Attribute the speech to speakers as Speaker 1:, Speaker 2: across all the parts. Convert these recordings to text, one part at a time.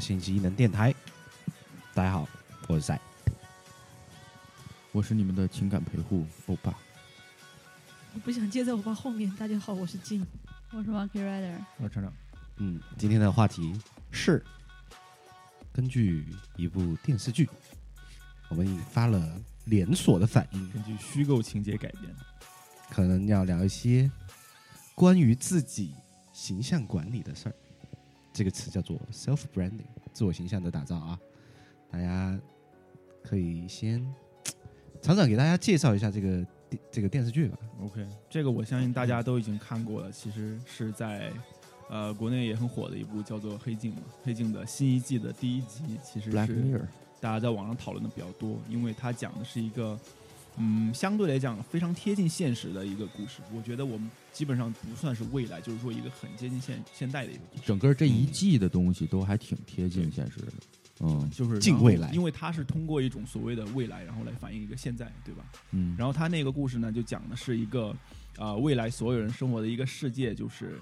Speaker 1: 性机能电台。大家好，我是赛。
Speaker 2: 我是你们的情感陪护欧巴。
Speaker 3: 我不想接在我爸后面。大家好，我是静。
Speaker 4: 我是 Monkey Rider，
Speaker 5: 哦
Speaker 2: 我厂长，
Speaker 1: 嗯，今天的话题是根据一部电视剧，我们引发了连锁的反
Speaker 2: 嗯
Speaker 1: 应，
Speaker 5: 根据虚构情节改编。
Speaker 1: 可能要聊一些关于自己形象管理的事儿。这个词叫做 self branding，自我形象的打造啊。大家可以先 厂长给大家介绍一下这个电这个电视剧吧。
Speaker 5: OK，这个我相信大家都已经看过了，其实是在呃国内也很火的一部叫做《黑镜》嘛，《黑镜》的新一季的第一集其实
Speaker 2: Black
Speaker 5: 是
Speaker 2: Mirror，
Speaker 5: 大家在网上讨论的比较多，因为它讲的是一个嗯相对来讲非常贴近现实的一个故事。我觉得我们基本上不算是未来，就是说一个很接近现现代的一个故事。
Speaker 2: 整个这一季的东西都还挺贴近现实的。嗯
Speaker 5: 就是
Speaker 1: 近
Speaker 5: 然后
Speaker 1: 未来
Speaker 5: 因为它是通过一种所谓的未来，然后来反映一个现在，对吧？
Speaker 2: 嗯，
Speaker 5: 然后他那个故事呢，就讲的是一个，呃，未来所有人生活的一个世界，就是，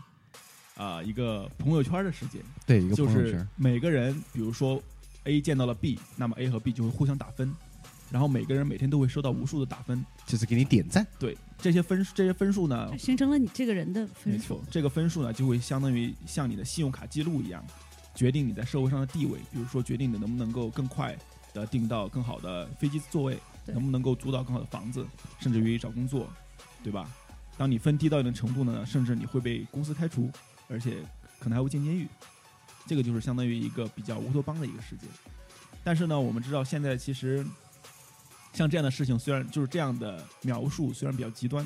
Speaker 5: 呃，一个朋友圈的世界，
Speaker 1: 对，一个
Speaker 5: 就
Speaker 1: 朋友
Speaker 5: 是
Speaker 1: 圈，
Speaker 5: 每个人，比如说 A 见到了 B，那么 A 和 B 就会互相打分，然后每个人每天都会收到无数的打分，
Speaker 1: 就是给你点赞。
Speaker 5: 对这些分这些分数呢，
Speaker 4: 形成了你这个人的分
Speaker 5: 没
Speaker 4: 数。
Speaker 5: 错， 这个分数呢就会相当于像你的信用卡记录一样，决定你在社会上的地位，比如说决定你能不能够更快的订到更好的飞机座位，
Speaker 4: 对
Speaker 5: 能不能够租到更好的房子，甚至于找工作，对吧？当你分低到一定程度呢，甚至你会被公司开除，而且可能还会进监狱。这个就是相当于一个比较乌托邦的一个世界。但是呢，我们知道现在其实像这样的事情，虽然就是这样的描述虽然比较极端，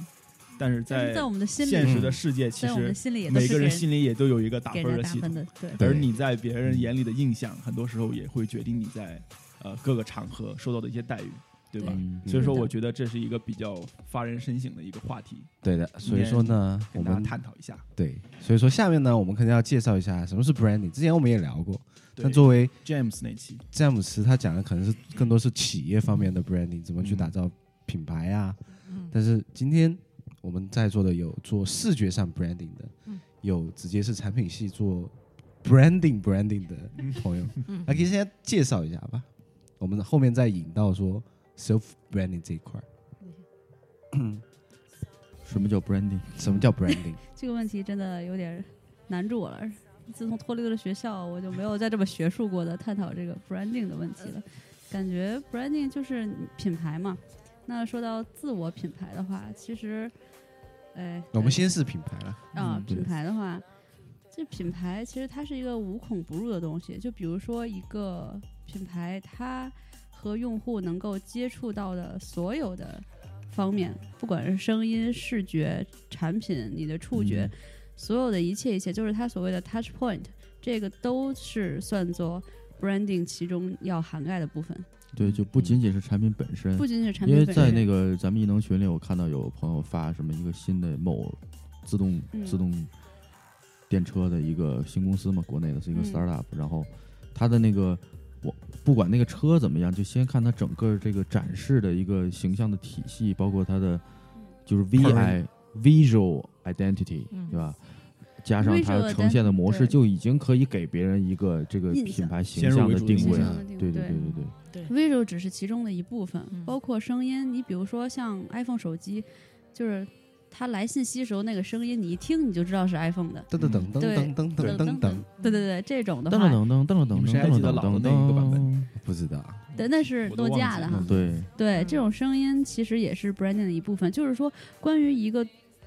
Speaker 5: 但是
Speaker 4: 但
Speaker 5: 在
Speaker 4: 是在我们的心
Speaker 5: 现
Speaker 4: 里，
Speaker 5: 实的世界，其
Speaker 4: 在我们的
Speaker 5: 实
Speaker 4: 心里也都
Speaker 5: 每
Speaker 4: 是
Speaker 5: 个
Speaker 4: 给
Speaker 5: 人心里也都有一个打
Speaker 4: 给
Speaker 5: 分
Speaker 4: 人
Speaker 5: 的
Speaker 4: 打
Speaker 5: 系
Speaker 4: 分
Speaker 5: 统，
Speaker 4: 的，对，
Speaker 1: 对
Speaker 5: 而你在别人眼里的印象，很多时候也会决定你在呃各个场合受到的一些待遇，对吧？
Speaker 2: 嗯
Speaker 5: 所以说，
Speaker 4: 是的
Speaker 5: 我觉得这是一个比较发人深省的一个话题，
Speaker 1: 对的，所以说呢，我
Speaker 5: 跟大家
Speaker 1: 们
Speaker 5: 探讨一下。
Speaker 1: 对，所以说下面呢，我们肯定要介绍一下什么是 branding。之前我们也聊过，
Speaker 5: 对
Speaker 1: 但作为
Speaker 5: James 那期，
Speaker 1: 詹姆斯，他讲的可能是更多是企业方面的 branding，怎么去
Speaker 5: 嗯
Speaker 1: 打造品牌啊。
Speaker 3: 嗯
Speaker 1: 但是今天我们在座的有做视觉上 branding 的，
Speaker 3: 嗯
Speaker 1: 有直接是产品系做 branding branding 的朋友，
Speaker 3: 嗯
Speaker 1: 来给大家介绍一下吧。我们后面再引到说 self branding 这一块儿，
Speaker 2: 什么叫 branding？
Speaker 1: 什
Speaker 3: 嗯
Speaker 1: 么叫 branding？
Speaker 4: 这个问题真的有点难住我了。自从脱离了学校，我就没有再这么学术过的探讨这个 branding 的问题了。感觉 branding 就是品牌嘛。那说到自我品牌的话，其实，哎，
Speaker 1: 我们先是品牌了，
Speaker 4: 啊、
Speaker 2: 嗯对
Speaker 4: 品牌的话，这品牌其实它是一个无孔不入的东西。就比如说一个品牌，它和用户能够接触到的所有的方面，不管是声音、视觉、产品、你的触觉，
Speaker 2: 嗯
Speaker 4: 所有的一切一切，就是它所谓的 touch point，这个都是算作 branding 其中要涵盖的部分，
Speaker 2: 对，就不仅仅是产品本身
Speaker 4: 不，仅仅是产
Speaker 2: 嗯因
Speaker 4: 品
Speaker 2: 为
Speaker 4: 本身。
Speaker 2: 在那个咱们异能群里，我看到有朋友发什么一个新的某自动
Speaker 4: 嗯
Speaker 2: 自动电车的一个新公司嘛，国内的是一个
Speaker 4: 嗯
Speaker 2: startup，然后它的那个。我不管那个车怎么样，就先看它整个这个展示的一个形象的体系，包括它的
Speaker 4: 嗯
Speaker 2: 就是 VI visual identity，
Speaker 3: 嗯
Speaker 2: 对吧？加上它呈现的模
Speaker 4: Visual
Speaker 2: 式，
Speaker 4: identity，
Speaker 2: 就已经可以给别人一个这个
Speaker 4: 印象
Speaker 2: 品牌形象的定
Speaker 5: 先
Speaker 2: 位
Speaker 5: 入为主的形
Speaker 2: 了
Speaker 4: 象的。定
Speaker 2: 对
Speaker 4: 位
Speaker 2: 对对对对，
Speaker 3: 对
Speaker 4: visual 只是其中的一部分，
Speaker 3: 嗯
Speaker 4: 包括声音。你比如说像 iPhone 手机，就是它来信息时候那个声音，你一听你就知道是 iPhone 的。
Speaker 1: 噔噔噔噔噔噔噔噔噔，
Speaker 4: 嗯对对对，这种的
Speaker 2: 噔
Speaker 4: 话，
Speaker 2: 噔噔噔噔
Speaker 5: 你
Speaker 2: 噔
Speaker 5: 们谁还
Speaker 2: 噔
Speaker 5: 记得
Speaker 2: 噔
Speaker 5: 老的
Speaker 2: 噔
Speaker 5: 那一个版本
Speaker 2: 噔，
Speaker 1: 不知道，啊
Speaker 4: 对，那是
Speaker 5: 我都
Speaker 4: 诺
Speaker 5: 忘
Speaker 4: 基亚
Speaker 5: 记
Speaker 4: 的
Speaker 5: 了
Speaker 4: 哈。
Speaker 2: 对，
Speaker 4: 对，
Speaker 3: 嗯
Speaker 4: 这种声音其实也是 branding 的一部分。就是说，关于一个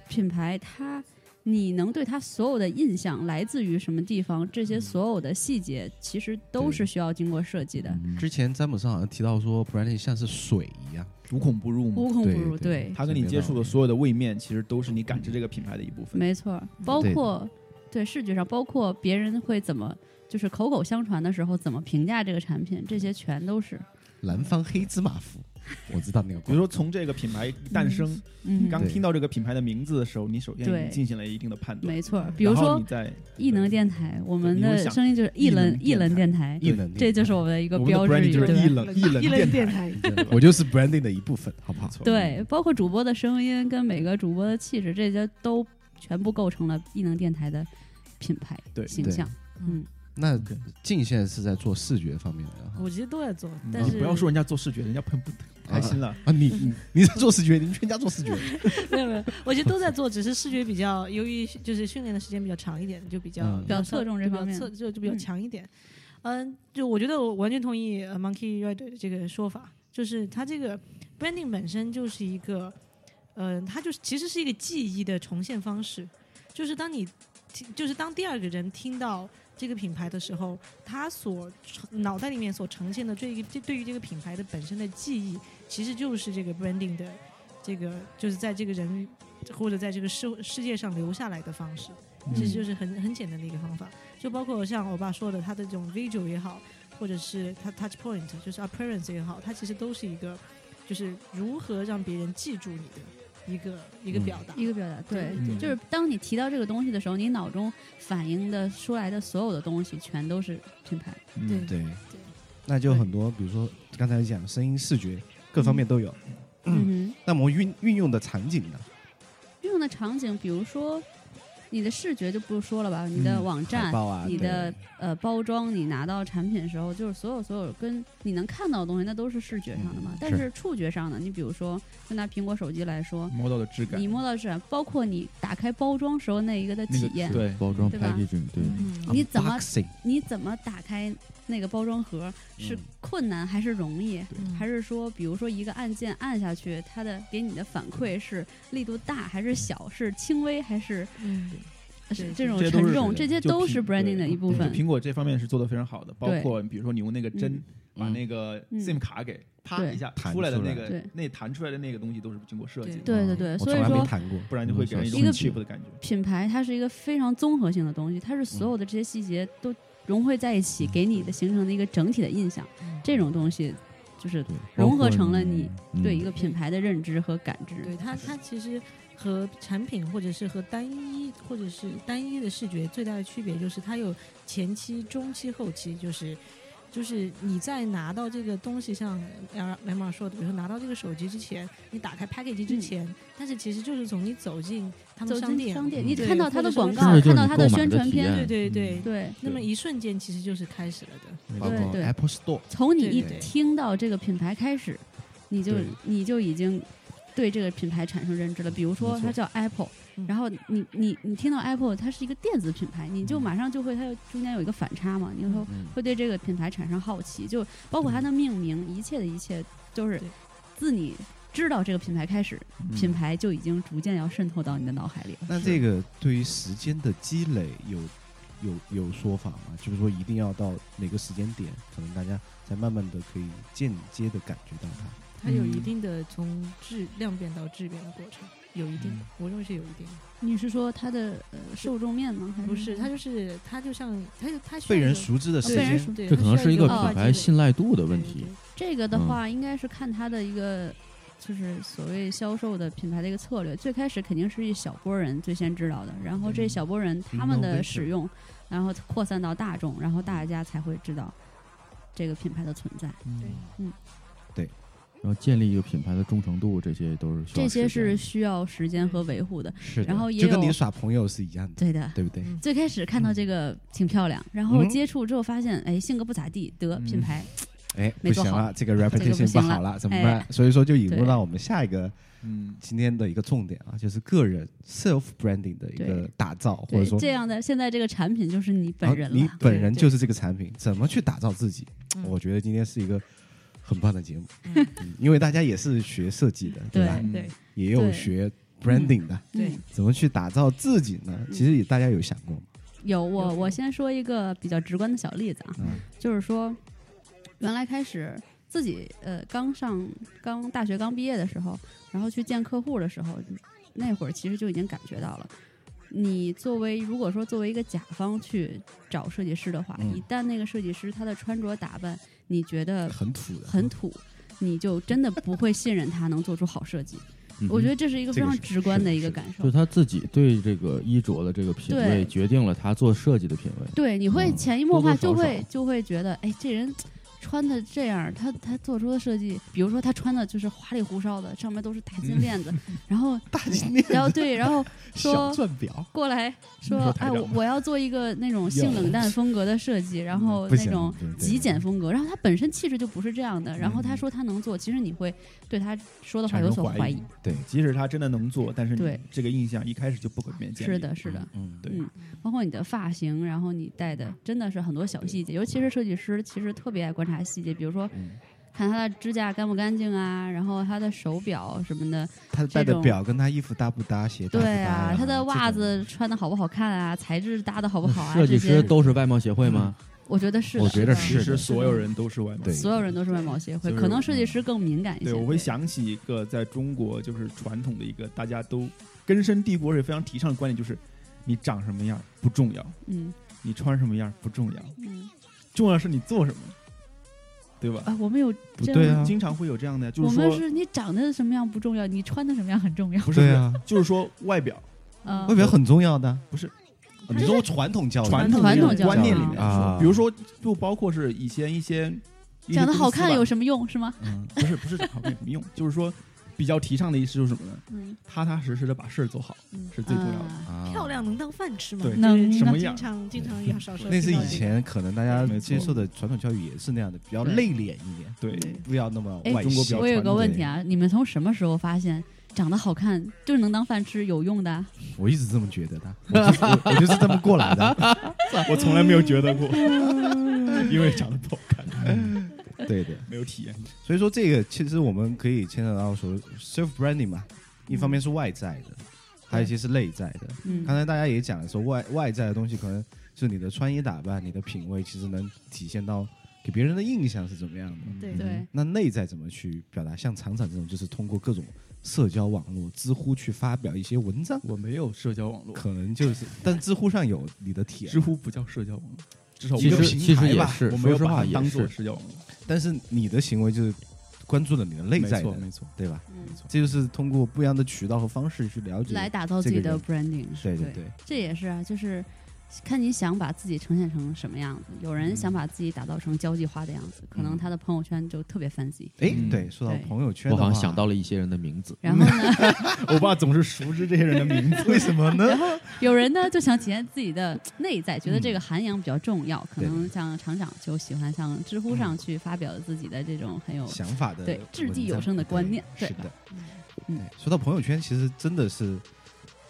Speaker 4: 品牌，它你能对它所有的印象来自于什么地方，这些所有的细节，其实都
Speaker 1: 对
Speaker 4: 是需要经过设计的，
Speaker 2: 嗯
Speaker 1: 之前詹姆斯好像提到说，branding 像是水一样，
Speaker 5: 无孔不入嘛，
Speaker 4: 无孔不
Speaker 1: 对
Speaker 4: 入。
Speaker 1: 对
Speaker 4: 对，
Speaker 5: 他跟你接触的所有的位面，其实都是你感知这个品牌的一部分。
Speaker 4: 没错
Speaker 5: 嗯
Speaker 4: 儿，包括对视觉上，包括别人会怎么，就是口口相传的时候怎么评价这个产品，这些全都是。
Speaker 1: 南方黑芝麻糊，我知道那个
Speaker 5: 比
Speaker 1: 广
Speaker 5: 如
Speaker 1: 告。
Speaker 5: 说从这个品牌诞生，
Speaker 4: 嗯，
Speaker 5: 刚
Speaker 1: 对
Speaker 5: 听到这个品牌的名字的时候，你首先已
Speaker 4: 对
Speaker 5: 经进行了一定的判
Speaker 4: 嗯
Speaker 5: 断。
Speaker 4: 没错儿。比
Speaker 5: 然
Speaker 4: 如
Speaker 5: 后
Speaker 4: 说
Speaker 5: 你在
Speaker 4: 异能电台，我们
Speaker 5: 你会
Speaker 4: 的
Speaker 5: 想
Speaker 4: 声音就是异能
Speaker 5: 异
Speaker 4: 异
Speaker 5: 能
Speaker 4: 能电
Speaker 5: 电
Speaker 4: 台，
Speaker 1: 一冷，
Speaker 4: 这就是我们的一个
Speaker 5: 我们的
Speaker 4: 标志
Speaker 5: brand
Speaker 4: 语，
Speaker 5: 就是一
Speaker 4: 对吧？
Speaker 5: 冷一冷
Speaker 3: 一冷
Speaker 5: 电
Speaker 3: 电
Speaker 5: 台，
Speaker 3: 台，
Speaker 1: 对我就是 branding 的一部分，好不好
Speaker 5: 没？错
Speaker 4: 对，包括主播的声音跟每个主播的气质，这些都全部构成了异能电台的品牌
Speaker 5: 对
Speaker 4: 形象。
Speaker 3: 嗯
Speaker 4: 嗯，
Speaker 1: 那
Speaker 5: OK
Speaker 1: 近现在是在做视觉方面的哈
Speaker 6: 我其实都在做，
Speaker 4: 嗯
Speaker 6: 但
Speaker 5: 啊
Speaker 6: 是
Speaker 5: 不要说人家做视觉，人家喷不开心了。
Speaker 1: 啊，你你你在做视觉，你们全家做视觉，
Speaker 6: 没有没有，我觉得都在做，只是视觉比较，由于就是训练的时间比较长一点，就比较、
Speaker 1: 嗯
Speaker 6: 比较
Speaker 4: 比较侧重这
Speaker 6: 就比
Speaker 4: 方
Speaker 6: 较
Speaker 4: 面
Speaker 6: 侧就就比较
Speaker 4: 嗯
Speaker 6: 强一点。嗯，就我觉得我完全同意呃 Monkey Red 的这个说法，就是它这个 branding 本身就是一个，嗯、它就是其实是一个记忆的重现方式，就是当你听，就是当第二个人听到这个品牌的时候，他所呈脑袋里面所呈现的这一个这对于这个品牌的本身的记忆，其实就是这个 branding 的这个就是在这个人或者在这个世世界上留下来的方式，这
Speaker 5: 嗯
Speaker 6: 就是很很简单的一个方法。就包括像我爸说的，他的这种 visual 也好，或者是他 touch point 就是 appearance 也好，它其实都是一个就是如何让别人记住你的一个一个
Speaker 1: 嗯
Speaker 6: 表达。
Speaker 4: 一个表达，对，
Speaker 5: 嗯
Speaker 4: 就是当你提到这个东西的时候，你脑中反映的出来的所有的东西，全都是品牌。
Speaker 5: 嗯
Speaker 6: 对
Speaker 1: 对，那就很多，比如说刚才讲声音、视觉各方面都有。
Speaker 4: 嗯哼，
Speaker 1: 那么运运用的场景呢？
Speaker 4: 运用的场景，比如说你的视觉就不说了吧，你的
Speaker 1: 嗯
Speaker 4: 网
Speaker 1: 海
Speaker 4: 站、
Speaker 1: 报啊，
Speaker 4: 你
Speaker 1: 对
Speaker 4: 的呃包装，你拿到产品的时候，就是所有所有跟你能看到的东西，那都是视觉上的嘛。
Speaker 1: 嗯
Speaker 4: 但
Speaker 1: 是
Speaker 4: 是触觉上的，你比如说，就拿苹果手机来说，
Speaker 5: 摸到的质感
Speaker 4: 你，摸到的是啥，包括你打开包装时候那一个的
Speaker 5: 那个
Speaker 4: 体验，
Speaker 5: 对，
Speaker 2: 包装
Speaker 4: 对吧
Speaker 2: packaging 对，
Speaker 6: 嗯，
Speaker 4: 你怎么
Speaker 1: Unboxing，
Speaker 4: 你怎么打开那个包装盒是
Speaker 1: 嗯
Speaker 4: 困难还是容易？
Speaker 6: 嗯
Speaker 4: 还是说，比如说一个按键按下去，它的给你的反馈是力度大还是小，是轻微还是
Speaker 6: 嗯
Speaker 4: 是
Speaker 6: 对
Speaker 4: 这种
Speaker 5: 这些都
Speaker 4: 沉
Speaker 5: 是
Speaker 4: 重，这些
Speaker 5: 就
Speaker 4: 都
Speaker 5: 苹
Speaker 4: 是 branding 的
Speaker 5: 对
Speaker 4: 一部
Speaker 5: 就
Speaker 4: 分。
Speaker 5: 苹果这方面是做的非常好的，包
Speaker 4: 对
Speaker 5: 括比如说你用那个针
Speaker 4: 嗯
Speaker 5: 把那个
Speaker 4: 嗯
Speaker 5: SIM 卡给啪
Speaker 4: 对
Speaker 5: 一下
Speaker 1: 弹
Speaker 5: 出来的那
Speaker 4: 出来
Speaker 5: 个
Speaker 4: 对
Speaker 5: 那弹出来的那个东西都是经过设计的，
Speaker 4: 对对
Speaker 1: 嗯
Speaker 4: 对
Speaker 1: 我
Speaker 4: 所以
Speaker 1: 从来没
Speaker 4: 说
Speaker 1: 谈过。
Speaker 5: 不然就会给人一种
Speaker 4: 一个
Speaker 5: cheap 的感觉。
Speaker 4: 品牌它是一个非常综合性的东西，它是所有的这些细节都融汇在一起，给你的形成的一个整体的印象。
Speaker 6: 嗯
Speaker 4: 这种东西就是
Speaker 2: 对，
Speaker 4: 融合
Speaker 2: 包括
Speaker 4: 成了
Speaker 2: 你嗯
Speaker 4: 对一个品牌的认知和感知。
Speaker 6: 对它，它其实和产品或者是和单一或者是单一的视觉最大的区别就是它有前期、中期、后期，就是就是你在拿到这个东西，像 L M R 说的，比如说拿到这个手机之前，你打开 package 之前，但是其实就是从你走进他
Speaker 4: 嗯
Speaker 6: 们
Speaker 4: 走
Speaker 6: 商
Speaker 4: 进
Speaker 6: 店，
Speaker 4: 商店，
Speaker 1: 嗯
Speaker 4: 你看到它的广告嗯
Speaker 6: 甚至，
Speaker 2: 就
Speaker 4: 看
Speaker 2: 是你
Speaker 4: 到它的
Speaker 2: 购买
Speaker 4: 宣
Speaker 2: 的
Speaker 4: 传
Speaker 2: 体验
Speaker 4: 片，
Speaker 6: 对对对，
Speaker 4: 对，
Speaker 6: 那么一瞬间其实就是开始了的，
Speaker 1: 包括
Speaker 4: 对对
Speaker 1: Apple Store，
Speaker 4: 从你
Speaker 6: 对
Speaker 4: 一
Speaker 1: 对对
Speaker 4: 听到这个品牌开始，你就
Speaker 1: 对
Speaker 4: 你就已经对这个品牌产生认知了。比如说
Speaker 1: 没错
Speaker 4: 它叫 Apple，
Speaker 6: 嗯
Speaker 4: 然后你你你听到 Apple，它是一个电子品牌，你就
Speaker 1: 嗯
Speaker 4: 马上就会它有中间有一个反差嘛，你会
Speaker 1: 嗯，
Speaker 4: 会对这个品牌产生好奇，就包括它的命名，一切的一切，就是
Speaker 6: 对
Speaker 4: 自你知道这个品牌开始，品牌就已经逐渐要渗透到你的脑海里了。
Speaker 1: 嗯那这个对于时间的积累有有有说法吗？就是说一定要到哪个时间点，可能大家才慢慢的可以间接的感觉到它。
Speaker 6: 它有一
Speaker 5: 嗯
Speaker 6: 定的从质量变到质变的过程，有一定，
Speaker 5: 嗯
Speaker 6: 我认为是有一定的。
Speaker 4: 你是说它的呃受众面吗？还
Speaker 6: 不是，它
Speaker 4: 是
Speaker 6: 就是它就像它就它需
Speaker 1: 被
Speaker 6: 要一哦
Speaker 1: 人
Speaker 6: 种
Speaker 1: 熟知的时
Speaker 4: 被人
Speaker 1: 间，
Speaker 4: 熟
Speaker 6: 对，
Speaker 2: 这
Speaker 6: 它
Speaker 2: 可能
Speaker 6: 需要
Speaker 2: 是
Speaker 6: 一
Speaker 2: 个
Speaker 4: 哦
Speaker 6: 个哦
Speaker 2: 品
Speaker 6: 化
Speaker 2: 牌啊
Speaker 6: 积累
Speaker 2: 信赖度的
Speaker 6: 对
Speaker 2: 问
Speaker 6: 对
Speaker 2: 题。
Speaker 4: 这个
Speaker 1: 嗯
Speaker 4: 的话，应该是看它的一个。就是所谓销售的品牌的一个策略，最开始肯定是一小波人最先知道的，然后
Speaker 1: 嗯
Speaker 4: 这小波人他们的
Speaker 1: Innovation
Speaker 4: 使用，然后扩散到大众，然后大家才会知道这个品牌的存在。
Speaker 6: 对
Speaker 2: 然后建立一个品牌的忠诚度，这些都是需要
Speaker 4: 这些
Speaker 2: 时
Speaker 4: 是
Speaker 2: 间
Speaker 4: 需要时间和维护的。
Speaker 1: 是的
Speaker 4: 然后也
Speaker 1: 就跟
Speaker 4: 有
Speaker 1: 你耍朋友是一样的，
Speaker 4: 对的，
Speaker 1: 对不对？
Speaker 6: 嗯
Speaker 4: 最开始看到这个挺漂亮，然后
Speaker 1: 嗯
Speaker 4: 接触之后发现，哎，性格不咋地，得
Speaker 5: 嗯
Speaker 4: 品牌，
Speaker 1: 哎，
Speaker 4: 没
Speaker 1: 不
Speaker 4: 做
Speaker 1: 行
Speaker 4: 好
Speaker 1: 了，这个
Speaker 4: 这个不
Speaker 1: reputation
Speaker 4: 行
Speaker 1: 好
Speaker 4: 了
Speaker 1: 了，怎么
Speaker 4: 哎
Speaker 1: 办？所以说就引入
Speaker 4: 对
Speaker 1: 到我们下一个
Speaker 5: 嗯，
Speaker 1: 今天的一个重点啊，就是个人 self branding 的一个
Speaker 4: 对
Speaker 1: 打造，或者
Speaker 4: 对，
Speaker 1: 说
Speaker 4: 这样的现在这个产品就是你
Speaker 1: 啊
Speaker 4: 本人
Speaker 1: 你
Speaker 4: 了。
Speaker 1: 本人就是这个产品，怎么去打造自己？
Speaker 6: 嗯
Speaker 1: 我觉得今天是一个很棒的节目，
Speaker 6: 嗯
Speaker 1: 嗯因为大家也是学设计的，
Speaker 4: 对
Speaker 1: 吧？
Speaker 5: 嗯
Speaker 6: 对
Speaker 1: 也有
Speaker 4: 对
Speaker 1: 学 branding 的，
Speaker 6: 对
Speaker 4: 嗯
Speaker 1: 怎么去打造自己呢？其实也大家有想过吗？
Speaker 4: 有我
Speaker 6: 有
Speaker 4: 我先说一个比较直观的小例子啊，
Speaker 1: 嗯
Speaker 4: 就是说，原来开始自己呃刚上刚大学刚毕业的时候，然后去见客户的时候，那会儿其实就已经感觉到了。你作为如果说作为一个甲方去找设计师的话，
Speaker 1: 嗯
Speaker 4: 一旦那个设计师他的穿着打扮你觉得
Speaker 1: 很土的，
Speaker 4: 很土，你就真的不会信任他能做出好设计。
Speaker 2: 嗯哼
Speaker 4: 我觉得这是一个非
Speaker 1: 这个
Speaker 4: 常
Speaker 1: 是
Speaker 4: 直观的一
Speaker 1: 是
Speaker 4: 个
Speaker 1: 的
Speaker 4: 感
Speaker 2: 就
Speaker 4: 受
Speaker 2: 是。他自己对这个衣着的这个品味
Speaker 4: 对
Speaker 2: 决定了他做设计的品味。
Speaker 4: 对，你会
Speaker 2: 嗯
Speaker 4: 潜移默化
Speaker 2: 多
Speaker 4: 就
Speaker 2: 多少
Speaker 4: 会
Speaker 2: 少
Speaker 4: 就会觉得，哎，这人穿的这样，他他做出的设计，比如说他穿的就是花里胡哨的，上面都是大金链子，然后
Speaker 1: 大金链
Speaker 4: 然后对，然后
Speaker 1: 小
Speaker 4: 说
Speaker 1: 钻表，
Speaker 4: 过来说
Speaker 5: 说，台
Speaker 4: 哎，
Speaker 5: 长
Speaker 4: 我我要做一个那种性
Speaker 1: 有
Speaker 4: 冷淡风格的设计，然后
Speaker 1: 不
Speaker 4: 那
Speaker 1: 行
Speaker 4: 种
Speaker 1: 对对
Speaker 4: 极简风格，然后他本身气质就不是这样的，然后
Speaker 1: 嗯
Speaker 4: 他说他能做，其实你会对他说的话
Speaker 5: 产
Speaker 4: 有
Speaker 5: 生
Speaker 4: 所
Speaker 5: 怀
Speaker 4: 怀
Speaker 5: 疑
Speaker 4: 疑。
Speaker 1: 对，
Speaker 5: 即使他真的能做，但是
Speaker 4: 对
Speaker 5: 你这个印象一开始就不可变建立。
Speaker 4: 是的，是的，
Speaker 1: 嗯，
Speaker 5: 对
Speaker 4: 嗯，包括你的发型，然后你戴的，真的是很多小细节，尤其是设计师，其实特别爱观察细节，比如说
Speaker 1: 嗯
Speaker 4: 看他的指甲干不干净啊，然后他的手表什么的，
Speaker 1: 他戴的
Speaker 4: 这种
Speaker 1: 表跟他衣服搭不搭，鞋搭不搭
Speaker 4: 对
Speaker 1: 呀
Speaker 4: 啊，他的袜
Speaker 1: 这种
Speaker 4: 子穿的好不好看啊，材质搭的好不好啊，
Speaker 2: 设计
Speaker 4: 这
Speaker 2: 师
Speaker 4: 些
Speaker 2: 都是外贸协会吗？
Speaker 4: 我觉得是的，
Speaker 1: 我觉得
Speaker 5: 其
Speaker 1: 是
Speaker 5: 实
Speaker 1: 的
Speaker 5: 所有人都是外貌。
Speaker 1: 对
Speaker 4: 所有人都嗯是外贸协会，
Speaker 5: 就是
Speaker 4: 可能设计师更敏感一些。
Speaker 5: 对，我会想起一个在中国就是传统的一个大家都根深蒂固而且非常提倡的观点，就是你长什么样不重要，
Speaker 4: 嗯
Speaker 5: 你穿什么样不重要，
Speaker 4: 嗯
Speaker 5: 重要是你做什么，对吧？
Speaker 4: 啊，我们有
Speaker 1: 不
Speaker 4: 这
Speaker 1: 对
Speaker 4: 样
Speaker 1: 啊
Speaker 5: 经常会有这样的，就
Speaker 4: 我
Speaker 5: 是
Speaker 4: 们
Speaker 5: 说
Speaker 4: 是你长得什么样不重要，你穿的什么样很重要。
Speaker 5: 不是
Speaker 1: 对啊，
Speaker 5: 就是说外表
Speaker 4: 啊
Speaker 1: 外，表很重要的，
Speaker 5: 不是
Speaker 1: 你说传统教育，
Speaker 5: 传
Speaker 4: 统
Speaker 5: 的
Speaker 4: 传统教育
Speaker 5: 观念里
Speaker 4: 啊
Speaker 5: 面
Speaker 1: 啊
Speaker 5: 说，比如说就包括是以前一些一些
Speaker 4: 长得好
Speaker 5: 公司吧
Speaker 4: 看有什么用是吗？
Speaker 1: 嗯
Speaker 5: 不是不是长得好看有什么用，就是说比较提倡的意思就是什么呢？
Speaker 4: 嗯，
Speaker 5: 踏踏实实的把事儿做好
Speaker 6: 嗯
Speaker 5: 是最重要的。
Speaker 4: 啊
Speaker 1: 啊
Speaker 6: 漂亮能当饭吃吗？
Speaker 5: 对
Speaker 6: 就是
Speaker 4: 能
Speaker 5: 什么
Speaker 6: 经
Speaker 5: 样
Speaker 6: 常经常要少说。
Speaker 1: 那是以前可能大家
Speaker 5: 没错
Speaker 1: 接受的传统教育也是那样的，比较
Speaker 5: 对
Speaker 1: 内敛一点，
Speaker 5: 对，
Speaker 1: 不要那么
Speaker 4: 哎
Speaker 1: 外
Speaker 5: 中国比
Speaker 1: 显
Speaker 5: 较。
Speaker 4: 我有
Speaker 5: 传
Speaker 4: 个
Speaker 5: 统
Speaker 4: 问题啊，你们从什么时候发现长得好看就是能当饭吃有用的啊？
Speaker 1: 我一直这么觉得的，我就是我我就是这么过来 的。
Speaker 5: 我从来没有觉得过，因为长得不好看，
Speaker 1: 对的，
Speaker 5: 没有体验。
Speaker 1: 所以说这个其实我们可以牵扯到说 self branding 嘛，一方面是外在的，还有一些是内在的。
Speaker 4: 嗯
Speaker 1: 刚才大家也讲了说外外在的东西可能是你的穿衣打扮、你的品味，其实能体现到给别人的印象是怎么样的。
Speaker 6: 对
Speaker 4: 对，
Speaker 1: 那内在怎么去表达？像厂长这种，就是通过各种社交网络、知乎去发表一些文章，
Speaker 5: 我没有社交网络，
Speaker 1: 可能就是，但知乎上有你的帖
Speaker 5: 知，乎不叫社交网络，至少我
Speaker 2: 其
Speaker 5: 没有
Speaker 1: 个
Speaker 2: 实
Speaker 1: 平
Speaker 2: 其实
Speaker 1: 台
Speaker 2: 也
Speaker 1: 吧
Speaker 2: 是，
Speaker 5: 我没
Speaker 2: 说
Speaker 5: 有
Speaker 2: 实
Speaker 5: 把
Speaker 2: 话
Speaker 5: 它
Speaker 2: 也
Speaker 5: 当做
Speaker 2: 是，
Speaker 5: 社交网络。
Speaker 1: 但是你的行为就是关注了你的内
Speaker 5: 没
Speaker 1: 在
Speaker 5: 错，
Speaker 1: 的，
Speaker 5: 没错，
Speaker 1: 对吧？
Speaker 4: 嗯
Speaker 5: 没错。
Speaker 1: 这就是通过不一样的渠道和方式去了解。
Speaker 4: 来打造自己的
Speaker 1: 这
Speaker 4: branding
Speaker 1: 对
Speaker 4: 对
Speaker 1: 对对，
Speaker 4: 这也是啊，就是看你想把自己呈现成什么样子。有人
Speaker 1: 嗯
Speaker 4: 想把自己打造成交际花的样子，可能他的朋友圈就特 别 fancy。
Speaker 1: 哎、
Speaker 5: 嗯
Speaker 1: 对，说到
Speaker 4: 对
Speaker 1: 朋友圈
Speaker 2: 我
Speaker 1: 的话，
Speaker 2: 好像想到了一些人的名字。
Speaker 4: 然后呢，
Speaker 5: 我爸总是熟知这些人的名字，
Speaker 1: 为什么 呢？
Speaker 4: 有人呢就想体现自 己的内在，觉得
Speaker 1: 嗯
Speaker 4: 这个涵养比较重要，可能像厂长就喜欢上知乎上去发表自己的这种很有
Speaker 1: 嗯想法的
Speaker 4: 对掷地
Speaker 1: 文章
Speaker 4: 有声的观念
Speaker 1: 对
Speaker 4: 对
Speaker 1: 是的。
Speaker 4: 嗯
Speaker 1: 对，说到朋友圈，其实真的是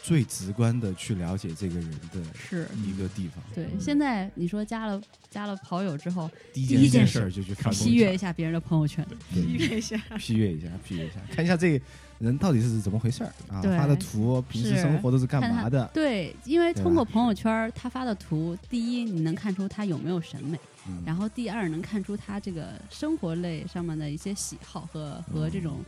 Speaker 1: 最直观的去了解这个人的
Speaker 4: 是。
Speaker 1: 一个地方。
Speaker 4: 对，
Speaker 1: 嗯
Speaker 4: 现在你说加了加了跑友之后，
Speaker 1: 第
Speaker 4: 第
Speaker 1: 一
Speaker 4: 一件
Speaker 1: 事儿
Speaker 4: 事
Speaker 1: 就去看
Speaker 4: 批阅一下别人的朋友圈，
Speaker 1: 对
Speaker 6: 月一下，
Speaker 1: 批阅一下，批阅一下，看一下这人到底是怎么回事儿啊？
Speaker 4: 对
Speaker 1: 发的图，平时
Speaker 4: 是
Speaker 1: 生活都是干
Speaker 4: 看
Speaker 1: 嘛
Speaker 4: 他
Speaker 1: 的？
Speaker 4: 对，因为
Speaker 1: 对
Speaker 4: 通
Speaker 1: 吧
Speaker 4: 过朋友圈儿他发的图，第一你能看出他有没有审美，
Speaker 1: 嗯
Speaker 4: 然后第二能看出他这个生活类上面的一些喜好和和这种
Speaker 5: 嗯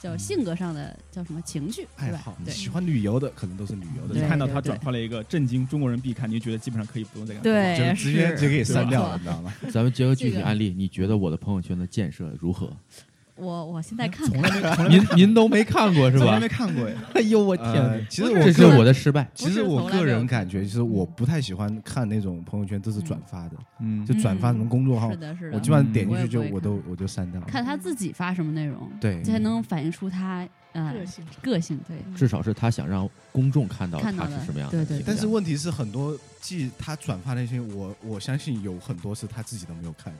Speaker 4: 叫性格上的叫什么情绪，
Speaker 1: 爱
Speaker 4: 对吧
Speaker 1: 好？，
Speaker 4: 对
Speaker 1: 喜欢旅游的可能都是旅游的
Speaker 5: 你
Speaker 4: 对
Speaker 1: 人，
Speaker 5: 看到他
Speaker 4: 对对
Speaker 5: 转发了一个震惊中国人必看，你就觉得基本上可以不用再看。，
Speaker 1: 就
Speaker 4: 对，
Speaker 1: 直接
Speaker 4: 是
Speaker 1: 就给
Speaker 4: 没
Speaker 1: 删掉了，
Speaker 4: 错
Speaker 1: 你知道吗？
Speaker 2: 咱们结合具体
Speaker 4: 这个
Speaker 2: 案例，你觉得我的朋友圈的建设如何？
Speaker 4: 我我现在看
Speaker 5: 从
Speaker 4: 看，
Speaker 5: 来没从来没
Speaker 2: 您 您都没看过是
Speaker 5: 从来
Speaker 2: 吧
Speaker 5: 没？看过呀。
Speaker 2: 哎呦我
Speaker 1: 呃，！其实我
Speaker 2: 这是
Speaker 1: 个
Speaker 2: 我的失败。
Speaker 1: 其实我个人感觉，就是我
Speaker 4: 嗯
Speaker 1: 不太喜欢看那种朋友圈都是转发的，
Speaker 5: 嗯
Speaker 1: 就转发什么公众号
Speaker 4: 是，的，是
Speaker 1: 我
Speaker 4: 的
Speaker 1: 基，本上点进
Speaker 4: 我
Speaker 1: 去
Speaker 4: 也
Speaker 1: 就
Speaker 4: 不会
Speaker 1: 我都我就删掉了。
Speaker 4: 看他自己发什么内容，
Speaker 1: 对
Speaker 4: 才能反映出他
Speaker 6: 个
Speaker 4: 呃
Speaker 6: 性。
Speaker 4: 个性，对，
Speaker 2: 至少是他想让公众看到
Speaker 4: 看到
Speaker 2: 他
Speaker 4: 的
Speaker 2: 是什么样的
Speaker 4: 对对
Speaker 2: 形象。
Speaker 1: 但是问题是，很多既他转发那些，我我相信有很多是他自己都没有看的，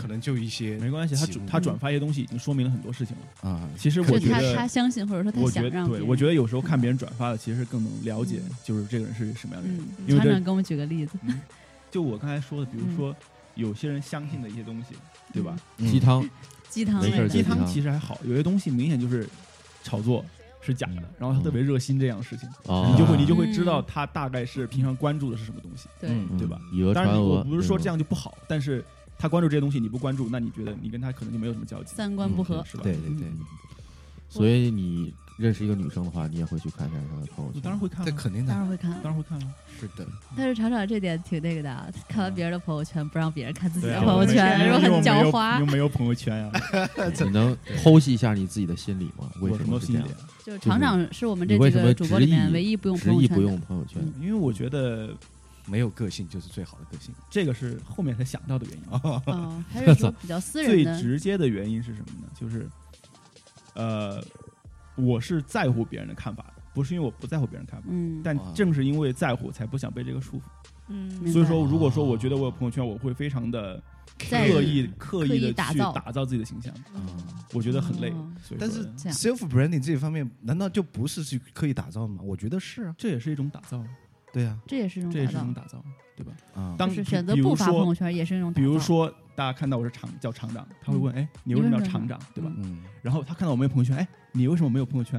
Speaker 1: 可能就一些
Speaker 5: 没关系，他转他转发一些东西已经说明了很多事情了。
Speaker 1: 啊，
Speaker 5: 其实我
Speaker 4: 是
Speaker 5: 觉
Speaker 4: 他他
Speaker 5: 得，
Speaker 4: 相信或者说他
Speaker 5: 我觉
Speaker 4: 想
Speaker 5: 得
Speaker 4: 让别
Speaker 5: 对，
Speaker 4: 人，
Speaker 5: 我觉得有时候看别人转发的，其实更能了解就是这个人是什么样的人。
Speaker 4: 嗯，
Speaker 5: 因为
Speaker 4: 厂
Speaker 5: 这
Speaker 4: 长给我们举个例子，
Speaker 5: 就我刚才说的，比如
Speaker 4: 嗯
Speaker 5: 说有些人相信的一些东西，对吧？
Speaker 2: 鸡汤，
Speaker 4: 鸡汤
Speaker 2: 没事
Speaker 4: 类的
Speaker 2: 儿就
Speaker 5: 哎鸡汤
Speaker 2: 汤
Speaker 5: 其实还好，有些东西明显就是炒作是假的
Speaker 1: 嗯，
Speaker 5: 然后他特别热心这样的事情，
Speaker 2: 哦
Speaker 5: 你就会你就会知
Speaker 4: 嗯
Speaker 5: 道他大概是平常关注的是什么东西。
Speaker 4: 对，
Speaker 1: 嗯
Speaker 5: 对吧？
Speaker 2: 哦以讹
Speaker 5: 当
Speaker 2: 传嗯
Speaker 5: 然，我
Speaker 2: 讹。
Speaker 5: 不是说这样就不好，但是他关注这些东西你不关注，那你觉得你跟他可能就没有什么交集，
Speaker 4: 三观不合，
Speaker 5: 是吧？
Speaker 1: 对，对对，
Speaker 2: 所以你认识一个女生的话，你也会去看一下她的朋友
Speaker 5: 我
Speaker 2: 圈。
Speaker 5: 当然会看啊，
Speaker 1: 这肯定
Speaker 4: 当
Speaker 1: 的，
Speaker 4: 然会看了。
Speaker 5: 当然会看啊。
Speaker 1: 是的，
Speaker 4: 但是厂长这点挺那个的啊，看完别人的朋友圈，不让别人看自己
Speaker 5: 对
Speaker 4: 的
Speaker 5: 啊
Speaker 4: 朋友圈，
Speaker 5: 因
Speaker 4: 然后
Speaker 5: 为
Speaker 4: 很
Speaker 5: 我没有
Speaker 4: 狡
Speaker 5: 因
Speaker 4: 猾。
Speaker 5: 为没有朋友圈啊，
Speaker 2: 你能剖析一下你自己的心理吗？为
Speaker 5: 我
Speaker 2: 什
Speaker 5: 什么
Speaker 2: 么是
Speaker 5: 心
Speaker 2: 这
Speaker 5: 理
Speaker 2: 样？
Speaker 5: 啊？
Speaker 4: 就厂长是我们这
Speaker 2: 你为
Speaker 4: 几
Speaker 2: 什么
Speaker 4: 个主播里面唯一不用
Speaker 2: 执
Speaker 4: 朋友
Speaker 2: 意
Speaker 4: 圈的，
Speaker 2: 不用朋友圈
Speaker 4: 嗯，
Speaker 5: 因为我觉得
Speaker 1: 没有个性就是最好的个性。
Speaker 5: 这个是后面才想到的原因。啊
Speaker 7: 哦， 还是说比较私
Speaker 5: 最
Speaker 7: 人的，
Speaker 5: 直接的原因是什么呢？就是，呃，我是在乎别人的看法的，不是因为我不在乎别人看法，
Speaker 7: 嗯，
Speaker 5: 但
Speaker 1: 哇
Speaker 5: 正是因为在乎，才不想被这个束缚。
Speaker 6: 嗯
Speaker 7: 明
Speaker 5: 所以
Speaker 7: 白哦
Speaker 5: 说，如果说我觉得我有朋友圈，我会非常的
Speaker 7: 在
Speaker 5: 刻意刻意
Speaker 7: 刻
Speaker 5: 的
Speaker 7: 意打
Speaker 5: 去
Speaker 7: 造
Speaker 5: 打造自己的形象，
Speaker 1: 啊
Speaker 5: 我觉得很累
Speaker 7: 哦。
Speaker 5: 所以说
Speaker 1: 但是
Speaker 7: 这样
Speaker 1: self branding 这一方面，难道就不是去刻意打造吗？我觉得是啊，
Speaker 5: 这也是一种打造，
Speaker 1: 对啊，
Speaker 7: 这也是一种
Speaker 5: 这也
Speaker 7: 嗯打
Speaker 5: 是
Speaker 7: 造
Speaker 5: 一种，打造，对吧？
Speaker 1: 啊，
Speaker 5: 当
Speaker 7: 就是
Speaker 5: 比
Speaker 7: 选择
Speaker 5: 比如
Speaker 7: 不发朋
Speaker 5: 说
Speaker 7: 友圈也是一种打
Speaker 5: 比
Speaker 7: 造。嗯
Speaker 5: 如说大家看到我是厂叫厂长，他会问：“哎，你为什么叫厂长？”对吧？
Speaker 1: 嗯，
Speaker 5: 然后他看到我没有朋友圈，哎，你为什么没有朋友圈？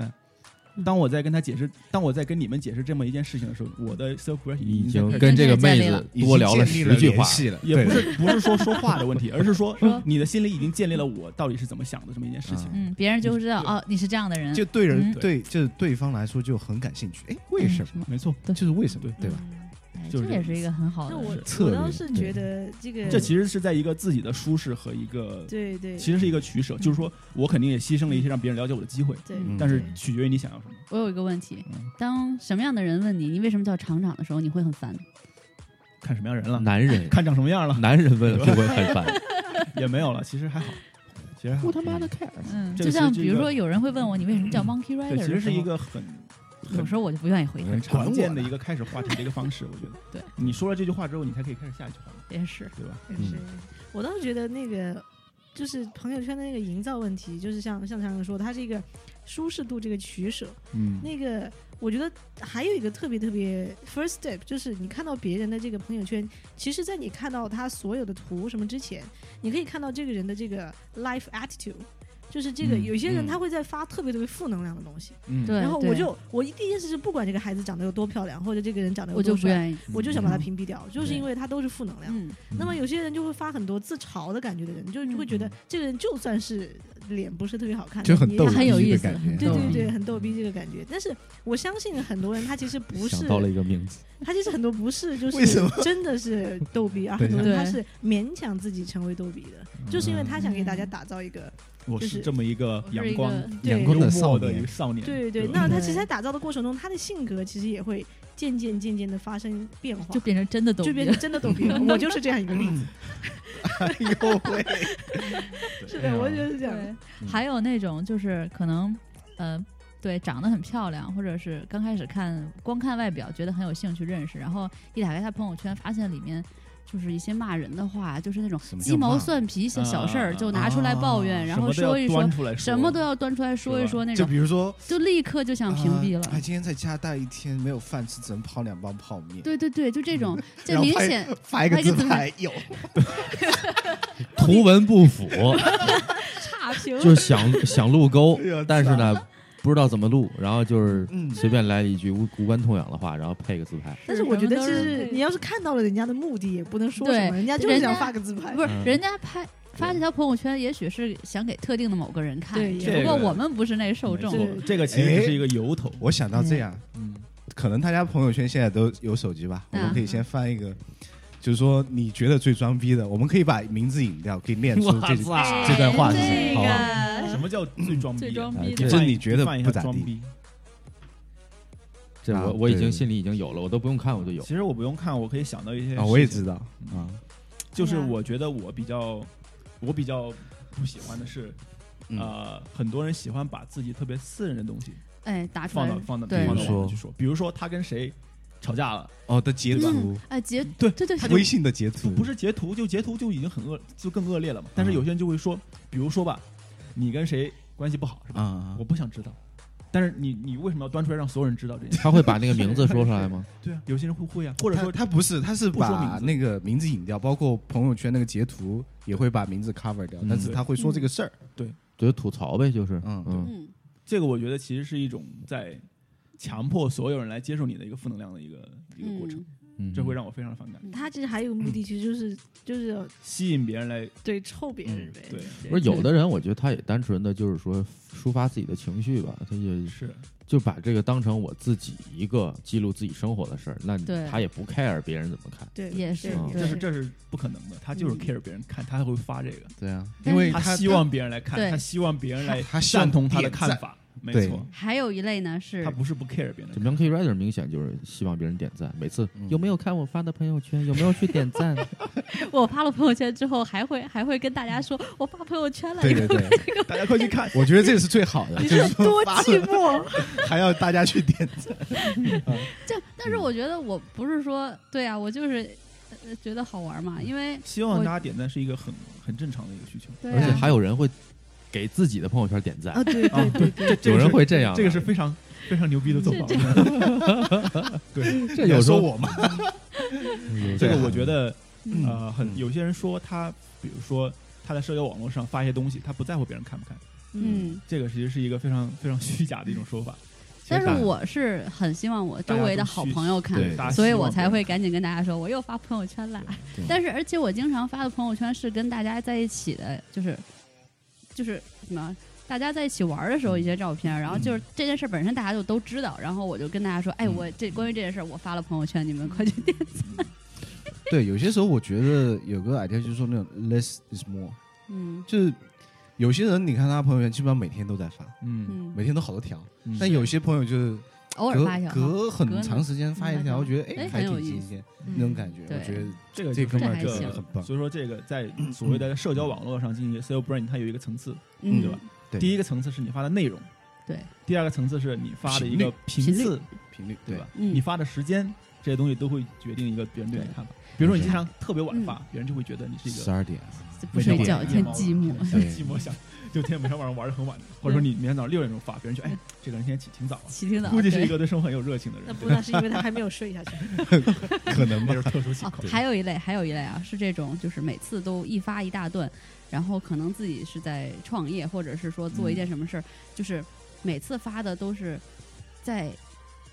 Speaker 5: 当我在跟他解释，当我在跟你们解释这么一件事情的时候，我的 self r
Speaker 2: 你已
Speaker 5: 在
Speaker 2: 经
Speaker 5: 开始
Speaker 2: 跟这个
Speaker 7: 建立
Speaker 2: 妹
Speaker 7: 了
Speaker 2: 子多聊
Speaker 1: 已经
Speaker 2: 了十
Speaker 1: 建立
Speaker 2: 句
Speaker 1: 了
Speaker 2: 话
Speaker 1: 联，系了，
Speaker 5: 也不
Speaker 1: 对嗯
Speaker 5: 是不是说说话的问题，而是说
Speaker 7: 说
Speaker 5: 你的心里已经建立了我到底是怎么想的这么一件事情。
Speaker 1: 嗯
Speaker 4: 嗯，别人就会知道
Speaker 5: 对
Speaker 4: 哦，你是这样的人。
Speaker 1: 就对人
Speaker 4: 嗯
Speaker 1: 对就是对方来说就很感兴趣。哎，为
Speaker 4: 嗯
Speaker 1: 什
Speaker 4: 什么
Speaker 5: 没错，
Speaker 1: 么？就是为什么
Speaker 5: 对？
Speaker 1: 对吧？？
Speaker 6: 嗯
Speaker 4: 哎
Speaker 5: 就
Speaker 4: 这
Speaker 5: 是
Speaker 4: 也是一个很好的
Speaker 6: 那。我
Speaker 1: 策
Speaker 6: 我
Speaker 1: 略
Speaker 6: 倒是觉得这个
Speaker 5: 这其实是在一个自己的舒适和一个，
Speaker 6: 对对
Speaker 5: 其实是一个取舍，就是说我肯定也牺牲了一些让别人了解我的机会，
Speaker 6: 对
Speaker 1: 嗯
Speaker 5: 但是取决于你想要什么。
Speaker 7: 我有一个问题，
Speaker 5: 嗯，
Speaker 7: 当什么样的人问你你为什么叫厂长的时候，你会很烦。
Speaker 5: 看什么样人了，
Speaker 2: 男人
Speaker 5: 看长什么样了
Speaker 2: 男人问会不会很烦？
Speaker 5: 也没有了，其实还好，其实还好。
Speaker 2: 他妈的
Speaker 4: 嗯，
Speaker 5: 这
Speaker 4: 就
Speaker 5: 个
Speaker 4: 像
Speaker 5: 是
Speaker 4: 比如
Speaker 5: 这个
Speaker 4: 说有人会问我，你为什么叫 Monkey
Speaker 5: 对，
Speaker 4: Rider？
Speaker 5: 其实是
Speaker 4: 的时
Speaker 5: 一
Speaker 4: 候
Speaker 5: 个很
Speaker 4: 有时候我就不愿意回答，
Speaker 2: 嗯
Speaker 5: 常见
Speaker 1: 管我
Speaker 5: 的
Speaker 1: 呢
Speaker 5: 一个开始话题的一个方式，我觉得。
Speaker 4: 对，
Speaker 5: 你说了这句话之后，你才可以开始下一句话，
Speaker 4: 也是。
Speaker 5: 对吧？
Speaker 6: 也是
Speaker 2: 嗯
Speaker 6: 我倒是觉得那个就是朋友圈的那个营造问题，就是像像强哥说，它是一个舒适度这个取舍。
Speaker 5: 嗯
Speaker 6: 那个我觉得还有一个特别特别 first step，就是你看到别人的这个朋友圈，其实，在你看到他所有的图什么之前，你可以看到这个人的这个 life attitude。就是这个，
Speaker 5: 嗯
Speaker 6: 有些人他
Speaker 1: 嗯
Speaker 6: 会在发特别特别负能量的东西，
Speaker 5: 嗯，
Speaker 7: 对
Speaker 6: 然后我
Speaker 7: 对
Speaker 6: 就我一第一件事是不管这个孩子长得有多漂亮，或者这个人长得有
Speaker 7: 我就
Speaker 6: 多
Speaker 7: 不
Speaker 6: 帅，
Speaker 7: 愿意。
Speaker 6: 我就想把他屏蔽掉，就是因为他都是负能量。
Speaker 7: 嗯，
Speaker 6: 那么有些人就会发很多自嘲的感觉的人，就就会
Speaker 7: 嗯
Speaker 6: 觉得这个人就算是脸不是特别好看，
Speaker 1: 就很
Speaker 6: 也
Speaker 1: 逗
Speaker 7: 他很
Speaker 1: 逼
Speaker 7: 有
Speaker 1: 的
Speaker 7: 意思
Speaker 1: 感觉
Speaker 7: 很
Speaker 6: 对
Speaker 7: 逗
Speaker 6: 对
Speaker 7: 逼
Speaker 6: 对，很逗逼这个感觉。但是我相信很多人他其实不
Speaker 2: 想
Speaker 6: 是，
Speaker 2: 到了一个名字，
Speaker 6: 他其实很多不 是，就
Speaker 1: 为什
Speaker 6: 是
Speaker 1: 么
Speaker 6: 真的是逗逼，而
Speaker 1: 等
Speaker 6: 很
Speaker 1: 一下
Speaker 6: 多人他是勉强自己成为逗逼的，就
Speaker 1: 嗯
Speaker 6: 是因为他想给大家打造一个
Speaker 5: 我
Speaker 6: 就是
Speaker 5: 是这么一个
Speaker 7: 我是
Speaker 5: 阳
Speaker 7: 一
Speaker 5: 光、
Speaker 7: 个
Speaker 6: 对
Speaker 1: 阳光
Speaker 5: 幽
Speaker 1: 的少
Speaker 5: 默的一
Speaker 1: 年
Speaker 5: 个，少 年。
Speaker 6: 对对。
Speaker 5: 吧
Speaker 6: 那他其实在打造的过程中，他的性格其实也会渐渐渐渐的发生变化
Speaker 4: 就。变成真的懂
Speaker 6: 就变成真的逗逼了，我就是这样一个例子。
Speaker 1: 哎呦 喂，
Speaker 6: 是
Speaker 1: 啊
Speaker 6: 的，我觉得是这样的。
Speaker 4: 对，还有那种就是可能，呃，对，长得很漂亮，或者是刚开始看光看外表觉得很有兴趣认识，然后一打开她朋友圈，发现里面就是一些骂人的话，就是那种
Speaker 1: 什么叫
Speaker 4: 鸡毛
Speaker 1: 骂
Speaker 4: 蒜皮小小事
Speaker 5: 啊
Speaker 4: 儿就拿出来抱怨，然后
Speaker 5: 什么都
Speaker 4: 说一
Speaker 5: 要
Speaker 4: 说
Speaker 5: 端，出来说，
Speaker 4: 什么都要端出来说一说那
Speaker 1: 就
Speaker 4: 种，
Speaker 1: 比如说
Speaker 4: 就立刻就想屏蔽
Speaker 1: 啊哎，
Speaker 4: 了。
Speaker 1: 今天在家待一天没有饭吃，只能泡两包泡面。
Speaker 4: 对对对，就这种，
Speaker 1: 然
Speaker 4: 就
Speaker 1: 后
Speaker 4: 明
Speaker 1: 拍
Speaker 4: 显
Speaker 1: 发一个
Speaker 4: 发一个
Speaker 1: 自
Speaker 4: 自
Speaker 1: 拍，有
Speaker 2: 图文不符，
Speaker 4: 差评
Speaker 2: 就是想想录 沟，
Speaker 5: 哎
Speaker 2: 但是呢，不知道怎么录，然后就是
Speaker 1: 嗯
Speaker 2: 随便来了一句无无关痛痒的话，然后配个自拍。
Speaker 6: 但是我觉得，其
Speaker 4: 什么都
Speaker 6: 实
Speaker 4: 是
Speaker 6: 你要是看到了人家的目的，也不能说什
Speaker 4: 对
Speaker 6: 么，人家就是
Speaker 4: 人
Speaker 6: 想
Speaker 4: 家
Speaker 6: 发个自拍
Speaker 4: 不。是
Speaker 2: 嗯
Speaker 4: 人家拍发这条朋友圈，也许是想给特定的某个人看
Speaker 6: 对，
Speaker 4: 只
Speaker 5: 这
Speaker 4: 不过
Speaker 5: 个
Speaker 4: 我们不是那受众
Speaker 5: 没。错
Speaker 6: 对
Speaker 5: 这个其实只是一个由头。
Speaker 1: 我想到这样，
Speaker 5: 嗯，
Speaker 1: 可能大家朋友圈现在都有手机吧，我
Speaker 4: 嗯
Speaker 1: 们可以先翻一个，就是说你觉得最装逼的，我们可以把名字引掉，可以念出这
Speaker 2: 哇塞
Speaker 1: 这段话是
Speaker 4: 这
Speaker 1: 什么，好吧？
Speaker 4: 个
Speaker 5: 什么叫最装逼
Speaker 4: 最
Speaker 5: 啊？
Speaker 4: 装
Speaker 2: 逼
Speaker 4: 逼
Speaker 2: 的
Speaker 5: 你
Speaker 1: 就
Speaker 5: 犯
Speaker 1: 是
Speaker 5: 一
Speaker 1: 你觉得
Speaker 5: 犯一
Speaker 1: 不
Speaker 5: 下
Speaker 1: 咋
Speaker 5: 装
Speaker 1: 地，
Speaker 5: 逼。
Speaker 2: 这
Speaker 1: 啊
Speaker 2: 我我已
Speaker 1: 对
Speaker 2: 经心里已经有了，我都不用看我就有
Speaker 5: 其实我不用看，我可以想到一些
Speaker 1: 啊，我也
Speaker 5: 事情
Speaker 1: 知道啊，
Speaker 5: 就是
Speaker 6: 对啊
Speaker 5: 我觉得我比较，我比较不喜欢的是，
Speaker 1: 嗯
Speaker 5: 呃，很多人喜欢把自己特别私人的东西
Speaker 4: 哎，打出
Speaker 5: 放
Speaker 4: 来
Speaker 5: 到放到
Speaker 4: 对
Speaker 5: 放
Speaker 1: 比
Speaker 5: 到
Speaker 1: 如说
Speaker 5: 网上去说，比如说他跟谁吵架了，
Speaker 1: 哦的截图
Speaker 4: 嗯，哎截
Speaker 5: 对
Speaker 4: 对对，
Speaker 1: 微信的截图，
Speaker 5: 不是截图，就截图就已经很恶，就更恶劣了嘛。但是有些人就会说，比如说吧，你跟谁关系不好是吧？
Speaker 1: 啊
Speaker 5: 我，不想知道，但是你你为什么要端出来让所有人知道这件事？
Speaker 2: 他会把那个名字说出来吗？
Speaker 5: 对啊，有些人会会啊，或者
Speaker 1: 他
Speaker 5: 说
Speaker 1: 他不是，他是
Speaker 5: 不说
Speaker 1: 把
Speaker 5: 名字
Speaker 1: 那个名字引掉，包括朋友圈那个截图也会把名字 cover 掉
Speaker 2: 嗯，
Speaker 1: 但是他会说这个事儿，
Speaker 2: 就是吐槽呗，就是
Speaker 1: 嗯
Speaker 7: 嗯，
Speaker 5: 这个我觉得其实是一种在强迫所有人来接受你的一个负能量的一个一个过程，
Speaker 7: 嗯
Speaker 2: 嗯，
Speaker 5: 这会让我非常的反感。
Speaker 6: 他其实还有个目的，其实就是就是
Speaker 5: 吸引别人来，
Speaker 6: 对臭别人
Speaker 1: 嗯
Speaker 6: 呗。
Speaker 1: 啊
Speaker 5: 对，
Speaker 2: 不是有的人，我觉得他也单纯的就是说抒发自己的情绪吧，他也
Speaker 5: 是
Speaker 2: 就把这个当成我自己一个记录自己生活的事儿，那
Speaker 4: 对
Speaker 2: 他也不 care 别人怎么看。
Speaker 6: 对，
Speaker 4: 也是
Speaker 6: 对
Speaker 4: 对
Speaker 5: 这是这是不可能的，他就是 care 别人看，他还会发这个，
Speaker 1: 对啊，
Speaker 4: 但是
Speaker 1: 因为
Speaker 5: 他
Speaker 1: 他
Speaker 5: 希望别人来看，
Speaker 4: 对
Speaker 5: 他希望别人来
Speaker 1: 他希望
Speaker 5: 赞同他的
Speaker 1: 点赞
Speaker 5: 看法，没
Speaker 1: 对
Speaker 5: 错，
Speaker 4: 还有一类呢是
Speaker 5: 他不是不 care 别人
Speaker 2: 这
Speaker 5: 的，
Speaker 2: Monkey Rider 明显就是希望别人点赞，每次、
Speaker 5: 嗯
Speaker 2: 有没有看我发的朋友圈，有没有去点赞？
Speaker 8: 我发了朋友圈之后，还会还会跟大家说，我发朋友圈了。
Speaker 1: 对对对，。
Speaker 5: 大家快去看
Speaker 1: 我觉得这是最好的，就是说
Speaker 6: 多
Speaker 1: 发
Speaker 6: 寂
Speaker 1: 了
Speaker 6: 寞，
Speaker 1: 还要大家去点
Speaker 4: 这，但是我觉得我不是说对啊，我就是呃觉得好玩嘛，因为
Speaker 5: 希望大家点赞是一个很很正常的一个需求。
Speaker 4: 对
Speaker 2: 而且
Speaker 4: 啊，
Speaker 2: 还有人会给自己的朋友圈点赞，
Speaker 6: 啊，对对对对，
Speaker 5: 这
Speaker 2: 有
Speaker 5: 个
Speaker 2: 人
Speaker 5: 是
Speaker 2: 会这样的，
Speaker 5: 这个是非常非常牛逼的做法。 对，
Speaker 2: 这有时候
Speaker 1: 我吗？
Speaker 5: 这个我觉得
Speaker 4: 嗯
Speaker 5: 呃，很
Speaker 1: 嗯
Speaker 5: 有些人说他，比如说他在社交网络上发一些东西，他不在乎别人看不看，
Speaker 6: 嗯，
Speaker 4: 嗯，
Speaker 5: 这个其实是一个非常非常虚假的一种说法。
Speaker 4: 但是
Speaker 5: 大家
Speaker 4: 我是很希望我周围的好朋友看
Speaker 2: 大家都对，
Speaker 5: 大家
Speaker 4: 所以
Speaker 5: 希望
Speaker 4: 我才
Speaker 5: 别
Speaker 4: 会
Speaker 5: 人
Speaker 4: 赶紧跟大家说我又发朋友圈啦
Speaker 1: 对对。
Speaker 4: 但是而且我经常发的朋友圈是跟大家在一起的，就是就是什么。大家在一起玩的时
Speaker 5: 嗯
Speaker 4: 候一些照片，然后就是这件事本身大家就都知道，然后我就跟大家说，哎，我
Speaker 5: 嗯
Speaker 4: 这关于这件事我发了朋友圈，你们快去点。
Speaker 1: 对，有些时候我觉得有个 idea 就是说那种 less is more，
Speaker 4: 嗯
Speaker 1: 就是有些人你看他朋友圈基本上每天都在发，
Speaker 5: 嗯，
Speaker 4: 嗯
Speaker 1: 每，天都好多条，
Speaker 5: 嗯
Speaker 1: 但有些朋友就是
Speaker 4: 偶尔发一
Speaker 1: 隔
Speaker 4: 条。
Speaker 1: 隔
Speaker 4: 隔
Speaker 1: 很
Speaker 4: 那
Speaker 1: 长时间发一条，
Speaker 4: 嗯
Speaker 1: 我觉得哎
Speaker 4: 哎
Speaker 1: 还
Speaker 4: 很有
Speaker 1: 挺
Speaker 4: 意思
Speaker 1: 新鲜那种感觉，
Speaker 4: 对
Speaker 1: 我觉得
Speaker 5: 这个
Speaker 1: 这
Speaker 5: 就
Speaker 1: 哥
Speaker 5: 是
Speaker 1: 们儿
Speaker 4: 还
Speaker 1: 这
Speaker 4: 行
Speaker 1: 很棒，
Speaker 5: 所以说这个在所谓的在社交网络上进行 sale brand，它有一个层次，
Speaker 4: 嗯，
Speaker 5: 对吧？
Speaker 1: 对
Speaker 5: 第一个层次是你发的内容，
Speaker 4: 对，
Speaker 5: 第二个层次是你发的一个频
Speaker 4: 频率
Speaker 5: 次，
Speaker 1: 频率
Speaker 5: 对吧？？
Speaker 4: 嗯
Speaker 5: 你发的时间，这些东西都会决定一个别人对你的看法。比如说你经常特别晚发，别人就会觉得你是一
Speaker 1: 十
Speaker 5: 个
Speaker 1: 二点，
Speaker 4: 就不睡觉，天
Speaker 5: 每天晚上
Speaker 4: 寂寞。
Speaker 5: 很
Speaker 1: 对
Speaker 5: 寂寞想， 就天每天晚上玩的很晚，或者说你明天早上六点钟发，别人就哎，这个人今天起挺早啊，
Speaker 4: 起挺早，
Speaker 5: 估计是
Speaker 4: 对
Speaker 5: 一个对生活很有热情的人
Speaker 6: 那。不那是因为他还没有睡下去，
Speaker 1: 可能
Speaker 5: 那
Speaker 1: 吧
Speaker 5: 是？特殊情
Speaker 4: 哦
Speaker 5: 况，。
Speaker 4: 还有一类，还有一类啊，是这种，就是每次都一发一大段，然后可能自己是在创业，或者是说做
Speaker 5: 嗯
Speaker 4: 一件什么事儿，就是每次发的都是在，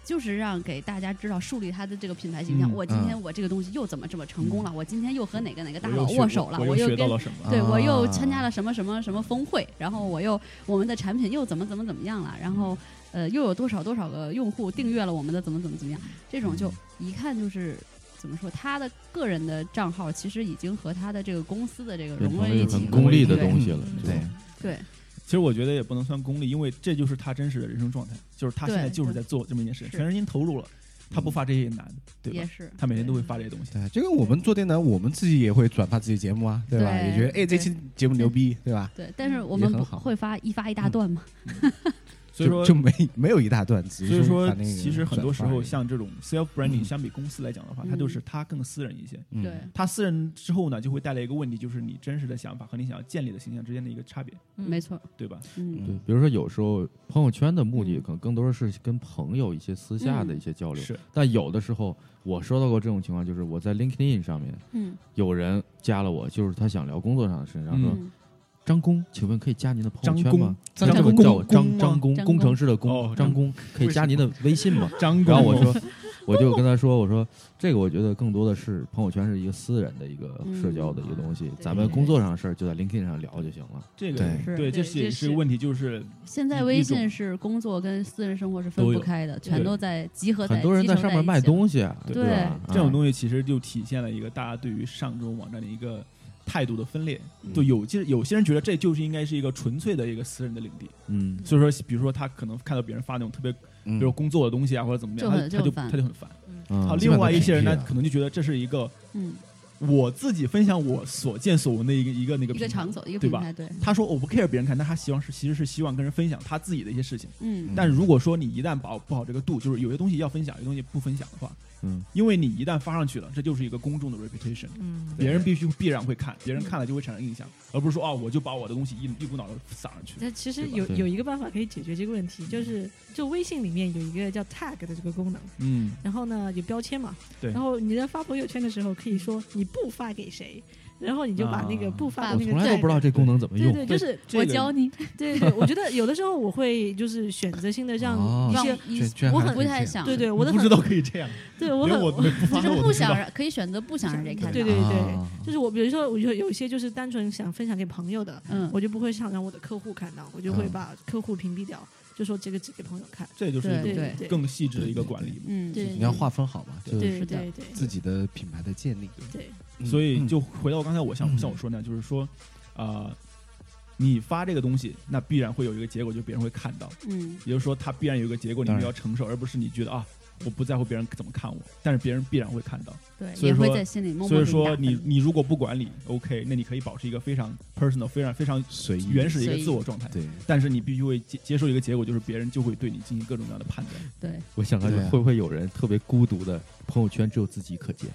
Speaker 4: 就是让给大家知道树立他的这个品牌形象。
Speaker 5: 嗯
Speaker 4: 我今天
Speaker 1: 嗯
Speaker 4: 我这个东西又怎么这么成功了？我今天又和哪个哪个大
Speaker 5: 我又
Speaker 4: 佬
Speaker 5: 学
Speaker 4: 握手了？
Speaker 5: 我
Speaker 4: 我
Speaker 5: 又学到
Speaker 4: 跟
Speaker 5: 了什么？
Speaker 4: 对，我又
Speaker 1: 啊
Speaker 4: 参加了什么什么什么峰会，然后我又我们的产品又怎么怎么怎么样了，然后呃又有多少多少个用户订阅了我们的怎么怎么怎么样，这种就一看就是怎么说，他的个人的账号其实已经和他的这个公司的这个
Speaker 2: 变
Speaker 4: 融
Speaker 2: 成
Speaker 4: 为
Speaker 2: 了
Speaker 4: 一
Speaker 2: 一个
Speaker 4: 体
Speaker 2: 很
Speaker 4: 了。
Speaker 2: 功利的
Speaker 4: 对
Speaker 2: 东西了，
Speaker 6: 嗯
Speaker 2: 这种
Speaker 1: 对
Speaker 4: 对，
Speaker 5: 其实我觉得也不能算功利，因为这就是他真实的人生状态，就是他现在
Speaker 4: 对
Speaker 5: 就是嗯在做这么一件事，
Speaker 4: 是
Speaker 5: 全身心投入了，他不发这些也难，对
Speaker 4: 也
Speaker 5: 吧？
Speaker 4: 是
Speaker 5: 他每天都会发这些东西。
Speaker 1: 对，就跟我们做电台，我们自己也会转发自己节目啊，对吧？
Speaker 4: 对
Speaker 1: 也觉得哎，这期节目牛逼，对吧？
Speaker 4: 对，但是我
Speaker 1: 也
Speaker 4: 们
Speaker 1: 很
Speaker 4: 不
Speaker 1: 好
Speaker 4: 会发一发一大段嘛，
Speaker 5: 所以说，
Speaker 1: 就就没没有一大段，只
Speaker 5: 所以
Speaker 1: 是
Speaker 5: 说
Speaker 1: 把，那个
Speaker 5: 其实很多时
Speaker 1: 转发而
Speaker 5: 候
Speaker 1: 已
Speaker 5: 像这种 self branding，
Speaker 1: 嗯
Speaker 5: 相比公司来讲的话，
Speaker 4: 嗯
Speaker 5: 它就是它更私人一些。
Speaker 1: 嗯
Speaker 4: 对，
Speaker 5: 它私人之后呢，就会带来一个问题，就是你真实的想法和你想要建立的形象之间的一个差别，
Speaker 4: 没错，
Speaker 5: 对吧？
Speaker 4: 嗯，
Speaker 2: 对，比如说有时候朋友圈的目的
Speaker 4: 嗯
Speaker 2: 可能更多的是跟朋友一些私下的一些交流，
Speaker 5: 是，
Speaker 2: 但有的时候我收到过这种情况，就是我在 LinkedIn 上面
Speaker 4: 嗯
Speaker 2: 有人加了我，就是他想聊工作上的事情，然后说、
Speaker 4: 嗯，
Speaker 2: 张工，请问可以加您的朋友圈吗？
Speaker 1: 张
Speaker 2: 这
Speaker 1: 工
Speaker 2: 么
Speaker 1: 张
Speaker 2: 叫我
Speaker 1: 工工
Speaker 2: 张
Speaker 1: 吗
Speaker 2: 张工，
Speaker 4: 张工
Speaker 2: 工程师的
Speaker 5: 哦
Speaker 2: 工，张工可以加您的微信吗？
Speaker 5: 张
Speaker 2: 然后我说，我就跟他说，我说这个我觉得更多的是朋友圈是一个私人的一个
Speaker 5: 嗯
Speaker 2: 社交的一个东西，咱们工作上的事儿就在 LinkedIn 上聊就行了。
Speaker 5: 这个
Speaker 1: 对嗯
Speaker 4: 是
Speaker 5: 对，这
Speaker 4: 对
Speaker 5: 是也
Speaker 4: 这
Speaker 5: 是
Speaker 4: 是
Speaker 5: 个问题，就是
Speaker 4: 现在
Speaker 5: 一
Speaker 4: 微
Speaker 5: 一种
Speaker 4: 信是工作跟私人生活是分
Speaker 5: 都
Speaker 4: 不
Speaker 5: 有
Speaker 4: 开的，全
Speaker 5: 对
Speaker 4: 都在集合在
Speaker 2: 很多人
Speaker 4: 集
Speaker 2: 在
Speaker 4: 成
Speaker 2: 上
Speaker 4: 一
Speaker 2: 面卖
Speaker 4: 起了
Speaker 2: 东西啊，
Speaker 5: 对
Speaker 2: 吧？
Speaker 5: 这种
Speaker 2: 西
Speaker 5: 东西其实就体现了一个大家对于上这种网站的一个态度的分裂。
Speaker 4: 嗯
Speaker 5: 就有些有些人觉得这就是应该是一个纯粹的一个私人的领地，
Speaker 2: 嗯，
Speaker 5: 所以说，比如说他可能看到别人发那种特别，比
Speaker 1: 嗯
Speaker 5: 如工作的东西啊或者怎么样，
Speaker 4: 就很
Speaker 5: 他他就
Speaker 4: 就很烦
Speaker 5: 他就很烦。
Speaker 2: 嗯
Speaker 5: 好，
Speaker 1: 基
Speaker 5: 另
Speaker 1: 本都
Speaker 5: 外一些人呢
Speaker 1: 屏蔽，了
Speaker 5: 可能就觉得这是一个
Speaker 4: 嗯，
Speaker 5: 我自己分享我所见所闻的一个一个那个
Speaker 4: 一个
Speaker 5: 平台
Speaker 4: 场所一个
Speaker 5: 对
Speaker 4: 平
Speaker 5: 吧
Speaker 4: 台，对，
Speaker 5: 他说我不 care 别人看，但他希望是其实是希望跟人分享他自己的一些事情。
Speaker 4: 嗯，
Speaker 5: 但如果说你一旦把不好这个度，就是有些东西要分享，有些东西不分享的话，
Speaker 2: 嗯，
Speaker 5: 因为你一旦发上去了，这就是一个公众的 reputation，
Speaker 6: 嗯，
Speaker 5: 别人必须必然会看，别人看了就会产生印象，而不是说啊、我就把我的东西一一股脑的撒上去。
Speaker 6: 那其实
Speaker 5: 对吧
Speaker 6: 有
Speaker 2: 对
Speaker 6: 有一个办法可以解决这个问题，就是就微信里面有一个叫 tag 的这个功能，
Speaker 5: 嗯，
Speaker 6: 然后呢有标签嘛，
Speaker 5: 对
Speaker 6: 然后你在发朋友圈的时候可以说你不发给谁，然后你就把那个
Speaker 5: 啊
Speaker 6: 不发
Speaker 2: 我
Speaker 6: 的那个
Speaker 2: 从来都不知道这功能怎么
Speaker 6: 对
Speaker 2: 用。
Speaker 6: 对，就是
Speaker 5: 这个哦
Speaker 8: 你，
Speaker 6: 对对，我觉得有的时候我会就是选择性的让
Speaker 1: 哦
Speaker 6: 一
Speaker 4: 让
Speaker 6: 些，
Speaker 4: 一
Speaker 1: 居居然
Speaker 4: 我
Speaker 1: 还
Speaker 4: 很
Speaker 1: 可
Speaker 4: 不
Speaker 1: 以
Speaker 4: 太
Speaker 5: 啊
Speaker 1: 这样
Speaker 4: 想，
Speaker 6: 对对，
Speaker 5: 你
Speaker 6: 我的
Speaker 5: 不
Speaker 6: 很
Speaker 5: 知道可以这样，
Speaker 6: 对我
Speaker 5: 连
Speaker 6: 很
Speaker 5: 我没不发
Speaker 4: 就是
Speaker 5: 我都
Speaker 4: 不
Speaker 5: 知道
Speaker 4: 想让可以选择不想让人看到，
Speaker 6: 对对对
Speaker 2: 啊
Speaker 6: 就是我，比如说我有有一些就是单纯想分享给朋友的，
Speaker 4: 嗯，
Speaker 6: 我就不会想让我的客户看到，我
Speaker 5: 啊
Speaker 6: 就会
Speaker 1: 嗯
Speaker 6: 把客户屏蔽掉，就说这个只给朋友看。
Speaker 5: 这就是
Speaker 4: 对
Speaker 5: 一
Speaker 6: 对
Speaker 5: 个
Speaker 6: 对
Speaker 5: 更细致的一个管理嘛。
Speaker 4: 嗯，
Speaker 6: 对
Speaker 1: 你要划分好嘛，就
Speaker 6: 对
Speaker 1: 是
Speaker 4: 是的
Speaker 6: 对对
Speaker 1: 自己的品牌的建立，
Speaker 6: 对，，
Speaker 1: 嗯
Speaker 5: 所以
Speaker 1: 嗯
Speaker 5: 就回到刚才我想
Speaker 1: 嗯
Speaker 5: 像我说那样，就是说，呃，你发这个东西，那必然会有一个结果，就别人会看到。
Speaker 7: 嗯
Speaker 5: 也就是说，它必然有一个结果，你
Speaker 2: 当
Speaker 5: 们
Speaker 2: 然
Speaker 5: 要承受，而不是你觉得啊，我不在乎别人怎么看我，但是别人必然会看到。
Speaker 7: 对，
Speaker 5: 所以
Speaker 7: 也会
Speaker 5: 说
Speaker 7: 在心里默默
Speaker 5: 所以
Speaker 7: 给打
Speaker 5: 说
Speaker 7: 分
Speaker 5: 你你如果不管理，OK，那你可以保持一个非常 personal、非常非常
Speaker 1: 随意
Speaker 5: 原始的一个
Speaker 4: 随意
Speaker 5: 自我状态。
Speaker 1: 对，
Speaker 5: 但是你必须会接接受一个结果，就是别人就会对你进行各种各样的判 断。
Speaker 4: 对，
Speaker 2: 我想看
Speaker 1: 对啊
Speaker 2: 会不会有人特别孤独的，朋友圈只有自己可见。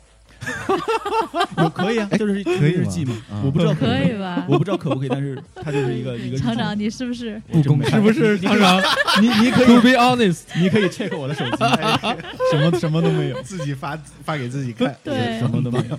Speaker 5: 有可以啊， 就是
Speaker 1: 可以嗯
Speaker 5: 日
Speaker 1: 吗
Speaker 5: 记嘛，
Speaker 2: 啊
Speaker 5: 我不知道
Speaker 4: 可
Speaker 5: 不
Speaker 4: 以吧？
Speaker 5: 我不知道可不可以，但是它就是一个一个日记
Speaker 4: 厂长，你是不是？
Speaker 5: 我真
Speaker 2: 公
Speaker 5: 没
Speaker 2: 开是不是
Speaker 5: 你你可 以你你可
Speaker 2: To
Speaker 5: 以
Speaker 2: be honest，
Speaker 5: 你可以 check 我的手机，什么什么都 没有，
Speaker 1: 自己发发给自己看
Speaker 6: 对
Speaker 5: 什么都没有。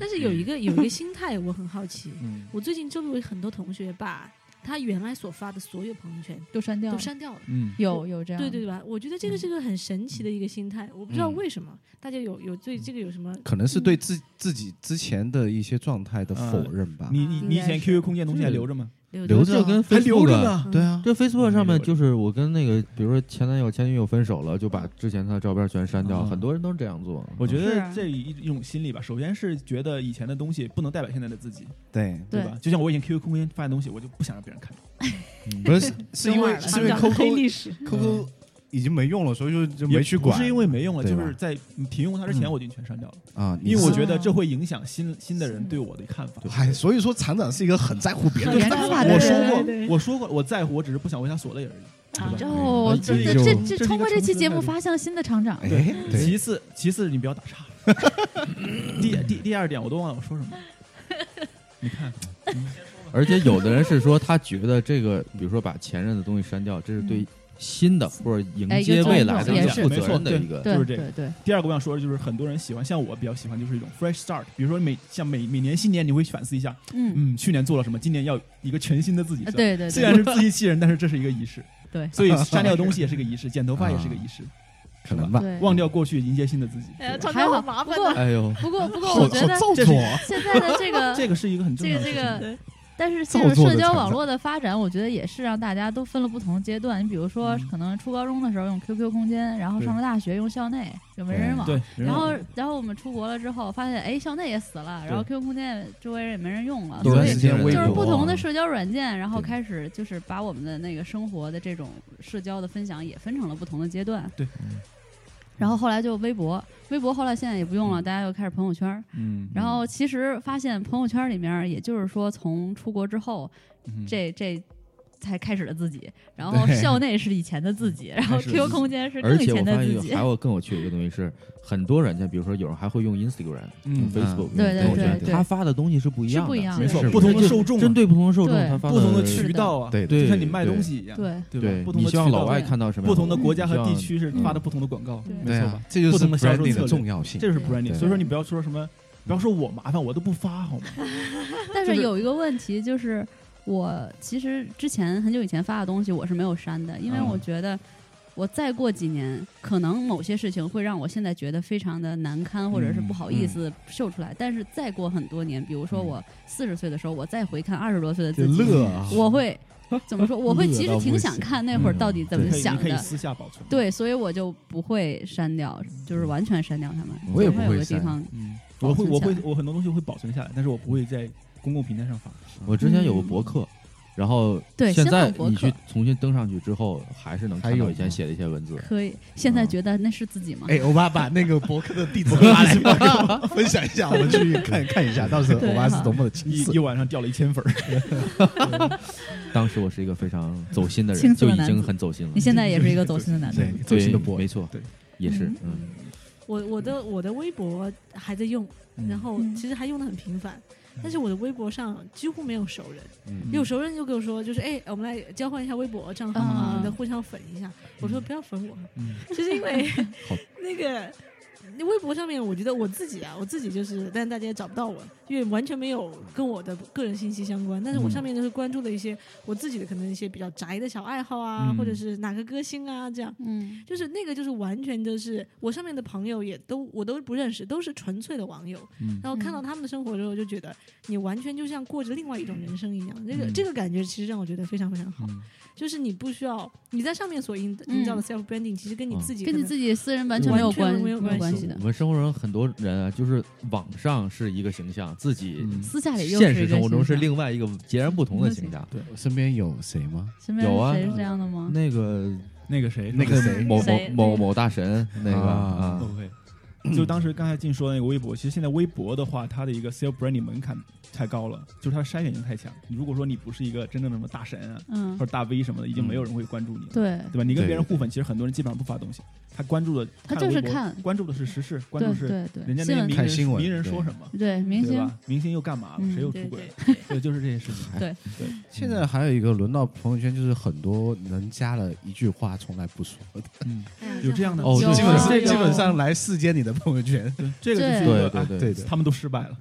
Speaker 6: 但是有一个有一个心态，我很好奇。
Speaker 5: 嗯，
Speaker 6: 我最近周围很多同学把他原来所发的所有朋友圈
Speaker 4: 都删掉
Speaker 6: 都
Speaker 4: 了，
Speaker 6: 删掉了。
Speaker 5: 嗯，
Speaker 4: 有有这样，
Speaker 6: 对对对啊吧？我觉得这个是个很神奇的一个心态，我不知道为什么大家有有对这个有什么
Speaker 1: 可能是对
Speaker 6: 嗯
Speaker 1: 自自己之前的一些状态的否认吧。
Speaker 5: 嗯你你你以前
Speaker 4: 应该是
Speaker 5: QQ 空间东西还留着吗？
Speaker 1: 留着
Speaker 2: 这跟 Facebook 啊。
Speaker 1: 对啊，
Speaker 2: 这 Facebook 上面就是我跟那个，比如说前男友、前女友分手了，就把之前他的照片全删掉，
Speaker 5: 嗯
Speaker 2: 很多人都这样做。
Speaker 5: 我觉
Speaker 7: 是
Speaker 5: 得
Speaker 7: 啊
Speaker 5: 这一一种心理吧，首先是觉得以前的东西不能代表现在的自己，
Speaker 1: 对，
Speaker 5: 对
Speaker 4: 对
Speaker 5: 吧？就像我以前 QQ 空间发的东西，我就不想让别人看到。
Speaker 2: 嗯
Speaker 1: 不是是因为
Speaker 4: 中二
Speaker 1: 是因为
Speaker 6: 长得黑
Speaker 1: QQ
Speaker 6: 历史，
Speaker 1: QQ 已经没用了，所以就就
Speaker 5: 也
Speaker 1: 没去管。
Speaker 5: 不是因为没用了，
Speaker 1: 对
Speaker 5: 就
Speaker 1: 吧
Speaker 5: 是在停用它之前，
Speaker 1: 嗯
Speaker 5: 我已经全删掉了，
Speaker 1: 啊，你
Speaker 5: 因为我
Speaker 1: 是
Speaker 5: 觉得这会影响新新的人对我的看法。
Speaker 1: 哎，所以说厂长是一个很在乎别人
Speaker 4: 很
Speaker 1: 的
Speaker 4: 严啊
Speaker 1: 看
Speaker 4: 重
Speaker 1: 法
Speaker 4: 的
Speaker 1: 的
Speaker 5: 我
Speaker 1: 人。
Speaker 5: 说
Speaker 6: 对
Speaker 5: 过
Speaker 6: 对对，
Speaker 5: 我说过，我在乎，我只是不想为他锁的人而已，对吧？
Speaker 4: 哦，
Speaker 2: 这
Speaker 4: 真的，
Speaker 2: 是一种
Speaker 4: 这
Speaker 5: 嗯这是
Speaker 4: 这
Speaker 5: 一个
Speaker 4: 通过这期节目
Speaker 5: 成熟的态度
Speaker 4: 发现了新的厂长，
Speaker 1: 哎，对，
Speaker 5: 其次，其次你不要打岔。 第第第二点，我都忘了我说什么。你看，
Speaker 2: 而且有的人是说，他觉得这个，比如说把前任的东西删掉，这是对新的或者迎
Speaker 4: 嗯哎一个
Speaker 2: 接
Speaker 4: 尊
Speaker 2: 未
Speaker 4: 重
Speaker 2: 来的
Speaker 4: 也
Speaker 2: 一个
Speaker 4: 是
Speaker 2: 负责任
Speaker 5: 没
Speaker 2: 的
Speaker 5: 错
Speaker 2: 一个。
Speaker 4: 对
Speaker 5: 就是这个
Speaker 4: 对对，
Speaker 5: 第二个我想说的就是，很多人喜欢，像我比较喜欢就是一种 fresh start，比如说每像每每年新年你会反思一下，
Speaker 4: 嗯，
Speaker 5: 嗯，去年做了什么，今年要一个全新的自己。
Speaker 4: 啊
Speaker 5: 是吧
Speaker 4: 对对
Speaker 5: 虽然
Speaker 4: 对，
Speaker 5: 是自欺欺人，但是这是一个仪 式。
Speaker 4: 对
Speaker 5: 所以删掉东西也是个仪式，剪头发也是个仪式，
Speaker 4: 啊
Speaker 1: 可能吧。
Speaker 4: 对
Speaker 5: 忘掉过去，迎接新的自己。对吧
Speaker 4: 长还好好
Speaker 6: 麻
Speaker 4: 不过
Speaker 2: 哎呦，
Speaker 4: 不过不过，
Speaker 1: 好
Speaker 4: 我
Speaker 1: 好
Speaker 4: 觉得
Speaker 1: 造
Speaker 5: 这
Speaker 1: 作
Speaker 5: 是
Speaker 1: 啊，
Speaker 4: 现在的这个
Speaker 5: 这个是一个很正
Speaker 4: 这
Speaker 5: 常
Speaker 4: 个
Speaker 5: 的事
Speaker 4: 这
Speaker 5: 情。
Speaker 4: 个
Speaker 6: 对，
Speaker 4: 但是
Speaker 1: 造
Speaker 4: 这个
Speaker 1: 作
Speaker 4: 社
Speaker 1: 的
Speaker 4: 交
Speaker 1: 产
Speaker 4: 网
Speaker 1: 生
Speaker 4: 络的发展，我觉得也是让大家都分了不同的阶段。你比如说
Speaker 5: 嗯，
Speaker 4: 可能初高中的时候用 QQ 空间，然后
Speaker 5: 对
Speaker 4: 上了大学用校内，有没人
Speaker 1: 对
Speaker 4: 网。
Speaker 5: 对，
Speaker 4: 然后
Speaker 5: 人网，
Speaker 4: 然后我们出国了之后，发现哎，校内也死了，然后 QQ 空间周围人也没人用了，
Speaker 1: 短
Speaker 4: 所
Speaker 1: 段
Speaker 4: 以
Speaker 1: 时间微
Speaker 4: 就
Speaker 1: 博啊
Speaker 4: 是不同的社交软件，然后
Speaker 1: 对
Speaker 4: 开始就是把我们的那个生活的这种社交的分享也分成了不同的阶段。
Speaker 5: 对
Speaker 2: 嗯。
Speaker 4: 然后后来就微博，微博后来现在也不用了，大家又开始朋友圈儿。
Speaker 5: 嗯
Speaker 4: 然后其实发现朋友圈儿里面儿，也就是说从出国之后，
Speaker 5: 嗯
Speaker 4: 这这才开始了自己。然后
Speaker 5: 对
Speaker 4: 校内是以前的自己，然后
Speaker 5: 开始
Speaker 4: QQ
Speaker 5: 了自己
Speaker 4: 空间是
Speaker 2: 而
Speaker 4: 更以
Speaker 2: 且我
Speaker 4: 前的
Speaker 2: 发现
Speaker 4: 自
Speaker 2: 有
Speaker 4: 己
Speaker 2: 还。有更有趣的一个东西是，很多软件，比如说有人还会用 Instagram、用
Speaker 5: 嗯，
Speaker 2: Facebook，
Speaker 4: 对对
Speaker 1: 对
Speaker 2: 用朋友圈
Speaker 1: 对
Speaker 2: 他发的东西是不一
Speaker 4: 是
Speaker 2: 样的，
Speaker 4: 不一样的
Speaker 5: 没错
Speaker 2: 是，
Speaker 5: 不同的受众啊，
Speaker 2: 针对不同的受众，
Speaker 4: 对
Speaker 2: 他发
Speaker 5: 不同的
Speaker 4: 是
Speaker 5: 渠
Speaker 4: 的
Speaker 5: 道啊，
Speaker 1: 对
Speaker 2: 对
Speaker 5: 就像你卖
Speaker 2: 对
Speaker 5: 东西一样，
Speaker 4: 对
Speaker 5: 对吧？
Speaker 2: 对
Speaker 5: 不，同
Speaker 2: 你
Speaker 5: 的
Speaker 2: 希望
Speaker 5: 渠道
Speaker 2: 老外
Speaker 4: 对
Speaker 2: 看到什么样
Speaker 5: 不
Speaker 2: 的东
Speaker 5: 同
Speaker 2: 西？
Speaker 5: 的国家和
Speaker 2: 你
Speaker 5: 地
Speaker 2: 希望
Speaker 5: 区是发的不同的广告，
Speaker 4: 嗯
Speaker 5: 没
Speaker 1: 对
Speaker 5: 错
Speaker 1: 啊
Speaker 5: 吧？，
Speaker 1: 这就
Speaker 5: 不
Speaker 1: 是
Speaker 5: 同的销
Speaker 1: branding
Speaker 5: 售策略
Speaker 1: 的重要性。
Speaker 5: 这就是 branding，
Speaker 1: 对
Speaker 5: 所以说你不要说什么，不要说我麻烦，我都不发好吗？
Speaker 4: 但
Speaker 5: 就是
Speaker 4: 是有一个问题就是，我其实之前很久以前发的东西我是没有删的，因为
Speaker 5: 嗯
Speaker 4: 我觉得我再过几年，可能某些事情会让我现在觉得非常的难堪或者
Speaker 1: 嗯
Speaker 4: 是不好意思秀出来，但是再过很多年，比如说我四十岁的时候，我再回看二十多岁的自己，
Speaker 1: 啊
Speaker 4: 我会怎么说？我会 其
Speaker 1: 乐
Speaker 4: 实
Speaker 1: 到不
Speaker 4: 挺想
Speaker 1: 行
Speaker 4: 看那会儿到底怎
Speaker 2: 嗯
Speaker 4: 么
Speaker 5: 可以，
Speaker 4: 想
Speaker 5: 你可以
Speaker 4: 的。
Speaker 5: 私下保存。，
Speaker 4: 对，所以我就不会删掉，就是完全删掉它们。
Speaker 1: 我也
Speaker 4: 总
Speaker 1: 不
Speaker 4: 有
Speaker 1: 会
Speaker 4: 个地
Speaker 1: 删
Speaker 4: 方
Speaker 5: 嗯，我会，
Speaker 4: 保存
Speaker 5: 我会
Speaker 4: 下，来
Speaker 5: 我很多东西会保存下来，但是我不会在公共平台上 发。
Speaker 2: 我之前有个博客，然后
Speaker 4: 嗯对
Speaker 2: 现
Speaker 4: 先
Speaker 2: 在
Speaker 4: 放博
Speaker 2: 你
Speaker 4: 客
Speaker 2: 去重新登上去之后，还是能
Speaker 1: 还
Speaker 2: 看
Speaker 1: 有
Speaker 2: 到
Speaker 1: 吗
Speaker 2: 以前写的一些文字。
Speaker 4: 可以。现在
Speaker 2: 嗯
Speaker 4: 觉得那是自己吗？
Speaker 1: 哎，欧巴把那个博客的地址发来，给我分享一下，我们去看看一下，到时候
Speaker 4: 对
Speaker 1: 欧巴是多么的青
Speaker 5: 一
Speaker 1: 涩
Speaker 5: 一。晚上掉了一千粉儿，
Speaker 2: 当时我是一个非常走心的人，
Speaker 4: 青涩
Speaker 2: 就
Speaker 4: 的
Speaker 2: 已
Speaker 4: 男
Speaker 2: 经
Speaker 4: 子
Speaker 2: 很走心了
Speaker 4: 你。现在也是一个走心 的男的。
Speaker 1: 对，
Speaker 2: 对
Speaker 1: 最新的博
Speaker 2: 没错，
Speaker 5: 对，
Speaker 2: 也是
Speaker 4: 嗯，
Speaker 2: 嗯，
Speaker 6: 我我的
Speaker 5: 嗯
Speaker 6: 我的微博还在用，然后
Speaker 4: 嗯
Speaker 6: 其实还用的很频繁，
Speaker 5: 嗯
Speaker 6: 但是我的微博上几乎没有熟人，
Speaker 1: 嗯
Speaker 6: 有熟人就跟我说，就是哎，我们来交换一下微博账号
Speaker 4: 啊
Speaker 6: 啊，我们互相粉一下。我说不要粉我，
Speaker 5: 嗯
Speaker 6: 就是因为
Speaker 2: 好
Speaker 6: 那个。那微博上面，我觉得我自己啊，我自己就是，但大家也找不到我，因为完全没有跟我的个人信息相关。但是我
Speaker 5: 嗯
Speaker 6: 上面就是关注了一些我自己的，可能一些比较宅的小爱好啊，
Speaker 5: 嗯
Speaker 6: 或者是哪个歌星啊这样。
Speaker 4: 嗯，
Speaker 6: 就是那个，就是完全就是我上面的朋友也都我都不认识，都是纯粹的网友。
Speaker 5: 嗯
Speaker 6: 然后看到他们的生活之后，就觉得你完全就像过着另外一种人生一样。这个、
Speaker 5: 嗯
Speaker 6: 这个感觉其实让我觉得非常非常好，
Speaker 5: 嗯
Speaker 6: 就是你不需要你在上面所营营造的 self branding，、其实跟你自己
Speaker 4: 跟你
Speaker 6: 己
Speaker 4: 自己私人完全没有
Speaker 6: 完全
Speaker 4: 关
Speaker 6: 没有
Speaker 4: 没有
Speaker 6: 关
Speaker 4: 关
Speaker 6: 系
Speaker 4: 系的
Speaker 2: 我。们生活中很多人啊，就是网上是一个形象，自己
Speaker 5: 嗯
Speaker 4: 私下里又
Speaker 2: 现
Speaker 4: 是一个
Speaker 2: 实生活中是
Speaker 4: 形象
Speaker 2: 另外一个截然不同的形象。
Speaker 1: 身边有谁吗？
Speaker 4: 身边
Speaker 2: 有啊
Speaker 4: 谁是这样的吗？
Speaker 2: 那个
Speaker 5: 那个谁，
Speaker 1: 那个谁
Speaker 2: 某某
Speaker 4: 谁
Speaker 2: 某某大神，那个
Speaker 1: 啊
Speaker 2: 啊，
Speaker 5: OK，就当时刚才进说那个微博，其实现在微博的话，它的一个 self branding 门槛太高了，就是它的筛选性太强。如果说你不是一个真正的什么大神啊，
Speaker 4: 嗯
Speaker 5: 或，者大 V 什么的，已经没有人会关注你了。
Speaker 4: 对，
Speaker 5: 对吧？你
Speaker 1: 嗯
Speaker 5: 跟
Speaker 1: 对
Speaker 5: 别人互粉，其实很多人基本上不发东西，他关注的
Speaker 4: 他
Speaker 5: 看
Speaker 4: 就是
Speaker 5: 微博
Speaker 4: 看
Speaker 5: 关注的是时事，关注
Speaker 4: 对
Speaker 5: 是
Speaker 4: 对
Speaker 5: 人
Speaker 4: 对，新
Speaker 5: 家那些
Speaker 4: 闻
Speaker 5: 名
Speaker 1: 看
Speaker 5: 人
Speaker 1: 新闻
Speaker 5: 名人
Speaker 1: 对
Speaker 5: 说什么，
Speaker 4: 对明
Speaker 5: 对
Speaker 4: 星
Speaker 5: 吧？明星又干嘛了？
Speaker 4: 嗯
Speaker 5: 谁又
Speaker 6: 对
Speaker 5: 出轨
Speaker 6: 对
Speaker 5: 了？对，就是这些事情。
Speaker 4: 对
Speaker 5: 对，
Speaker 1: 现在还有一个轮到朋友圈，就是很多人加了一句话从来不说的，
Speaker 5: 嗯，
Speaker 6: 哎
Speaker 5: 有这样的
Speaker 2: 哦
Speaker 4: 有啊
Speaker 1: 基本
Speaker 4: 有
Speaker 1: 上
Speaker 4: 啊
Speaker 1: 基本上来世间你的朋友 圈，
Speaker 5: 对，这个就是
Speaker 4: 对
Speaker 5: 一个
Speaker 2: 对对
Speaker 5: 哎
Speaker 2: 对
Speaker 1: 对的，
Speaker 5: 他们都失败 了，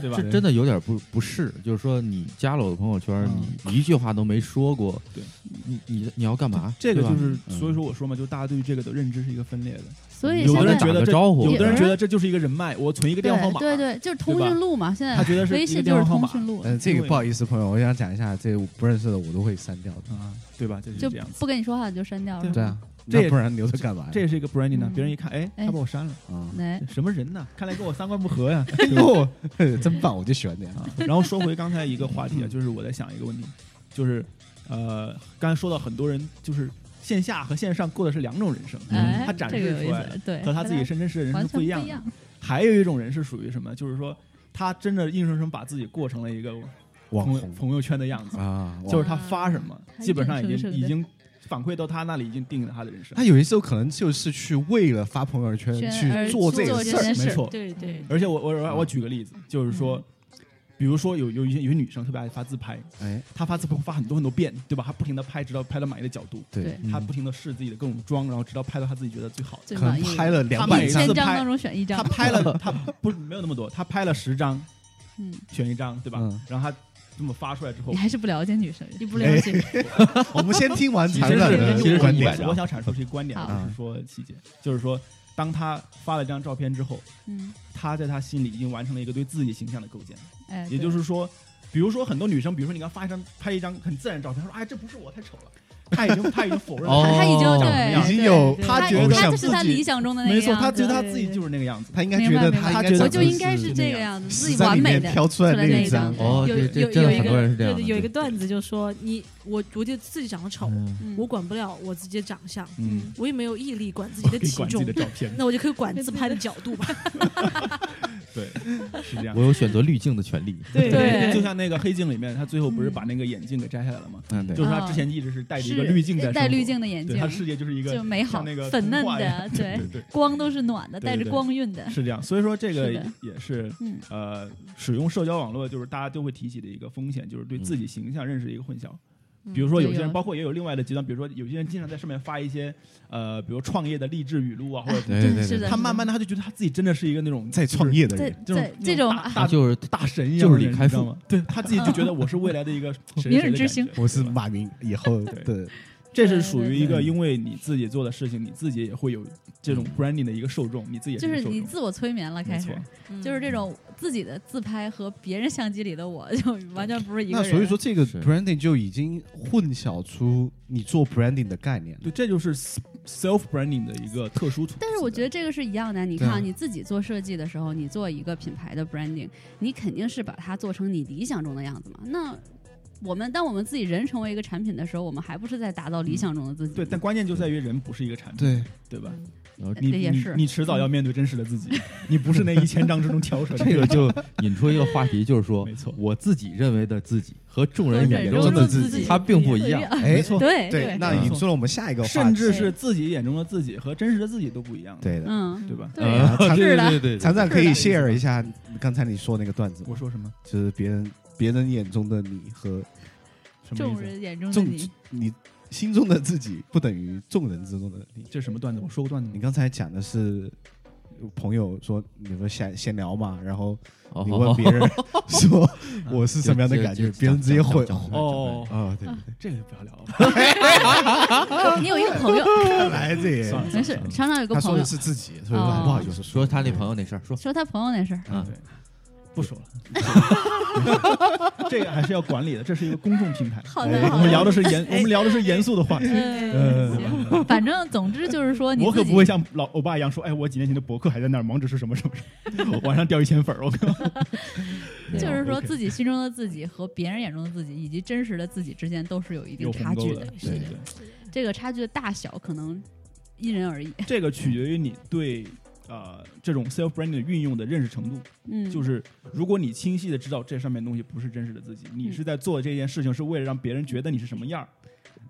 Speaker 5: 对吧？
Speaker 2: 这真的有点不不适，就是说你加了我的朋友圈，
Speaker 5: 嗯
Speaker 2: 你一句话都没说过，
Speaker 5: 对，
Speaker 2: 你你你要干嘛？
Speaker 5: 这个
Speaker 2: 对吧
Speaker 5: 就是，
Speaker 1: 嗯
Speaker 5: 所以说我说嘛，就大家对于这个的认知是一个分裂的。
Speaker 4: 所以
Speaker 2: 有
Speaker 4: 现
Speaker 2: 的
Speaker 4: 在
Speaker 2: 人
Speaker 5: 觉
Speaker 2: 打
Speaker 5: 得
Speaker 2: 个
Speaker 5: 这
Speaker 2: 招呼，
Speaker 5: 有的人
Speaker 4: 有
Speaker 5: 觉
Speaker 4: 人
Speaker 5: 得这就是一个人脉，我存一个电话号码，
Speaker 4: 对对，就是通
Speaker 5: 对吧
Speaker 4: 讯录嘛，现在
Speaker 5: 他觉得是
Speaker 4: 微
Speaker 5: 一个
Speaker 4: 信
Speaker 5: 电
Speaker 4: 就
Speaker 5: 话
Speaker 4: 是
Speaker 5: 号
Speaker 4: 通
Speaker 5: 码呃
Speaker 4: 讯录，
Speaker 1: 嗯，这个不好意思，朋友，我想讲一下，这我不认识的我都会删掉的。
Speaker 5: 啊，对吧？就是
Speaker 4: 就
Speaker 5: 这样子。
Speaker 4: 不跟你说话就删掉了。
Speaker 1: 对啊，
Speaker 5: 这也
Speaker 1: 那不然留着干嘛呀？
Speaker 5: 这也是一个 branding 呢
Speaker 4: 嗯，
Speaker 5: 别人一看，哎，
Speaker 4: 哎
Speaker 5: 他把我删了，
Speaker 1: 啊，
Speaker 4: 哎，
Speaker 5: 什么人呢？看来跟我三观不合 呀。
Speaker 1: 哎 呦，真棒，我就喜欢啊这样。
Speaker 5: 啊然后说回刚才一个话题啊，就是我在想一个问题，就是呃，刚才说到很多人就是线下和线上过的是两种人生，
Speaker 4: 哎，
Speaker 5: 嗯他展
Speaker 4: 这个
Speaker 5: 示
Speaker 4: 有
Speaker 5: 出
Speaker 4: 意
Speaker 5: 来了
Speaker 4: 思，对，
Speaker 5: 和他自己真真实的人
Speaker 4: 完
Speaker 5: 生
Speaker 4: 全
Speaker 5: 不一
Speaker 4: 样
Speaker 5: 样的。。还有一种人是属于什么？就是说他真的硬生生把自己过成了一个
Speaker 1: 网
Speaker 5: 朋友
Speaker 1: 红
Speaker 5: 朋友圈的样子，
Speaker 1: 啊，网
Speaker 5: 就是他发什么，
Speaker 4: 他
Speaker 5: 基本上
Speaker 4: 硬
Speaker 5: 已
Speaker 4: 生生
Speaker 5: 经
Speaker 4: 地
Speaker 5: 已经反馈到他那里，已经定义了他的人生
Speaker 1: 他。有些时候可能就是去为了发朋友圈
Speaker 4: 圈而
Speaker 1: 去做这
Speaker 4: 做
Speaker 1: 个
Speaker 4: 这
Speaker 1: 事儿
Speaker 4: 件，事
Speaker 5: 没错，
Speaker 6: 对对，
Speaker 5: 而且我我
Speaker 1: 嗯
Speaker 5: 我我举个例子，就是说，
Speaker 4: 嗯
Speaker 5: 比如说有有一些有些女生特别爱发自拍，
Speaker 1: 哎，
Speaker 5: 她发自拍会发很多很多遍，对吧？她不停的拍，直到拍到满意的角度，
Speaker 1: 对
Speaker 4: 对，
Speaker 5: 她不停的试自己的各种妆，然后直到拍到她自己觉得最好的。
Speaker 4: 最
Speaker 1: 可
Speaker 4: 满
Speaker 1: 能
Speaker 4: 意
Speaker 1: 拍了两百
Speaker 5: 一
Speaker 4: 一
Speaker 1: 张
Speaker 4: 千，
Speaker 5: 千自
Speaker 4: 张
Speaker 5: 拍
Speaker 4: 当中选一张
Speaker 5: 她，拍 了，她不是没有那么多，她拍了十张，
Speaker 4: 嗯，
Speaker 5: 选一张，对吧
Speaker 1: 嗯？
Speaker 5: 然后她这么发出来之后
Speaker 4: 你，还是不了解女生。
Speaker 6: 你不了解，
Speaker 1: 我们先听完
Speaker 5: 其
Speaker 1: 残
Speaker 5: 实
Speaker 1: 忍的
Speaker 5: 是其实
Speaker 1: 观
Speaker 5: 是
Speaker 1: 点啊
Speaker 5: 我我想阐述是一个观点，啊
Speaker 4: 好
Speaker 5: 不是说细节，就是说，当她发了这张照片之后，
Speaker 4: 嗯，
Speaker 5: 她在她心里已经完成了一个对自己形象的构建。
Speaker 4: 哎，
Speaker 5: 也就是说，比如说很多女生，比如说你刚发一张拍一张很自然的照片，她说哎这不是我，太丑了，她已经她已经否认
Speaker 4: 对
Speaker 5: 了，
Speaker 4: 他已经
Speaker 2: 哦
Speaker 4: 对
Speaker 1: 已经有
Speaker 6: 对对
Speaker 4: 他
Speaker 1: 觉得
Speaker 4: 他
Speaker 1: 像
Speaker 4: 就是
Speaker 1: 自
Speaker 4: 他理
Speaker 1: 己，
Speaker 4: 想中的那个
Speaker 5: 没错，
Speaker 4: 样
Speaker 5: 她觉得
Speaker 4: 子
Speaker 5: 她自己就是那个样子。
Speaker 1: 他应该觉得
Speaker 4: 明白明白
Speaker 1: 他应该
Speaker 5: 她觉得
Speaker 4: 我就应该
Speaker 1: 是
Speaker 4: 是这个样子，自己
Speaker 1: 在
Speaker 4: 完
Speaker 1: 里
Speaker 4: 美
Speaker 1: 面
Speaker 4: 的
Speaker 1: 挑出来
Speaker 4: 那
Speaker 1: 一张，
Speaker 4: 对
Speaker 2: 哦，
Speaker 6: 有
Speaker 2: 这这
Speaker 6: 有
Speaker 2: 真
Speaker 6: 有
Speaker 2: 的
Speaker 6: 一
Speaker 2: 很多
Speaker 6: 个
Speaker 2: 人是这样
Speaker 6: 对
Speaker 2: 的，
Speaker 6: 对，有一个段子就说你我我就自己长得丑，
Speaker 2: 嗯
Speaker 4: 嗯
Speaker 6: 我管不了我自己的长相，
Speaker 5: 嗯，
Speaker 6: 我也没有毅力管自己的
Speaker 5: 可以
Speaker 6: 体
Speaker 5: 管自己的，
Speaker 6: 重
Speaker 5: 照片，
Speaker 6: 那我就可以管自拍的角度吧。
Speaker 5: 对，是这样。
Speaker 2: 我有选择滤镜的权利。
Speaker 6: 对
Speaker 4: 对
Speaker 5: 就像那个黑镜里面，他最后不是把那个眼镜给摘下来了吗？
Speaker 1: 嗯，对
Speaker 5: 就是他之前一直是戴着一个滤镜在
Speaker 4: 是
Speaker 5: 生活
Speaker 4: 戴滤镜，的眼
Speaker 5: 对，他世
Speaker 4: 镜，
Speaker 5: 界就是一个
Speaker 4: 就美好
Speaker 5: 像那个
Speaker 4: 粉嫩
Speaker 5: 童话一
Speaker 4: 的
Speaker 5: 样，
Speaker 4: 对
Speaker 5: 对，对
Speaker 4: 光都是暖的，
Speaker 5: 对
Speaker 4: 带着
Speaker 5: 对
Speaker 4: 光晕的，
Speaker 5: 是这样。所以说这个
Speaker 4: 是的
Speaker 5: 也是
Speaker 4: 嗯，
Speaker 5: 呃，使用社交网络就是大家都会提起的一个风险，就是对自己形象认识的一个混淆。 比如说
Speaker 4: 嗯对
Speaker 5: 有些人，
Speaker 4: 有
Speaker 5: 包括也有另外的极端，比如说有些人经常在上面发一些呃，比如创业的励志语录啊， 或者
Speaker 1: 对
Speaker 4: 对
Speaker 1: 对
Speaker 4: 嗯是
Speaker 1: 对，
Speaker 4: 的，
Speaker 5: 他
Speaker 4: 是的
Speaker 5: 慢慢的他就觉得他自己真的是一个那种
Speaker 1: 在创业的
Speaker 4: 在
Speaker 1: 人，
Speaker 5: 就是
Speaker 4: 在这
Speaker 5: 那种
Speaker 4: 种啊
Speaker 5: 大
Speaker 2: 他就是
Speaker 5: 大神一样
Speaker 2: 就
Speaker 5: 的
Speaker 2: 是
Speaker 5: 人，
Speaker 2: 李开复
Speaker 5: 你知道吗？对他自己就觉得我是未来的 一个谁谁谁
Speaker 4: 明
Speaker 5: 的
Speaker 4: 日之
Speaker 5: 感
Speaker 4: 星
Speaker 5: 觉
Speaker 1: 我是
Speaker 5: 对吧
Speaker 1: 马云以后
Speaker 5: 对
Speaker 1: 的
Speaker 5: 这是属于一
Speaker 1: 对对
Speaker 5: 个
Speaker 1: 对
Speaker 5: 因为你自己做的事情，你自己也会有这种 branding 的一个受众，你自己也
Speaker 4: 嗯就是
Speaker 5: 一
Speaker 4: 是
Speaker 5: 个受
Speaker 4: 你
Speaker 5: 众。
Speaker 4: 自我催眠了，
Speaker 5: 没
Speaker 4: 开
Speaker 5: 错
Speaker 4: 始，就是这种自己的自拍和别人相机里的我就完全不是一个
Speaker 1: 那
Speaker 4: 人。
Speaker 1: 所以说，这个
Speaker 2: 是
Speaker 1: branding 就已经混淆出你做 branding 的概念了
Speaker 5: 对，。这就是 self branding 的一个特殊途径。
Speaker 4: 但是我觉得这个是一样的。你
Speaker 1: 对
Speaker 4: 看
Speaker 1: 啊
Speaker 4: 啊，你自己做设计的时候，你做一个品牌的 branding，你肯定是把它做成你理想中的样子嘛。那我们当我们自己人成为一个产品的时候，我们还不是在打造理想中的自己？
Speaker 5: 嗯对，但关键就在于人不是一个产品，
Speaker 1: 对，
Speaker 5: 对吧？
Speaker 2: 然后
Speaker 4: 呃
Speaker 5: 你
Speaker 4: 这也
Speaker 5: 你
Speaker 4: 是嗯
Speaker 5: 你迟早要面对真实的自己，你不是那一千张之中挑出来的。
Speaker 2: 这个就引出一个话题，就是说
Speaker 5: 没错，
Speaker 2: 我自己认为的自己和众人眼
Speaker 1: 众
Speaker 2: 中
Speaker 1: 人
Speaker 2: 的
Speaker 1: 的
Speaker 2: 自
Speaker 1: 自
Speaker 2: 己，
Speaker 1: 己
Speaker 2: 它并不一样。嗯
Speaker 1: 哎，
Speaker 5: 没错
Speaker 4: 啊对
Speaker 1: 对，那引出了我们下一个话题，
Speaker 5: 甚至是自己眼中的自己和真实的自己都不一样。，
Speaker 1: 对的。
Speaker 4: 嗯，
Speaker 5: 对吧
Speaker 4: 对
Speaker 2: 啊
Speaker 4: 呀，
Speaker 2: 对
Speaker 4: 是的
Speaker 2: 对对对
Speaker 1: 厂长可以
Speaker 5: 是的
Speaker 1: share 一下刚才你说那个段子吗，
Speaker 5: 我说什么？
Speaker 1: 就是别人别人眼中的你和
Speaker 5: 什么意
Speaker 4: 众
Speaker 5: 思？
Speaker 4: 人眼中的
Speaker 1: 众
Speaker 4: 你，
Speaker 1: 你心中的自己不等于众人之中的你。
Speaker 5: 这是什么段子？我说过段子
Speaker 1: 你
Speaker 5: 吗？
Speaker 1: 刚才讲的是朋友说，你们闲闲聊嘛，然后
Speaker 2: 哦
Speaker 1: 你
Speaker 2: 好
Speaker 1: 问
Speaker 2: 好
Speaker 1: 别 人说 我是什么样的
Speaker 2: 就
Speaker 1: 感觉，
Speaker 2: 就
Speaker 1: 别人直接
Speaker 2: 讲讲
Speaker 1: 回
Speaker 2: 讲讲
Speaker 5: 哦
Speaker 1: 哦，对，
Speaker 5: 这个就不要聊了。
Speaker 4: 你有一个 朋友，
Speaker 1: 看 来这也
Speaker 5: 算了
Speaker 4: 没事，常常有一个
Speaker 1: 他说
Speaker 4: 朋
Speaker 1: 的
Speaker 4: 友
Speaker 6: 哦
Speaker 1: 是自己，所以说还不好意思
Speaker 2: 说他那朋友那事儿，说
Speaker 4: 说他朋友那事儿，
Speaker 5: 嗯
Speaker 2: 啊
Speaker 5: 对 不说了，这个还是要管理的，这是一个公众平台。
Speaker 4: 好
Speaker 5: 哎
Speaker 4: 的，
Speaker 5: 我
Speaker 4: 好
Speaker 5: 们聊
Speaker 4: 的。
Speaker 5: 的是严，我们聊的是严肃的话题。
Speaker 4: 嗯，
Speaker 5: 呃，
Speaker 4: 反正总之就是说，你
Speaker 5: 我可
Speaker 4: 自己
Speaker 5: 不会像老欧巴一样说，哎，我几年前的博客还在那儿，忙着是什么什么什么，晚上掉一千粉儿，我靠！
Speaker 4: 就是说
Speaker 5: OK
Speaker 4: 自己心中的自己和别人眼中的自己，以及真实的自己之间都 是有一定
Speaker 5: 有
Speaker 4: 差
Speaker 5: 鸿沟
Speaker 4: 距
Speaker 5: 的
Speaker 4: 的。，
Speaker 5: 对对对。
Speaker 4: 这个差距的大小可能因人而异。
Speaker 5: 这个取决于你对呃这种 self branding 的运用的认识程度。
Speaker 7: 嗯，
Speaker 5: 就是如果你清晰的知道这上面东西不是真实的自己，
Speaker 4: 嗯
Speaker 5: 你是在做这件事情是为了让别人觉得你是什么样儿。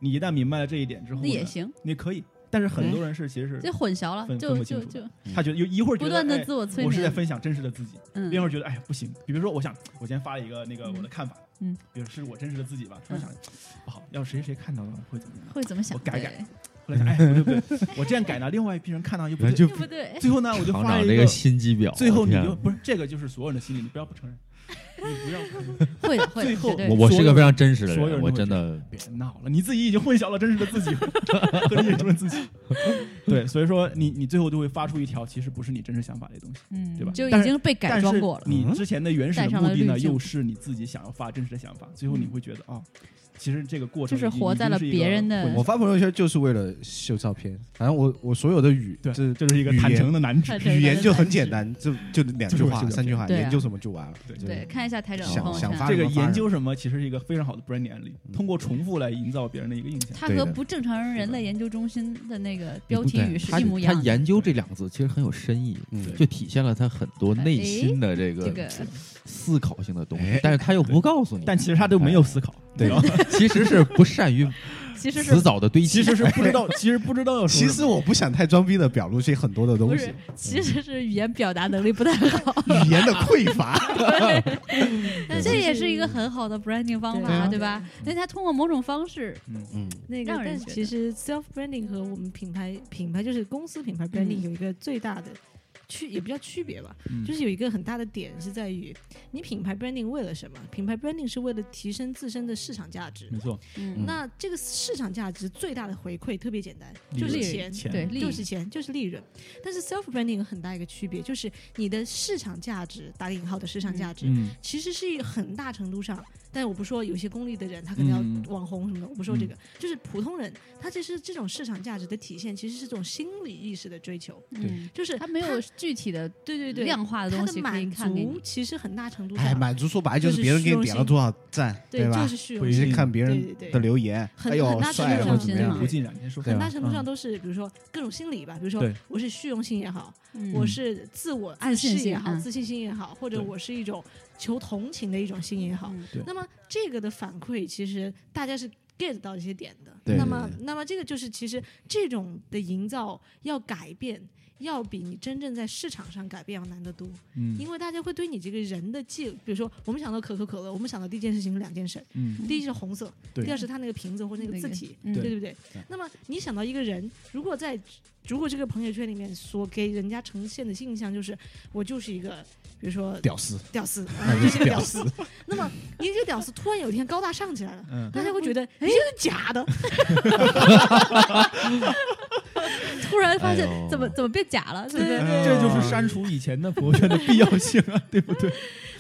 Speaker 5: 你一旦明白了这一点之后
Speaker 7: 那
Speaker 5: 呢，
Speaker 7: 也行，
Speaker 5: 你可以。但是很多人是其实
Speaker 4: 哎就混淆了，
Speaker 5: 分分
Speaker 4: 就
Speaker 5: 不清
Speaker 4: 就
Speaker 5: 楚
Speaker 4: 就
Speaker 5: 他觉得有一会儿觉
Speaker 4: 不
Speaker 5: 得
Speaker 4: 断的
Speaker 5: 哎
Speaker 4: 自我催
Speaker 5: 我是在
Speaker 4: 眠。
Speaker 5: 分享真实的自己，另一
Speaker 4: 嗯
Speaker 5: 会儿觉得哎不行。比如说，我想我今天发了一个那个我的看法，
Speaker 4: 嗯，
Speaker 5: 比如是我真实的自己吧，突然想不好，要是谁谁看到了会怎么样？
Speaker 4: 会怎么想？
Speaker 5: 我改
Speaker 4: 对
Speaker 5: 改， 后来想哎不对不对，我这样改呢，另外一批人看到又不
Speaker 2: 咱
Speaker 5: 对。
Speaker 2: 就
Speaker 4: 对不对？
Speaker 5: 最后呢，我就
Speaker 2: 厂
Speaker 5: 发了
Speaker 2: 长
Speaker 5: 一
Speaker 2: 这个心机婊，
Speaker 5: 最后你
Speaker 2: 天
Speaker 5: 就
Speaker 2: 啊
Speaker 5: 不是这个，就是所有人的心理，你不要不承认，你不要不承认
Speaker 4: 会的，会的，
Speaker 5: 最后
Speaker 4: 绝对
Speaker 2: 我我是一个非常真实的
Speaker 5: 所有人
Speaker 2: 人，
Speaker 5: 都
Speaker 2: 我
Speaker 5: 会
Speaker 2: 真
Speaker 5: 这
Speaker 2: 的
Speaker 5: 别闹了，你自己已经混淆了真实的自己和你眼中的自己。 对，所以说你你最后就会发出一条其实不是你真实想法的东西，
Speaker 4: 嗯
Speaker 5: 对吧
Speaker 4: 就
Speaker 5: 但
Speaker 4: 已
Speaker 5: 是
Speaker 4: 经被改装过了
Speaker 5: 但。是你之前的原始的
Speaker 4: 带上
Speaker 5: 目
Speaker 4: 了
Speaker 5: 的呢，
Speaker 4: 滤镜
Speaker 5: 又是你自己想要发真实的想法，最后你会觉得啊、其实这个过程
Speaker 4: 就是活在了别人的
Speaker 1: 我发朋友圈就是为了秀照片，反正我我所有的语
Speaker 5: 对，
Speaker 1: 这
Speaker 5: 这是一个坦诚的男子
Speaker 4: 坦。诚
Speaker 1: 语言就很简单，就就两句
Speaker 5: 就是
Speaker 1: 话、
Speaker 5: 这个
Speaker 1: 三句话，
Speaker 4: 对啊
Speaker 1: 研究什么就完了。
Speaker 5: 对
Speaker 1: 就
Speaker 4: 对，看一下台长的
Speaker 1: 想
Speaker 4: 朋友
Speaker 1: 想
Speaker 4: 圈啊
Speaker 1: 发，
Speaker 5: 这个研究什么，其实是一个非常好的 brand 案例，通过重复来营造别人的一个印象。
Speaker 4: 他
Speaker 1: 对
Speaker 4: 和
Speaker 1: 的
Speaker 4: 不正常人类研究中心的那个标
Speaker 2: 不
Speaker 4: 题
Speaker 2: 对
Speaker 4: 语是
Speaker 2: 他
Speaker 4: 一模一
Speaker 2: 他
Speaker 4: 样的。
Speaker 2: 研究这两个字其实很有深意，
Speaker 1: 嗯，
Speaker 2: 就体现了他很多内心的这
Speaker 4: 这
Speaker 2: 个
Speaker 4: 个
Speaker 2: 思考性的东西
Speaker 1: 哎，
Speaker 2: 但是他又不告诉你，
Speaker 5: 但其实他都嗯没有思考，
Speaker 1: 对
Speaker 5: 你知 道吗
Speaker 2: 其实是不善于
Speaker 4: 其实是
Speaker 2: 辞藻的堆
Speaker 5: 其
Speaker 2: 积。
Speaker 5: 实是不知道，其实不知道要说
Speaker 1: 其
Speaker 5: 什
Speaker 1: 实我不想太装逼的表露些很多的
Speaker 4: 不
Speaker 1: 东西
Speaker 4: 是，，其实
Speaker 6: 嗯
Speaker 4: 是语言表达能力不太好。
Speaker 1: 语言的匮 乏。
Speaker 4: 但这也是一个很好的 branding 方
Speaker 6: 对
Speaker 4: 法，
Speaker 6: 啊
Speaker 4: 对吧？那他通过某种方式，
Speaker 5: 么，嗯。
Speaker 1: 嗯，
Speaker 6: 那个
Speaker 4: 让，人
Speaker 6: 但
Speaker 4: 觉得
Speaker 6: 其实 self branding 和我们品牌品牌就是公司品
Speaker 4: 嗯
Speaker 6: 牌 branding 有一个最大的区，也不叫区别吧，
Speaker 5: 嗯
Speaker 6: 就是有一个很大的点是在于你品牌 branding 为了什么？品牌 branding 是为了提升自身的市场价值
Speaker 5: 没。错，
Speaker 7: 嗯
Speaker 6: 那这个市场价值最大的回馈特别简单，
Speaker 5: 利
Speaker 6: 就是
Speaker 5: 润
Speaker 6: 钱，
Speaker 5: 钱
Speaker 4: 对利益
Speaker 6: 就是钱，就是利润。但是 self branding 有很大一个区别，就是你的市场价值打引号的市场价值，
Speaker 5: 嗯，
Speaker 6: 其实是很大程度上，但我不说有些功利的人，他可能
Speaker 5: 嗯
Speaker 6: 要网红什么的，我不说这个，就是普通人，他其实这种市场价值的体现，其实是这种心理意识的追求，
Speaker 4: 嗯，
Speaker 6: 就是
Speaker 4: 他没有具体的
Speaker 6: 对对对
Speaker 4: 量化的
Speaker 6: 他
Speaker 4: 东
Speaker 6: 的
Speaker 4: 西可以
Speaker 6: 满
Speaker 4: 看给
Speaker 6: 足
Speaker 4: 你，
Speaker 6: 其实很大程度
Speaker 1: 哎，
Speaker 6: 上，
Speaker 1: 满足说白了就是
Speaker 6: 就是
Speaker 1: 别人
Speaker 6: 虚
Speaker 1: 给你
Speaker 6: 荣
Speaker 1: 点了
Speaker 6: 心
Speaker 1: 多少赞，
Speaker 6: 对，
Speaker 1: 吧
Speaker 6: 就？是虚荣
Speaker 1: 你
Speaker 5: 回
Speaker 1: 去
Speaker 5: 应
Speaker 6: 心，
Speaker 1: 看别人
Speaker 6: 对对
Speaker 1: 的
Speaker 6: 对
Speaker 1: 留言，
Speaker 6: 很
Speaker 1: 哎呦
Speaker 6: 很大程
Speaker 1: 帅啊
Speaker 6: 度
Speaker 1: 或者
Speaker 6: 上
Speaker 1: 怎么
Speaker 4: 是
Speaker 1: 样
Speaker 4: 嘛
Speaker 5: 不尽然，先说
Speaker 1: 对
Speaker 6: 很
Speaker 1: 吧
Speaker 6: 大程度上都是，比如说各种心理吧，比如说
Speaker 5: 对
Speaker 6: 我是虚荣心也好，
Speaker 4: 嗯
Speaker 6: 我是自我暗示
Speaker 4: 自信心
Speaker 6: 也好，
Speaker 4: 嗯
Speaker 6: 自信心也好，或者
Speaker 5: 对
Speaker 6: 我是一种求同情的一种心也好，
Speaker 4: 嗯
Speaker 5: 对
Speaker 6: 那么这个的反馈，其实大家是 get 到这些点的。
Speaker 1: 对
Speaker 6: 那
Speaker 1: 对
Speaker 6: 么
Speaker 1: 对，
Speaker 6: 嗯那么这个就是其实这种的营造要改变，要比你真正在市场上改变要难得多，
Speaker 5: 嗯
Speaker 6: 因为大家会对你这个人的记，比如说我们想到可口可乐，我们想到第一件事情是两件事，
Speaker 5: 嗯，
Speaker 6: 第一是红色，
Speaker 5: 对
Speaker 6: 第二是它那个瓶子或者那个
Speaker 4: 那
Speaker 6: 字
Speaker 4: 个
Speaker 6: 体。
Speaker 4: 嗯
Speaker 6: 对不对
Speaker 1: 对？
Speaker 6: 那么你想到一个人，如果在如果这个朋友圈里面所给人家呈现的印象就是我就是一个，比如说
Speaker 1: 屌丝，
Speaker 6: 屌丝，
Speaker 1: 那
Speaker 6: 就
Speaker 1: 啊就是是
Speaker 6: 个
Speaker 1: 屌
Speaker 6: 屌丝。
Speaker 1: 丝。
Speaker 6: 那么你这个屌丝突然有一天高大上起来了，
Speaker 5: 嗯
Speaker 6: 大家会觉得你这是假的，
Speaker 4: 突然发现
Speaker 2: 哎呦
Speaker 4: 怎么怎么变假了，对不
Speaker 6: 对
Speaker 4: 对？
Speaker 5: 嗯这就是删除以前的朋友圈的必要性啊，对不对？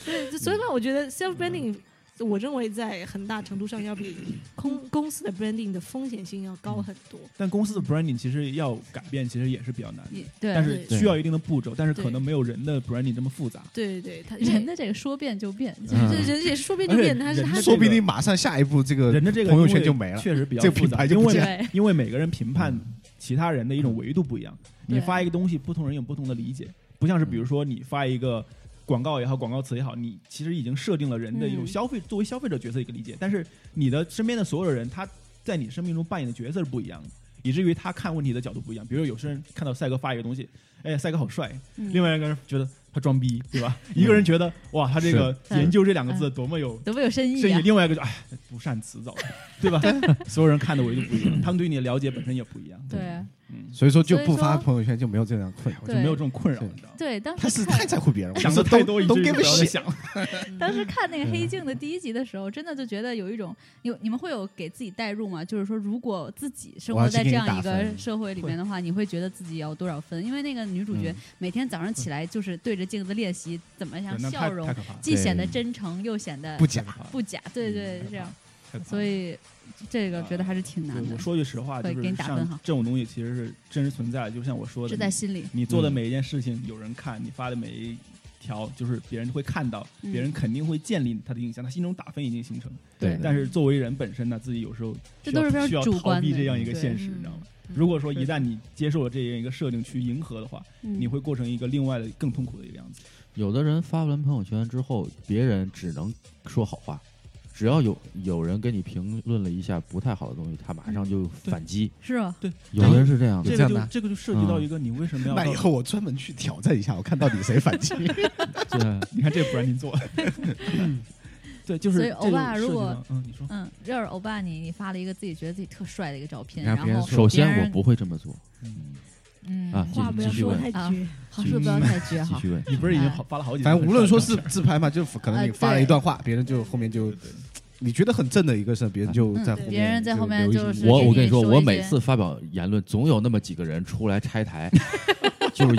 Speaker 6: 对，
Speaker 4: 嗯
Speaker 6: 就所以嘛，我觉得 self branding，我认为在很大程度上要比公
Speaker 4: 嗯
Speaker 6: 公司的 branding 的风险性要高很多。
Speaker 5: 但公司的 branding 其实要改变，其实也是比较难的，
Speaker 4: 也对
Speaker 5: 但是
Speaker 6: 对
Speaker 5: 需要一定的步骤，但是可
Speaker 6: 对
Speaker 5: 能没有人的 branding 这么复杂。
Speaker 6: 对对对，他
Speaker 4: 人
Speaker 6: 人的
Speaker 4: 的这个说变就变，
Speaker 6: 这
Speaker 2: 嗯
Speaker 6: 这人也是说变就变，但是
Speaker 5: 而且
Speaker 6: 他
Speaker 5: 人
Speaker 1: 说不定马上下一步这个
Speaker 5: 人的这个
Speaker 1: 朋友
Speaker 5: 因为
Speaker 1: 圈就没了
Speaker 5: 确实比较
Speaker 1: 这个
Speaker 5: 复
Speaker 1: 品
Speaker 5: 杂，
Speaker 1: 牌就
Speaker 5: 因
Speaker 1: 不
Speaker 5: 为
Speaker 1: 见嗯
Speaker 4: 对
Speaker 5: 因为每个人评判其他人的一种维度不一样，你
Speaker 4: 对
Speaker 5: 发一个东西，不同人有不同的理解，不像是
Speaker 1: 嗯
Speaker 5: 比如说你发一个。广告也好，广告词也好，你其实已经设定了人的一种
Speaker 7: 嗯
Speaker 5: 消费、作为消费者角色一个理解，但是你的身边的所有人，他在你生命中扮演的角色是不一样的，以至于他看问题的角度不一样。比如说有些人看到赛哥发一个东西，哎，赛哥好帅，
Speaker 7: 嗯
Speaker 5: 另外一个人觉得他装逼，对吧？
Speaker 1: 嗯
Speaker 5: 一个人觉得哇，他这个
Speaker 4: 是
Speaker 5: 研究这两个
Speaker 7: 嗯
Speaker 5: 字多么有
Speaker 4: 多么有深意
Speaker 5: 甚
Speaker 4: 啊
Speaker 5: 至！另外一个就哎
Speaker 4: 嗯
Speaker 5: 不善辞藻，对吧？所有人看的维度不一样，他们对你的了解本身也不一样。
Speaker 4: 对，啊
Speaker 5: 嗯，
Speaker 1: 所以说就
Speaker 4: 所以
Speaker 1: 不发
Speaker 4: 说
Speaker 1: 朋友圈就没有这样的困扰。
Speaker 5: 我就
Speaker 4: 对
Speaker 5: 没有这种困扰，
Speaker 1: 是
Speaker 5: 你知道吗？
Speaker 4: 对，当时
Speaker 1: 他是
Speaker 4: 看
Speaker 1: 太在乎别人，
Speaker 5: 想的太多，
Speaker 1: 都
Speaker 5: 以
Speaker 1: 都
Speaker 5: 至于
Speaker 1: give
Speaker 5: 不
Speaker 1: a
Speaker 5: 要再
Speaker 1: shit。
Speaker 5: 想了。
Speaker 4: 当时看那个《
Speaker 1: 嗯
Speaker 4: 黑镜》的第一集的时候，真的就觉得有一种，你你们会有给自己代入吗？就是说，如果自己生
Speaker 1: 我
Speaker 4: 活
Speaker 1: 要去
Speaker 4: 在
Speaker 1: 给
Speaker 4: 这
Speaker 1: 你
Speaker 4: 样
Speaker 1: 打
Speaker 4: 一个
Speaker 1: 分
Speaker 4: 社会里面的话，你会觉得自己要多少分？因为那个女主角
Speaker 1: 嗯
Speaker 4: 每天早上起来就是对着镜子练习怎么样
Speaker 5: 对那太
Speaker 4: 嗯笑容
Speaker 5: 太，可怕了，
Speaker 4: 既显得
Speaker 1: 对
Speaker 4: 真诚又显得
Speaker 1: 不假
Speaker 5: 太可怕了
Speaker 4: 不假。对对，
Speaker 5: 嗯
Speaker 4: 这样，
Speaker 5: 太可怕了
Speaker 4: 所以这个觉得还是挺难
Speaker 5: 对
Speaker 4: 的
Speaker 5: 我，说句实话，就
Speaker 4: 会给
Speaker 5: 是
Speaker 4: 你打分
Speaker 5: 像
Speaker 4: 哈
Speaker 5: 这种东西其实是真实存在的，就像我说的，
Speaker 4: 是在心里。
Speaker 5: 你做的
Speaker 1: 嗯
Speaker 5: 每一件事情有人看，你发的每一条就是别人会看到，
Speaker 4: 嗯
Speaker 5: 别人肯定会建立他的印象，他心中打分已经形成。
Speaker 1: 对，
Speaker 5: 但是作为人本身呢，自己有时候
Speaker 4: 这
Speaker 5: 需
Speaker 4: 都是非
Speaker 5: 要
Speaker 4: 常
Speaker 5: 需要
Speaker 4: 主
Speaker 5: 逃
Speaker 4: 观
Speaker 5: 避
Speaker 4: 的
Speaker 5: 这样一个
Speaker 4: 对
Speaker 5: 现实，
Speaker 6: 嗯
Speaker 5: 你知道吗？
Speaker 6: 嗯
Speaker 5: 如果说
Speaker 6: 对
Speaker 5: 一旦你接受了这样一个设定去迎合的话，你
Speaker 4: 嗯
Speaker 7: 你
Speaker 5: 会过成一个另外的更痛苦的一个样子。
Speaker 2: 有的人发完朋友圈之后，别人只能说好话，只要有有人给你评论了一下不太好的东西，他马上就反击。
Speaker 4: 是吧？
Speaker 2: 有的人是这样的
Speaker 1: 对
Speaker 5: 这
Speaker 1: 这
Speaker 5: 个
Speaker 1: 样的
Speaker 5: 就这个就涉及到一个你为什么要
Speaker 1: 那以
Speaker 5: 到？
Speaker 1: 后我专门去挑战一下，我看到底谁反 击。
Speaker 2: 对，
Speaker 5: 你看这不然你 做， 对，就是
Speaker 4: 所以
Speaker 5: 这
Speaker 4: 欧巴
Speaker 5: 就涉及
Speaker 4: 如果
Speaker 5: 到嗯，你说
Speaker 4: 嗯，要是欧巴你你发了一个自己觉得自己特帅的一个照片，
Speaker 1: 然
Speaker 4: 然
Speaker 1: 后别人
Speaker 4: 后
Speaker 1: 说
Speaker 2: 首
Speaker 4: 别
Speaker 2: 先我
Speaker 4: 人
Speaker 2: 不会这么做，
Speaker 5: 嗯
Speaker 4: 嗯
Speaker 2: 啊
Speaker 6: 话不要
Speaker 2: 继续
Speaker 6: 说
Speaker 2: 问
Speaker 6: 太
Speaker 4: 啊
Speaker 6: 绝，
Speaker 4: 话术不要太绝
Speaker 2: 继
Speaker 4: 哈。
Speaker 2: 续问。
Speaker 5: 你不是已经好发了好几次
Speaker 1: 反正
Speaker 5: 很帅的照片？
Speaker 1: 无论说是自拍嘛，就可能你
Speaker 4: 呃
Speaker 1: 发了
Speaker 4: 对
Speaker 1: 一段话，别人就后面就
Speaker 5: 对对嗯
Speaker 1: 你觉得很正的一个事，别人就在后面，
Speaker 4: 别人在后面
Speaker 1: 留一
Speaker 4: 就是
Speaker 1: 些
Speaker 2: 我我
Speaker 4: 给
Speaker 2: 跟
Speaker 4: 你
Speaker 2: 你说，
Speaker 4: 说
Speaker 2: 我
Speaker 4: 一
Speaker 2: 每
Speaker 4: 些
Speaker 2: 次发表言论，总有那么几个人出来拆台， 就是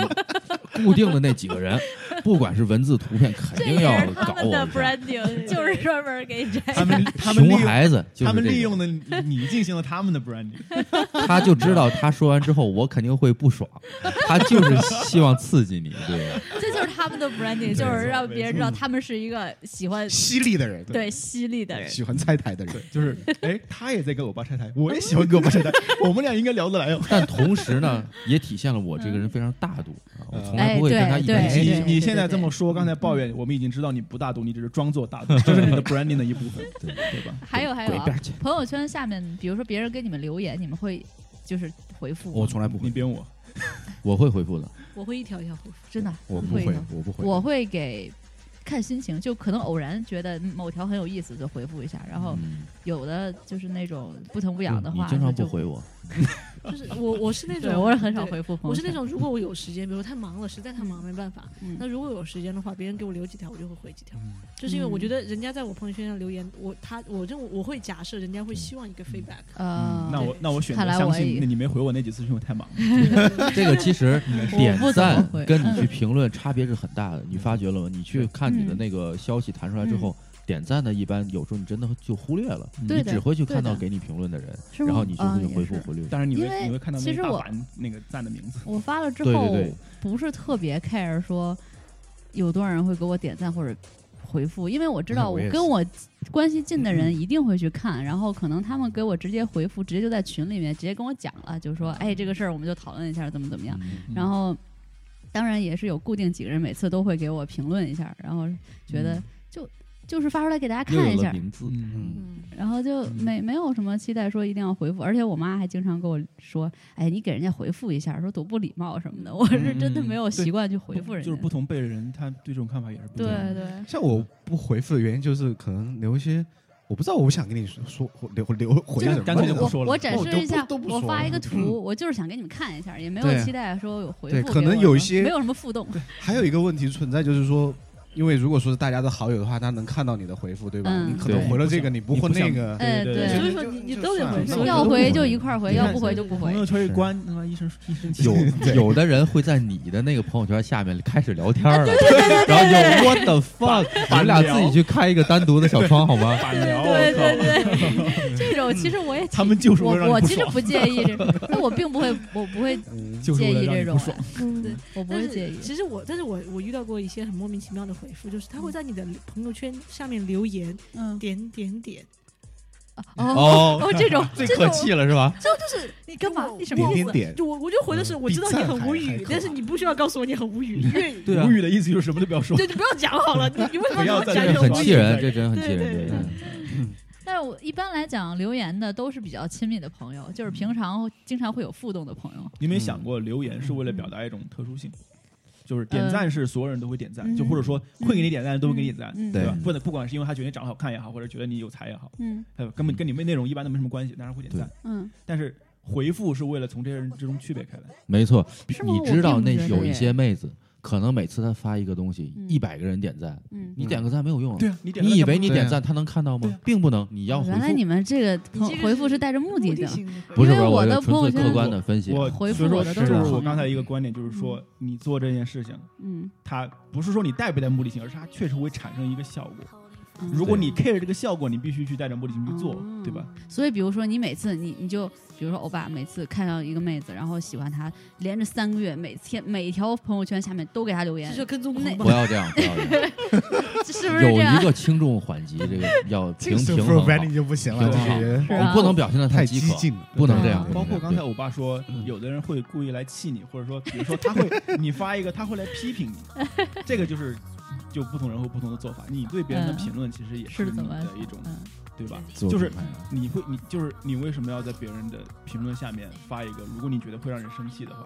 Speaker 2: 固定的那几个人，不管是文字、图片，肯
Speaker 4: 这
Speaker 2: 定
Speaker 4: 也
Speaker 2: 要
Speaker 4: 是他
Speaker 2: 搞
Speaker 4: 们
Speaker 2: 我
Speaker 4: 的
Speaker 2: 一下。
Speaker 4: branding，就是专门给你摘。
Speaker 5: 他们 他们利
Speaker 2: 熊
Speaker 5: 用
Speaker 2: 孩子就是
Speaker 5: 他们
Speaker 2: 这
Speaker 5: 利
Speaker 2: 种
Speaker 5: 用的你你进行了他们的 branding，
Speaker 2: 他就知道他说完之后，我肯定会 不爽，他就是希望刺激你，对，
Speaker 4: 这就是他们的 branding，就是让别人知道
Speaker 2: 嗯
Speaker 4: 他们是一个喜欢
Speaker 1: 犀利的人，
Speaker 4: 对犀利的人。
Speaker 1: 喜欢拆台的人，
Speaker 5: 就是哎，他也在跟我爸拆台，我也喜欢跟我爸拆台，我们俩应该聊得来哦。
Speaker 2: 但同时呢，也体现了我这个人非常大度啊，我从来
Speaker 4: 哎
Speaker 2: 不会跟他
Speaker 4: 对
Speaker 2: 一
Speaker 4: 对
Speaker 2: 般
Speaker 4: 对嗯
Speaker 2: 见
Speaker 5: 你
Speaker 2: 识。
Speaker 5: 你现在这么说，刚才抱怨，我们已经知道你不大度，你只是装作大度，这是你的 branding 的一部分，
Speaker 2: 对
Speaker 5: 对吧？
Speaker 4: 还有还有
Speaker 2: 滚一
Speaker 4: 啊
Speaker 2: 边，去！
Speaker 4: 朋友圈下面，比如说别人给你们留言，你们会就是回复吗
Speaker 2: 我从来不
Speaker 5: 你
Speaker 2: 会，
Speaker 5: 编我，
Speaker 2: 我会回复的，
Speaker 6: 我会一条一条回 复。
Speaker 4: 真的
Speaker 2: 我不
Speaker 4: 会
Speaker 2: 会
Speaker 4: 的，，
Speaker 2: 我不会。
Speaker 4: 我会给看心情，就可能偶然觉得某条很有意思就回复一下，然后
Speaker 2: 嗯
Speaker 4: 有的就是那种不疼不痒的话，
Speaker 2: 你经常
Speaker 4: 那就
Speaker 2: 不。回我，
Speaker 6: 就是我我是那
Speaker 4: 对，
Speaker 6: 种
Speaker 4: 我是很少
Speaker 6: 对
Speaker 4: 回复朋友
Speaker 6: 我是
Speaker 4: 圈。
Speaker 6: 那种，如果我有时间，比如太忙了，实在太忙没办法。
Speaker 4: 嗯
Speaker 6: 那如果有时间的话，别人给我留几条，我就会回几条。就是因为我觉得
Speaker 4: 嗯
Speaker 6: 人家在我朋友圈上留言，我他我认为我会假设人家会希望一
Speaker 4: 嗯
Speaker 6: 个 feedback。
Speaker 4: 呃，
Speaker 5: 那我那我选择
Speaker 4: 看来我
Speaker 5: 相
Speaker 4: 也
Speaker 5: 信，那你没回我那几次是因为太忙了。
Speaker 2: 这个其 实点
Speaker 4: 我不怎么
Speaker 2: 赞
Speaker 4: 回
Speaker 2: 跟你去评论差别是很大的，你发觉了吗？你去看你的
Speaker 4: 嗯
Speaker 2: 那个消息弹出来之后，点赞的一般有时候你真的就忽略了，
Speaker 4: 对
Speaker 2: 你
Speaker 4: 的
Speaker 2: 只会去看到
Speaker 4: 对的
Speaker 2: 给你评论的人，
Speaker 4: 是吗
Speaker 2: 然后你就
Speaker 4: 啊
Speaker 2: 会
Speaker 4: 也
Speaker 2: 回复
Speaker 4: 是
Speaker 2: 回复。
Speaker 5: 当然你
Speaker 4: 因为
Speaker 5: 会你会看到那
Speaker 4: 其实
Speaker 5: 个
Speaker 4: 我
Speaker 5: 大阪那个赞的名字，
Speaker 4: 我发了之
Speaker 2: 对对
Speaker 4: 后，
Speaker 2: 对
Speaker 4: 不是特别 care 说有多少人会给我点赞或者回复，因为我知道
Speaker 1: 嗯
Speaker 4: 我
Speaker 1: 我也是
Speaker 4: 跟我关系近的人一定会去看，然后可能他们给我直接回复，直接就在群里面直接跟我讲了，就说哎这个事儿我们就讨论一下怎么怎么样，
Speaker 2: 嗯
Speaker 4: 然后当然也是有固定几个人每次都会给我评论一下，然后觉得就、就是发出来给大家
Speaker 2: 又
Speaker 4: 看一
Speaker 2: 有了
Speaker 4: 下，
Speaker 2: 名字，
Speaker 5: 嗯，
Speaker 6: 嗯，
Speaker 4: 然后就没没有什么期待说一定要回复，而且我妈还经常跟我说：“哎，你给人家回复一下，说多不礼貌什么的。”我是真的没有习惯去回复人家。
Speaker 5: 就是嗯不同辈的人，他对这种看法也是不一
Speaker 4: 对
Speaker 5: 样的。
Speaker 4: 对，
Speaker 1: 像我不回复的原因就是可能留一些，我不知道我不想跟你说说留留回什么，
Speaker 5: 干脆就不
Speaker 4: 我
Speaker 5: 说了
Speaker 4: 我展
Speaker 1: 我
Speaker 4: 示
Speaker 1: 都
Speaker 4: 一下
Speaker 1: 都，不
Speaker 4: 我
Speaker 1: 说
Speaker 4: 发
Speaker 1: 了
Speaker 4: 一
Speaker 5: 嗯
Speaker 4: 个图，我就是想给你们看一下，也没
Speaker 1: 对
Speaker 4: 有
Speaker 1: 啊
Speaker 4: 期待说有回
Speaker 1: 对
Speaker 4: 复给我什么。
Speaker 1: 可能有一些
Speaker 4: 没有什么互动。
Speaker 1: 还有一个问题存在，就是说，因为如果说是大家的好友的话，他能看到你的回复，对吧？
Speaker 4: 嗯
Speaker 1: 你可能
Speaker 2: 对
Speaker 1: 回了这个，你不回那个，
Speaker 4: 哎
Speaker 5: 对
Speaker 1: 对
Speaker 6: 所
Speaker 4: 对，
Speaker 6: 以说你你都得回
Speaker 1: 就
Speaker 6: 复
Speaker 1: 算了，
Speaker 4: 要回就
Speaker 2: 回
Speaker 4: 一块儿回，
Speaker 2: 对
Speaker 4: 要不回就不
Speaker 5: 朋
Speaker 4: 回。
Speaker 5: 友圈一
Speaker 2: 是
Speaker 5: 关，他妈一生一生 气
Speaker 2: 有
Speaker 1: 对
Speaker 2: 有的人会在你的那个朋友圈下面开始聊天了，
Speaker 4: 啊对
Speaker 2: 然后有 what the fuck，你
Speaker 5: 反
Speaker 2: 们俩自己去开一个单独的小窗好吗？
Speaker 5: 反聊，
Speaker 4: 对
Speaker 5: 我
Speaker 4: 对
Speaker 5: 靠，
Speaker 4: 对，这种其实我也
Speaker 5: 他们就是为了
Speaker 4: 我
Speaker 5: 让
Speaker 4: 我
Speaker 5: 你不
Speaker 4: 其实
Speaker 5: 爽，
Speaker 4: 不介意 这，那我并不会，我不会
Speaker 1: 嗯
Speaker 5: 就是
Speaker 4: 介
Speaker 5: 为了
Speaker 4: 意
Speaker 5: 让
Speaker 4: 这
Speaker 5: 你
Speaker 4: 种
Speaker 5: 不爽。
Speaker 6: 嗯
Speaker 4: 对我不
Speaker 6: 但
Speaker 4: 会
Speaker 6: 是
Speaker 4: 介意。
Speaker 6: 其实我，但是我我遇到过一些很莫名其妙的回复，就是他会在你的朋友圈下面留言
Speaker 4: 嗯，
Speaker 6: 点点点，
Speaker 4: 哦
Speaker 2: 哦，
Speaker 4: 哦，这 种
Speaker 2: 最
Speaker 4: 这
Speaker 2: 可
Speaker 4: 种
Speaker 2: 气 了是吧？
Speaker 4: 你干嘛
Speaker 6: 我？
Speaker 4: 你什
Speaker 1: 点
Speaker 4: 么意
Speaker 1: 点
Speaker 4: 思？
Speaker 1: 点，
Speaker 6: 就我我就回的是我知道你很
Speaker 1: 嗯 B 站还
Speaker 6: 无
Speaker 1: 还
Speaker 6: 语
Speaker 1: 可，
Speaker 6: 但是你不需要告诉我你很无语，因为
Speaker 2: 对啊
Speaker 5: 无语的意思就是什么都不要说。
Speaker 6: 对，你不要讲好了，你你为什么
Speaker 5: 不要
Speaker 6: 要
Speaker 5: 再
Speaker 6: 讲
Speaker 5: 这
Speaker 6: 你
Speaker 5: 个
Speaker 2: 很
Speaker 6: 无
Speaker 2: 气
Speaker 6: 语
Speaker 2: 人，这真很气
Speaker 6: 对
Speaker 2: 人，嗯
Speaker 6: 对
Speaker 2: 对
Speaker 5: 对
Speaker 4: 但是我一般来讲，留言的都是比较亲密的朋友，就是
Speaker 2: 嗯
Speaker 4: 平常经常会有互动的朋友。
Speaker 5: 你有没有想过，留言是为了表达一种特殊性，就是点赞是所有人都会点赞，
Speaker 4: 嗯
Speaker 5: 就或者说会给你点赞都会给你点赞，
Speaker 4: 嗯，
Speaker 5: 对吧
Speaker 2: 嗯？
Speaker 5: 不能不管是因为他觉得你长得好看也好，或者觉得你有才也好，
Speaker 4: 嗯
Speaker 5: 他根本跟你们内容一般都没什么关系，但是会点赞。
Speaker 4: 嗯
Speaker 5: 但是回复是为了从这些人之中区别开来。
Speaker 2: 没错，
Speaker 4: 是吗
Speaker 2: 你知道
Speaker 4: 我并
Speaker 2: 那
Speaker 4: 不觉得
Speaker 2: 有一
Speaker 4: 耶
Speaker 2: 些妹子，可能每次她发一个东西，
Speaker 4: 嗯
Speaker 2: 一百个人点赞，
Speaker 4: 嗯，
Speaker 2: 你点个赞没有用啊。
Speaker 5: 对啊，你点
Speaker 2: 你以为你
Speaker 1: 对啊
Speaker 2: 点赞她能看到
Speaker 5: 对
Speaker 2: 吗
Speaker 5: 啊？
Speaker 2: 并不能，你要回
Speaker 4: 哦原来你
Speaker 2: 复。
Speaker 4: 们这个朋
Speaker 6: 这个
Speaker 4: 回复是带着目的
Speaker 6: 的
Speaker 4: 的，
Speaker 6: 性的回
Speaker 2: 不是
Speaker 4: 因
Speaker 2: 不
Speaker 4: 为
Speaker 2: 是，
Speaker 4: 我的
Speaker 2: 就纯粹
Speaker 4: 朋友
Speaker 2: 客
Speaker 4: 圈
Speaker 2: 观的分析啊。
Speaker 5: 我
Speaker 4: 回复
Speaker 5: 所以说
Speaker 4: 我的
Speaker 5: 这
Speaker 4: 都
Speaker 5: 就是是
Speaker 4: 好
Speaker 5: 我
Speaker 4: 人
Speaker 5: 刚才一个观点，就是说你做这件事情，
Speaker 7: 嗯，
Speaker 5: 它不是说你带不带目的性，而是它确实会产生一个效果。
Speaker 7: 嗯
Speaker 5: 如果你 care 这个效果，你必须去带着目的性去做，
Speaker 4: 哦
Speaker 5: 对吧？
Speaker 4: 所以，比如说你每次你你就，比如说欧巴每次看到一个妹子，然后喜欢她，连着三个月，每天每条朋友圈下面都给她留言
Speaker 6: 这，就跟踪狂吧
Speaker 2: 不要这样，不要这样。
Speaker 4: 这是 不是这
Speaker 2: 有
Speaker 4: 样
Speaker 2: 一？个轻重 缓急，这个要平
Speaker 1: 这
Speaker 2: 平
Speaker 1: 个
Speaker 2: 衡好。
Speaker 1: branding 就不行了，
Speaker 2: 平衡好
Speaker 1: 这
Speaker 4: 是
Speaker 1: 是
Speaker 2: 我
Speaker 4: 啊
Speaker 2: 们不能表现的
Speaker 1: 太
Speaker 2: 饥
Speaker 1: 激
Speaker 2: 渴，
Speaker 1: 进了，
Speaker 2: 不能这
Speaker 4: 对
Speaker 2: 样
Speaker 4: 啊。
Speaker 1: 嗯
Speaker 2: 不
Speaker 5: 包
Speaker 2: 能这
Speaker 5: 括
Speaker 2: 样
Speaker 5: 刚才
Speaker 2: 对
Speaker 5: 我爸说，有的人会故意来气你，或者说，比如说他会，你发一个，他会来批评你，这个就是就不同人会不同的做法。你对别人的
Speaker 4: 嗯
Speaker 5: 评论其实也
Speaker 4: 是
Speaker 5: 你
Speaker 4: 怎么
Speaker 5: 的一种，
Speaker 4: 嗯
Speaker 5: 对吧？
Speaker 1: 自我
Speaker 5: 就是
Speaker 2: 哎
Speaker 1: 评判啊
Speaker 5: 你会，你就是你为什么要在别人的评论下面发一个？如果你觉得会让人生气的话，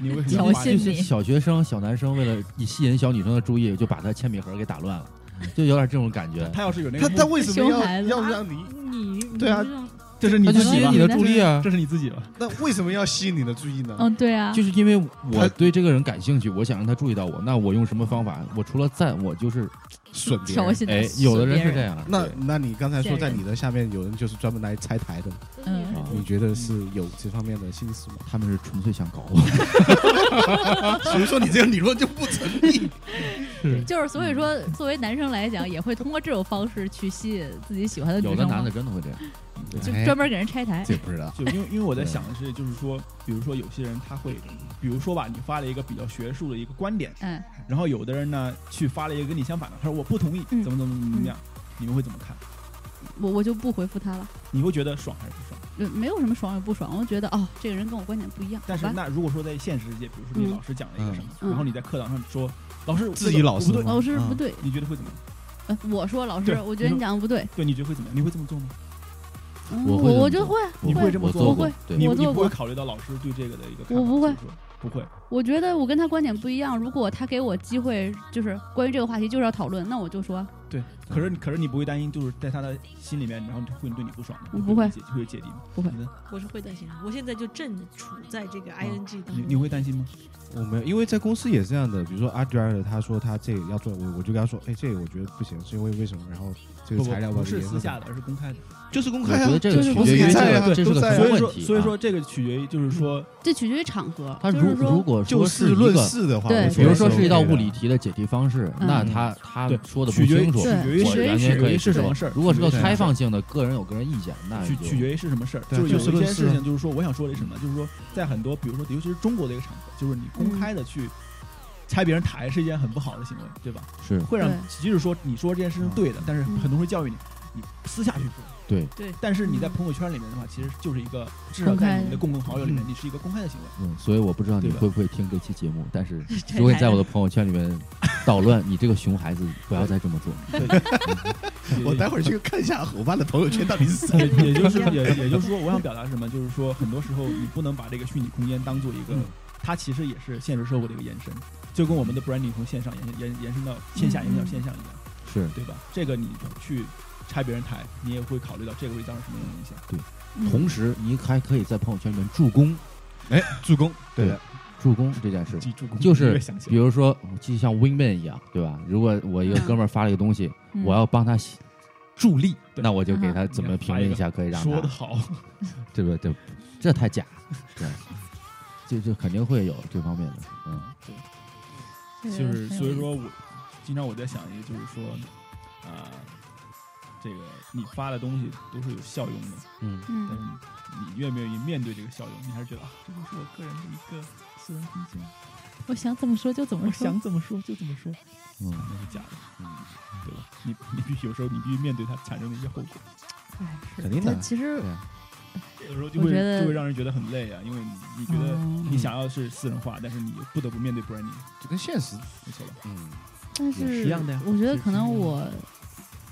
Speaker 5: 你为什么要
Speaker 4: 挑
Speaker 5: 发
Speaker 4: 衅
Speaker 2: 这
Speaker 5: 一个？
Speaker 2: 些
Speaker 4: 你
Speaker 2: 小学生、小男生为了吸引小女生的注意，就把她铅笔盒给打乱了，
Speaker 5: 嗯
Speaker 2: 就有点这种感觉。
Speaker 5: 他要是有那
Speaker 1: 他
Speaker 5: 个目
Speaker 1: 他为什么
Speaker 4: 熊孩
Speaker 1: 要要
Speaker 4: 子
Speaker 1: 让你？
Speaker 6: 你
Speaker 1: 对啊，
Speaker 6: 你这种
Speaker 5: 这是你
Speaker 2: 他就
Speaker 5: 自
Speaker 2: 吸
Speaker 5: 己
Speaker 2: 引
Speaker 5: 吧
Speaker 2: 你？的注意啊，
Speaker 5: 这是你自己吧？
Speaker 1: 那为什么要吸引你的注意呢？
Speaker 4: 哦，对啊，
Speaker 2: 就是因为我
Speaker 1: 他
Speaker 2: 对这个人感兴趣，我想让他注意到我，那我用什么方法？我除了赞，我就是
Speaker 1: 损别
Speaker 4: 挑
Speaker 1: 人。
Speaker 4: 衅的。
Speaker 2: 哎，有的人是这
Speaker 4: 样，
Speaker 2: 样，
Speaker 1: 那
Speaker 2: 对
Speaker 1: 那你刚才说
Speaker 4: 见
Speaker 1: 在
Speaker 4: 人
Speaker 1: 你的下面有人就是专门来拆台的，
Speaker 4: 嗯，
Speaker 2: 啊
Speaker 1: 你觉得是有这方面的心思吗？
Speaker 2: 他们是纯粹想搞我。
Speaker 4: 嗯
Speaker 1: 所以说你这个理论就不成立。
Speaker 4: 就是所以说，作为男生来讲，也会通过这种方式去吸引自己喜欢的女
Speaker 2: 有
Speaker 4: 生
Speaker 2: 的
Speaker 4: 吗
Speaker 2: 男的真的会这样，
Speaker 4: 就专门给人拆台
Speaker 1: 哎，这不知道，
Speaker 5: 就因为因为我在想的是，就是说，比如说有些人他会，比如说吧，你发了一个比较学术的一个观点，
Speaker 4: 嗯，
Speaker 5: 然后有的人呢去发了一个跟你相反的，他说我不同意，
Speaker 4: 嗯
Speaker 5: 怎么怎么怎么样，你们会怎么看？
Speaker 4: 我我就不回复他了，
Speaker 5: 你会觉得爽还是不爽？
Speaker 4: 呃没有什么爽与不爽，我觉得哦，这个人跟我观点不一样，
Speaker 5: 但是
Speaker 4: 好吧
Speaker 5: 那如果说在现实世界，比如说
Speaker 4: 嗯
Speaker 5: 你老师讲了一个什么，
Speaker 4: 嗯
Speaker 5: 然后你在课堂上说老师
Speaker 1: 自己老师
Speaker 5: 不对，
Speaker 1: 吗
Speaker 4: 老师
Speaker 1: 嗯
Speaker 4: 不对，
Speaker 5: 你觉得会怎么样？
Speaker 4: 呃我说老师
Speaker 5: 对，
Speaker 4: 我觉得你
Speaker 5: 你说
Speaker 4: 讲的不对，
Speaker 5: 对，你觉得会怎么样？你会这么做吗？
Speaker 4: 嗯
Speaker 2: 我会
Speaker 4: 我
Speaker 2: 这
Speaker 4: 我就
Speaker 2: 么做
Speaker 4: 会，
Speaker 5: 你
Speaker 4: 会
Speaker 5: 会这么
Speaker 2: 我
Speaker 5: 做
Speaker 2: 做
Speaker 4: 过
Speaker 5: 吗？
Speaker 2: 过，
Speaker 5: 你
Speaker 2: 对，
Speaker 4: 我
Speaker 5: 你
Speaker 4: 做
Speaker 5: 不
Speaker 4: 过
Speaker 5: 会考虑到老师对这个的一个看法？
Speaker 4: 我不会
Speaker 5: 就是说，不会。
Speaker 4: 我觉得我跟他观点不一样，如果他给我机会，就是关于这个话题就是要讨论，那我就说
Speaker 5: 对，可
Speaker 1: 嗯
Speaker 5: 是你可是你不会担心，就是在他的心里面，然后会对你不爽吗？
Speaker 4: 我
Speaker 5: 你
Speaker 4: 不会
Speaker 5: 有芥会有芥蒂吗？
Speaker 4: 不会
Speaker 5: 你的
Speaker 6: 我是会担心的，我现在就正处在这个 ing 当
Speaker 5: 你
Speaker 6: 中。
Speaker 5: 你会担心吗？
Speaker 1: 我没有，因为在公司也是这样的。比如说阿迪尔，他说他这个要做，我我就跟他说，哎，这个我觉得不行，是因为为什么？然后这个
Speaker 5: 不不
Speaker 1: 材料吧，
Speaker 5: 不是私下
Speaker 1: 的，
Speaker 5: 的，而是公开的。
Speaker 1: 就是公
Speaker 2: 我
Speaker 1: 开
Speaker 2: 觉
Speaker 1: 啊
Speaker 2: 得。这个
Speaker 4: 就是
Speaker 2: 取
Speaker 4: 公
Speaker 2: 决于
Speaker 4: 司
Speaker 2: 这
Speaker 1: 开
Speaker 2: 个
Speaker 1: 啊
Speaker 2: 这是个
Speaker 1: 都在啊
Speaker 2: 什
Speaker 5: 所
Speaker 2: 么
Speaker 5: 以
Speaker 2: 问
Speaker 5: 说，
Speaker 2: 题啊？
Speaker 5: 所以说这个取决于，就是说，
Speaker 4: 这取决于场合，
Speaker 2: 他
Speaker 4: 就是
Speaker 2: 如
Speaker 4: 说
Speaker 2: 如果
Speaker 1: 就
Speaker 2: 说
Speaker 1: 事
Speaker 2: 一
Speaker 1: 论
Speaker 2: 个
Speaker 1: 事的话，
Speaker 4: 对
Speaker 1: 我
Speaker 2: 比如说
Speaker 1: 是
Speaker 2: 是一道物理
Speaker 1: OK 的，
Speaker 2: 题的解题方式，
Speaker 4: 嗯
Speaker 2: 那他他
Speaker 5: 对
Speaker 2: 说的不
Speaker 5: 取决于
Speaker 2: 清楚，
Speaker 5: 取
Speaker 4: 对
Speaker 5: 决于
Speaker 2: 我
Speaker 5: 是
Speaker 2: 完
Speaker 4: 取
Speaker 2: 全
Speaker 5: 取
Speaker 2: 可
Speaker 5: 决
Speaker 2: 以
Speaker 5: 于是什
Speaker 2: 对
Speaker 5: 么事儿。
Speaker 2: 如果是
Speaker 5: 取决
Speaker 2: 个
Speaker 5: 于什么
Speaker 2: 开
Speaker 5: 事儿
Speaker 2: 放性的，个人有个人意见，那
Speaker 5: 取
Speaker 2: 就
Speaker 5: 取决于是什么事儿，
Speaker 1: 对
Speaker 5: 就是
Speaker 1: 就
Speaker 5: 有
Speaker 1: 事
Speaker 5: 一
Speaker 1: 论
Speaker 5: 些
Speaker 1: 事
Speaker 5: 事情，就是说我想说的是什么，就是说在很多，比如说尤其是中国的一个场合，就是你
Speaker 4: 嗯
Speaker 5: 公开的去拆别人台是一件很不好的行为，对吧？
Speaker 2: 是
Speaker 5: 会让
Speaker 4: 对嗯
Speaker 5: 即使说你说这件事情对
Speaker 1: 嗯
Speaker 5: 的，但是很多人会教育你，你私下去说。
Speaker 2: 对
Speaker 6: 对
Speaker 5: 但是你在朋友圈里面的话，其实就是一个至少
Speaker 4: 公开
Speaker 5: 在
Speaker 4: 的
Speaker 5: 你的公共好友里面
Speaker 1: 嗯，
Speaker 5: 你是一个公开的行为。
Speaker 2: 嗯，所以我不知道你
Speaker 5: 对吧
Speaker 2: 会不会听这期节目，但是如果你在我的朋友圈里面捣乱，你这个熊孩子不要再这么 做。
Speaker 5: 也
Speaker 1: 我待会儿去看一下伙伴的朋友圈到底是谁。
Speaker 5: 也 也 就是也也就是说，我想表达什么，就是说很多时候你不能把这个虚拟空间当做一个
Speaker 1: 嗯，
Speaker 5: 它其实也是现实社会的一个延伸，就跟我们的 branding 从线上延延延伸到线下，延
Speaker 2: 嗯
Speaker 5: 伸到线上一样，
Speaker 2: 是
Speaker 5: 对吧？这个你去拆别人台，你也会考虑到这个会造成什么样的影响。
Speaker 4: 嗯
Speaker 2: 同时你还可以在朋友圈里面助攻，
Speaker 1: 哎，助攻，对的，
Speaker 2: 助攻这件 事，
Speaker 5: 记住，
Speaker 2: 就是
Speaker 5: 想
Speaker 2: 比如说就像 Winman 一样，对吧？如果我一个哥们儿发了一个东西，
Speaker 4: 嗯
Speaker 2: 我要帮他写助力，
Speaker 5: 对
Speaker 2: 那我就给他怎么评论一 下，可以让
Speaker 5: 说的
Speaker 2: 他
Speaker 5: 好，
Speaker 2: 这不这这太假，对，就就肯定会有这方面的，嗯。
Speaker 4: 这个
Speaker 5: 就是
Speaker 4: 很有
Speaker 5: 所以
Speaker 4: 意思
Speaker 5: 说我经常我在想一个，就是说，啊、这个你发的东西都是有效用的，
Speaker 2: 嗯，
Speaker 5: 但是
Speaker 4: 嗯，
Speaker 5: 你愿不愿意面对这个效用？你还是觉得啊，这就是我个人的一个私人空间，
Speaker 4: 我想怎么说就怎
Speaker 5: 我
Speaker 4: 么说
Speaker 5: 想，怎么说就怎么说，
Speaker 2: 嗯，
Speaker 5: 那是假的，对吧？你你必须有时候你必须面对它产生的一些后果，
Speaker 4: 哎是
Speaker 1: 肯定的
Speaker 4: 这其实
Speaker 1: 对
Speaker 5: 有时候就
Speaker 4: 我
Speaker 5: 会
Speaker 4: 觉得
Speaker 5: 就会让人觉得很累啊，因为你你觉得
Speaker 4: 哦
Speaker 5: 你想要是私人化，但是你又不得不面对 branding，
Speaker 1: 就跟现实，
Speaker 5: 没错吧？
Speaker 1: 嗯，
Speaker 4: 但
Speaker 1: 也
Speaker 4: 是
Speaker 5: 是一样的呀
Speaker 4: 我觉得
Speaker 5: 是
Speaker 4: 可
Speaker 5: 是一
Speaker 4: 能
Speaker 5: 样的
Speaker 4: 我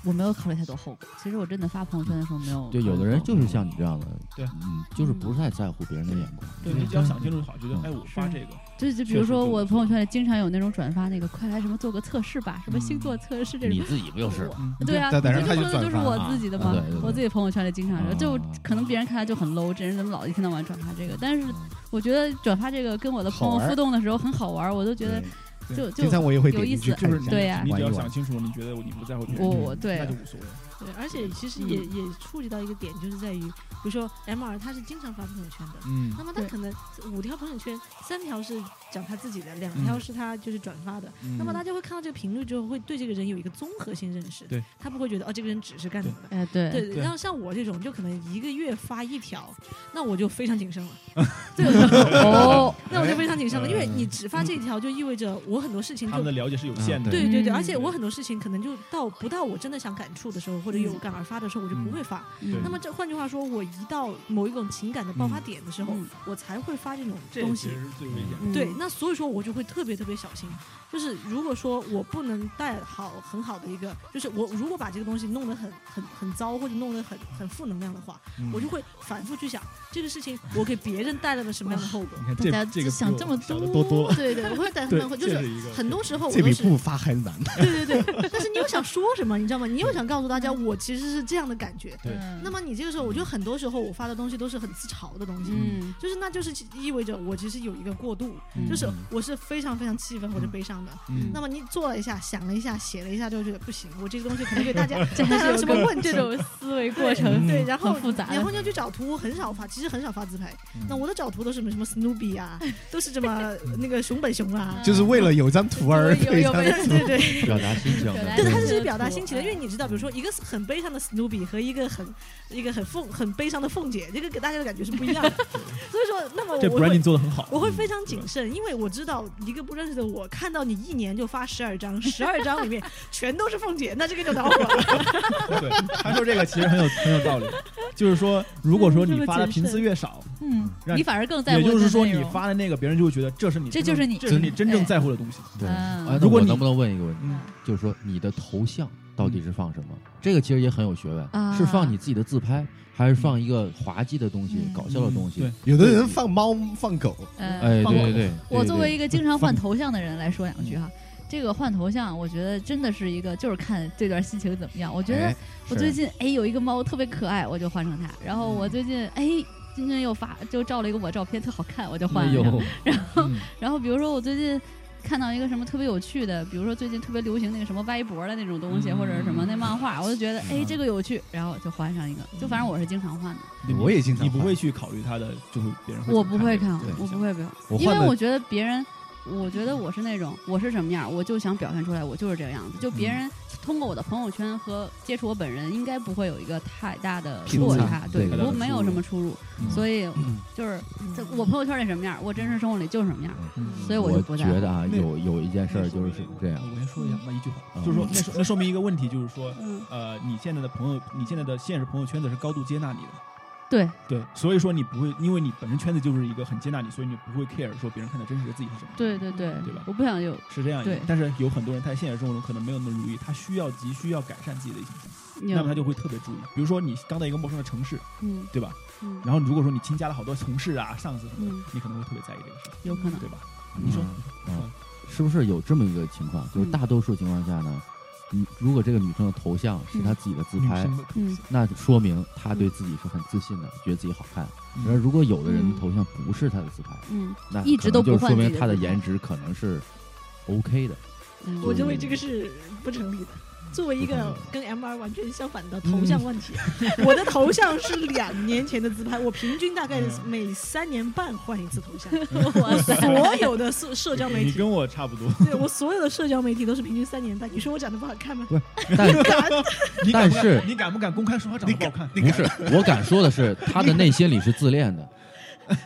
Speaker 4: 我没有考虑太多后果。其实我真的发朋友圈的时候没有考虑
Speaker 2: 对，
Speaker 4: 后果。
Speaker 2: 有的人就是像你这样的，
Speaker 5: 嗯对
Speaker 2: 嗯，就是不是太在乎别人的眼光。
Speaker 5: 就
Speaker 4: 对
Speaker 5: 你只要
Speaker 4: 对
Speaker 5: 想清楚就好，觉得
Speaker 2: 嗯
Speaker 5: 哎，我发
Speaker 4: 是
Speaker 5: 这个，
Speaker 4: 就就比
Speaker 5: 确
Speaker 4: 如
Speaker 5: 实
Speaker 4: 说
Speaker 5: 对
Speaker 4: 我朋友圈里经常有那种转发那个快来什么做个测试吧，什么星座测试这种
Speaker 2: 你。自己不就是 吗？
Speaker 5: 嗯，
Speaker 4: 对啊，
Speaker 1: 但
Speaker 4: 我
Speaker 1: 但
Speaker 4: 就是
Speaker 1: 他
Speaker 4: 说
Speaker 1: 就
Speaker 4: 的
Speaker 1: 转
Speaker 4: 就是
Speaker 1: 发
Speaker 4: 我
Speaker 1: 啊
Speaker 4: 自己的
Speaker 2: 啊
Speaker 4: 嘛
Speaker 2: 对对，
Speaker 4: 我自己朋友圈里经常有，就
Speaker 2: 啊
Speaker 4: 可能别人看来就很 low，这人怎么老一天到晚转发这个？但是我觉得转发这个跟我的朋
Speaker 1: 好玩
Speaker 4: 友
Speaker 1: 儿
Speaker 4: 互动的时候很好玩儿，我都觉得
Speaker 1: 对
Speaker 5: 对
Speaker 4: 就就
Speaker 1: 经常我也会点
Speaker 4: 有意
Speaker 1: 进去
Speaker 4: 思
Speaker 1: 看
Speaker 5: 就是
Speaker 1: 一
Speaker 5: 你
Speaker 1: 下，
Speaker 4: 对呀
Speaker 5: 你只要
Speaker 1: 玩一玩
Speaker 5: 想清楚，你觉得你不在乎别人，
Speaker 4: 我我
Speaker 5: 那
Speaker 4: 对啊
Speaker 5: 就无所谓。
Speaker 6: 对，而且其实也、也触及到一个点，就是在于，比如说 M R 他是经常发朋友圈的，
Speaker 5: 嗯
Speaker 6: 哦那么他
Speaker 4: 对
Speaker 6: 可能五条朋友圈，三条是讲他自己的，两
Speaker 5: 嗯
Speaker 6: 条是他就是转发的，那么他就会看到这个频率之后，会对这个人有一个综合性认识，
Speaker 5: 对，
Speaker 6: 他不会觉得哦这个人只是干什么的。
Speaker 4: 哎对，
Speaker 6: 对，
Speaker 5: 对
Speaker 6: 然后像我这种，就可能一个月发一条，那我就非常谨慎了。对， 我就
Speaker 4: 哦，
Speaker 6: 那我就非常谨慎了，因为
Speaker 5: 哎
Speaker 6: 你只发这一条，就意味着我很多事情
Speaker 5: 他
Speaker 6: 就
Speaker 5: 们的了解是有
Speaker 2: 啊
Speaker 5: 限的，
Speaker 6: 对对对，
Speaker 4: 嗯
Speaker 6: 而且我很多事情可能就到不到我真的想感触的时候，或者有感而发的时候，我就不会发。
Speaker 4: 嗯
Speaker 5: 对
Speaker 6: 那么这换句话说，我一到某一种情感的爆发点的时候，
Speaker 4: 嗯
Speaker 6: 我才会发这种
Speaker 5: 这
Speaker 6: 东
Speaker 5: 其
Speaker 6: 西。
Speaker 5: 实是最危险的。
Speaker 4: 嗯
Speaker 6: 对，那所以说我就会特别特别小心。就是如果说我不能带好很好的一个，就是我如果把这个东西弄得很很很糟，或者弄得很很负能量的话，
Speaker 5: 嗯
Speaker 6: 我就会反复去想这个事情我给别人带来了什么样的后果。
Speaker 5: 你
Speaker 4: 大
Speaker 5: 看
Speaker 4: 家
Speaker 5: 这这个
Speaker 4: 想
Speaker 5: 比
Speaker 4: 这
Speaker 5: 我
Speaker 4: 么
Speaker 5: 想得多多，
Speaker 6: 对对，我会带他
Speaker 5: 对
Speaker 6: 们，，就
Speaker 5: 这
Speaker 6: 是
Speaker 5: 是一个
Speaker 6: 很多时候我
Speaker 1: 这
Speaker 6: 都
Speaker 1: 比
Speaker 6: 是
Speaker 1: 不发还 难。
Speaker 6: 对对对，但是你又想说什么，你知道吗？你又想告诉大家，我其实是这样的感觉。
Speaker 5: 对
Speaker 4: 嗯
Speaker 6: 那么你这个时候，我觉得很多时候我发的东西都是很自嘲的东西，
Speaker 4: 嗯
Speaker 6: 就是那就是意味着我其实有一个过渡，
Speaker 5: 嗯
Speaker 6: 就是我是非常非常气愤或者悲伤的。
Speaker 5: 嗯
Speaker 6: 那么你做了一下，想了一下，写了一下，就觉得不行，我这个东西可能对大 家
Speaker 4: 这
Speaker 6: 大家有
Speaker 4: 还
Speaker 6: 什
Speaker 4: 是
Speaker 6: 么
Speaker 4: 有
Speaker 6: 问
Speaker 4: 个
Speaker 6: 题
Speaker 4: 这？种思维过
Speaker 6: 对
Speaker 4: 程，
Speaker 6: 对，然后
Speaker 4: 很复杂的
Speaker 6: 然后你要去找图，我很少发，其实很少发自拍。那我的找图都是什么什么 Snoopy 啊，都是什么那个熊本熊啊，
Speaker 1: 就是为了有张图而
Speaker 4: 有有
Speaker 1: 非常
Speaker 4: 有
Speaker 6: 对对对。
Speaker 2: 表达心情
Speaker 4: 表达
Speaker 2: 的，
Speaker 6: 对，
Speaker 4: 心
Speaker 6: 它
Speaker 4: 情
Speaker 6: 就是
Speaker 4: 的
Speaker 6: 表达
Speaker 4: 图
Speaker 6: 心情的，因为你知道，比如说一个很悲伤的 Snoopy 和一个很一个很凤很悲伤的凤姐，这个给大家的感觉是不一 样的。所以说，那么
Speaker 5: 这
Speaker 6: 我会
Speaker 5: branding 做的很好，
Speaker 6: 我会非常谨慎，因为我知道一个不认识的我看到你一年就发十二张，十二张里面全都是凤姐，那这个就恼火了。
Speaker 5: 对，他说这个其实很有很有 道理，就是说，如果说你发的频次越少，
Speaker 4: 嗯，
Speaker 5: 让
Speaker 4: 你反而更在乎
Speaker 5: 也
Speaker 4: 这个内容，
Speaker 5: 就是说你发的那个，别人就会觉得这是你
Speaker 4: 这就
Speaker 5: 真正，
Speaker 4: 是你
Speaker 5: 这是你真正在乎的东西。
Speaker 2: 对，
Speaker 4: 嗯
Speaker 2: 哎，那
Speaker 5: 如果
Speaker 2: 我
Speaker 5: 你
Speaker 2: 能不能问一个问题，
Speaker 5: 嗯，
Speaker 2: 就是说你的头像到底是放什么？这个其实也很有学问，
Speaker 4: 啊
Speaker 2: 是放你自己的自拍，还是放一个滑稽的东西、
Speaker 4: 嗯
Speaker 2: 搞笑的东西
Speaker 5: 对？，
Speaker 1: 有的人放猫放狗，
Speaker 4: 嗯
Speaker 2: 哎，
Speaker 4: 放
Speaker 2: 对
Speaker 4: 过
Speaker 2: 对对，
Speaker 4: 我作为一
Speaker 2: 一
Speaker 4: 个经常 换头像的人来说两句哈，这个换头像，我觉得真的是一个，就是看这段心情怎么样。我觉得我最近哎有一个猫特别可爱，我就换成它。然后我最近哎今天又发就照了一个我照片特好看，我就
Speaker 5: 哎
Speaker 4: 换了一张。
Speaker 2: 有
Speaker 5: 嗯
Speaker 4: 然后比如说我最近。看到一个什么特别有趣的，比如说最近特别流行那个什么歪脖的那种东西，
Speaker 5: 嗯
Speaker 4: 或者是什么那漫画，我就觉得哎
Speaker 2: 嗯
Speaker 4: 这个有趣，然后就换上一个。就反正我是经常换的，
Speaker 5: 对
Speaker 1: 我也经常
Speaker 5: 你不
Speaker 1: 换
Speaker 5: 会去考虑他的，就是别人会怎么
Speaker 4: 我不会看
Speaker 5: 这个，
Speaker 4: 我
Speaker 5: 对
Speaker 4: 不会表，
Speaker 2: 我
Speaker 4: 因
Speaker 2: 换
Speaker 4: 为
Speaker 2: 的
Speaker 4: 我觉得别人，我觉得我是那种我是什么样，我就想表现出来，我就是这个样子。就别
Speaker 5: 嗯
Speaker 4: 人通过我的朋友圈和接触我本人，应该不会有一个太大的
Speaker 1: 偏
Speaker 4: 落
Speaker 1: 差
Speaker 4: 差，
Speaker 2: 对
Speaker 4: 对，
Speaker 2: 太
Speaker 5: 大的
Speaker 4: 不没
Speaker 5: 出入
Speaker 4: 有什么出入。
Speaker 5: 嗯
Speaker 4: 所以就是
Speaker 7: 嗯
Speaker 4: 这我朋友圈里什么样，我真实生活里就是什么样。
Speaker 5: 嗯
Speaker 4: 所以我就不
Speaker 2: 我
Speaker 4: 在
Speaker 2: 觉得啊，
Speaker 5: 那
Speaker 2: 有有一件事
Speaker 5: 那
Speaker 2: 儿
Speaker 5: 说
Speaker 2: 就
Speaker 5: 明
Speaker 2: 是这样，
Speaker 5: 哎我先说一下那一句话，
Speaker 2: 嗯
Speaker 5: 就是说，那说那说明一个问题，就是说，
Speaker 4: 嗯，
Speaker 5: 呃，你现在的朋友，你现在的现实朋友圈子是高度接纳你的，
Speaker 4: 对，
Speaker 5: 对，所以说你不会，因为你本身圈子就是一个很接纳你，所以你不会 care 说别人看到真实的自己是什么，
Speaker 4: 对对对
Speaker 5: 对吧
Speaker 4: 我不想有，
Speaker 5: 是这样一个
Speaker 4: 对。
Speaker 5: 但是有很多人他在现实生活中可能没有那么如意，他需要急需要改善自己的形象，
Speaker 4: 有
Speaker 5: 那么他就会特别注意。比如说你刚到一个陌生的城市，
Speaker 4: 嗯
Speaker 5: 对吧？
Speaker 4: 嗯
Speaker 5: 然后如果说你新加了好多同事啊、上司什么的，
Speaker 4: 嗯，
Speaker 5: 你可能会特别在意这个事情，
Speaker 4: 有可能
Speaker 5: 对吧？你说
Speaker 2: 嗯嗯是不是有这么一个情况？就是
Speaker 4: 嗯
Speaker 2: 大多数情况下呢，你如果这个女生的头像是她自己的自
Speaker 5: 女
Speaker 2: 拍，
Speaker 5: 生的
Speaker 4: 嗯
Speaker 2: 那说明她对自己是很自信的，觉得自己好看。
Speaker 5: 嗯
Speaker 2: 而如果有的人的
Speaker 4: 嗯
Speaker 2: 头像不是她的自拍，
Speaker 4: 嗯
Speaker 2: 那
Speaker 4: 一直都
Speaker 2: 可能
Speaker 4: 不
Speaker 2: 就
Speaker 4: 换
Speaker 2: 说
Speaker 4: 自己
Speaker 2: 明
Speaker 4: 的
Speaker 2: 她的
Speaker 4: 自拍
Speaker 2: 颜值可能是 OK 的。
Speaker 4: 嗯，
Speaker 6: 我认为这个是不成立的。作为一个跟 M R 完全相反的头像问题， 我的头像是两年前的自拍，我平均大概
Speaker 5: 嗯
Speaker 6: 每三年半换一次头像。
Speaker 4: 哇塞，
Speaker 6: 所有的社社交媒
Speaker 5: 你
Speaker 6: 体，
Speaker 5: 跟我差不多，
Speaker 6: 对我所有的社交媒体都是平均三年半。你说我长得不好看吗？
Speaker 5: 你敢不敢
Speaker 2: 但是
Speaker 5: 你敢不敢公开说他长得不好看？
Speaker 2: 不是，我敢说的是，她的内心里是自恋的，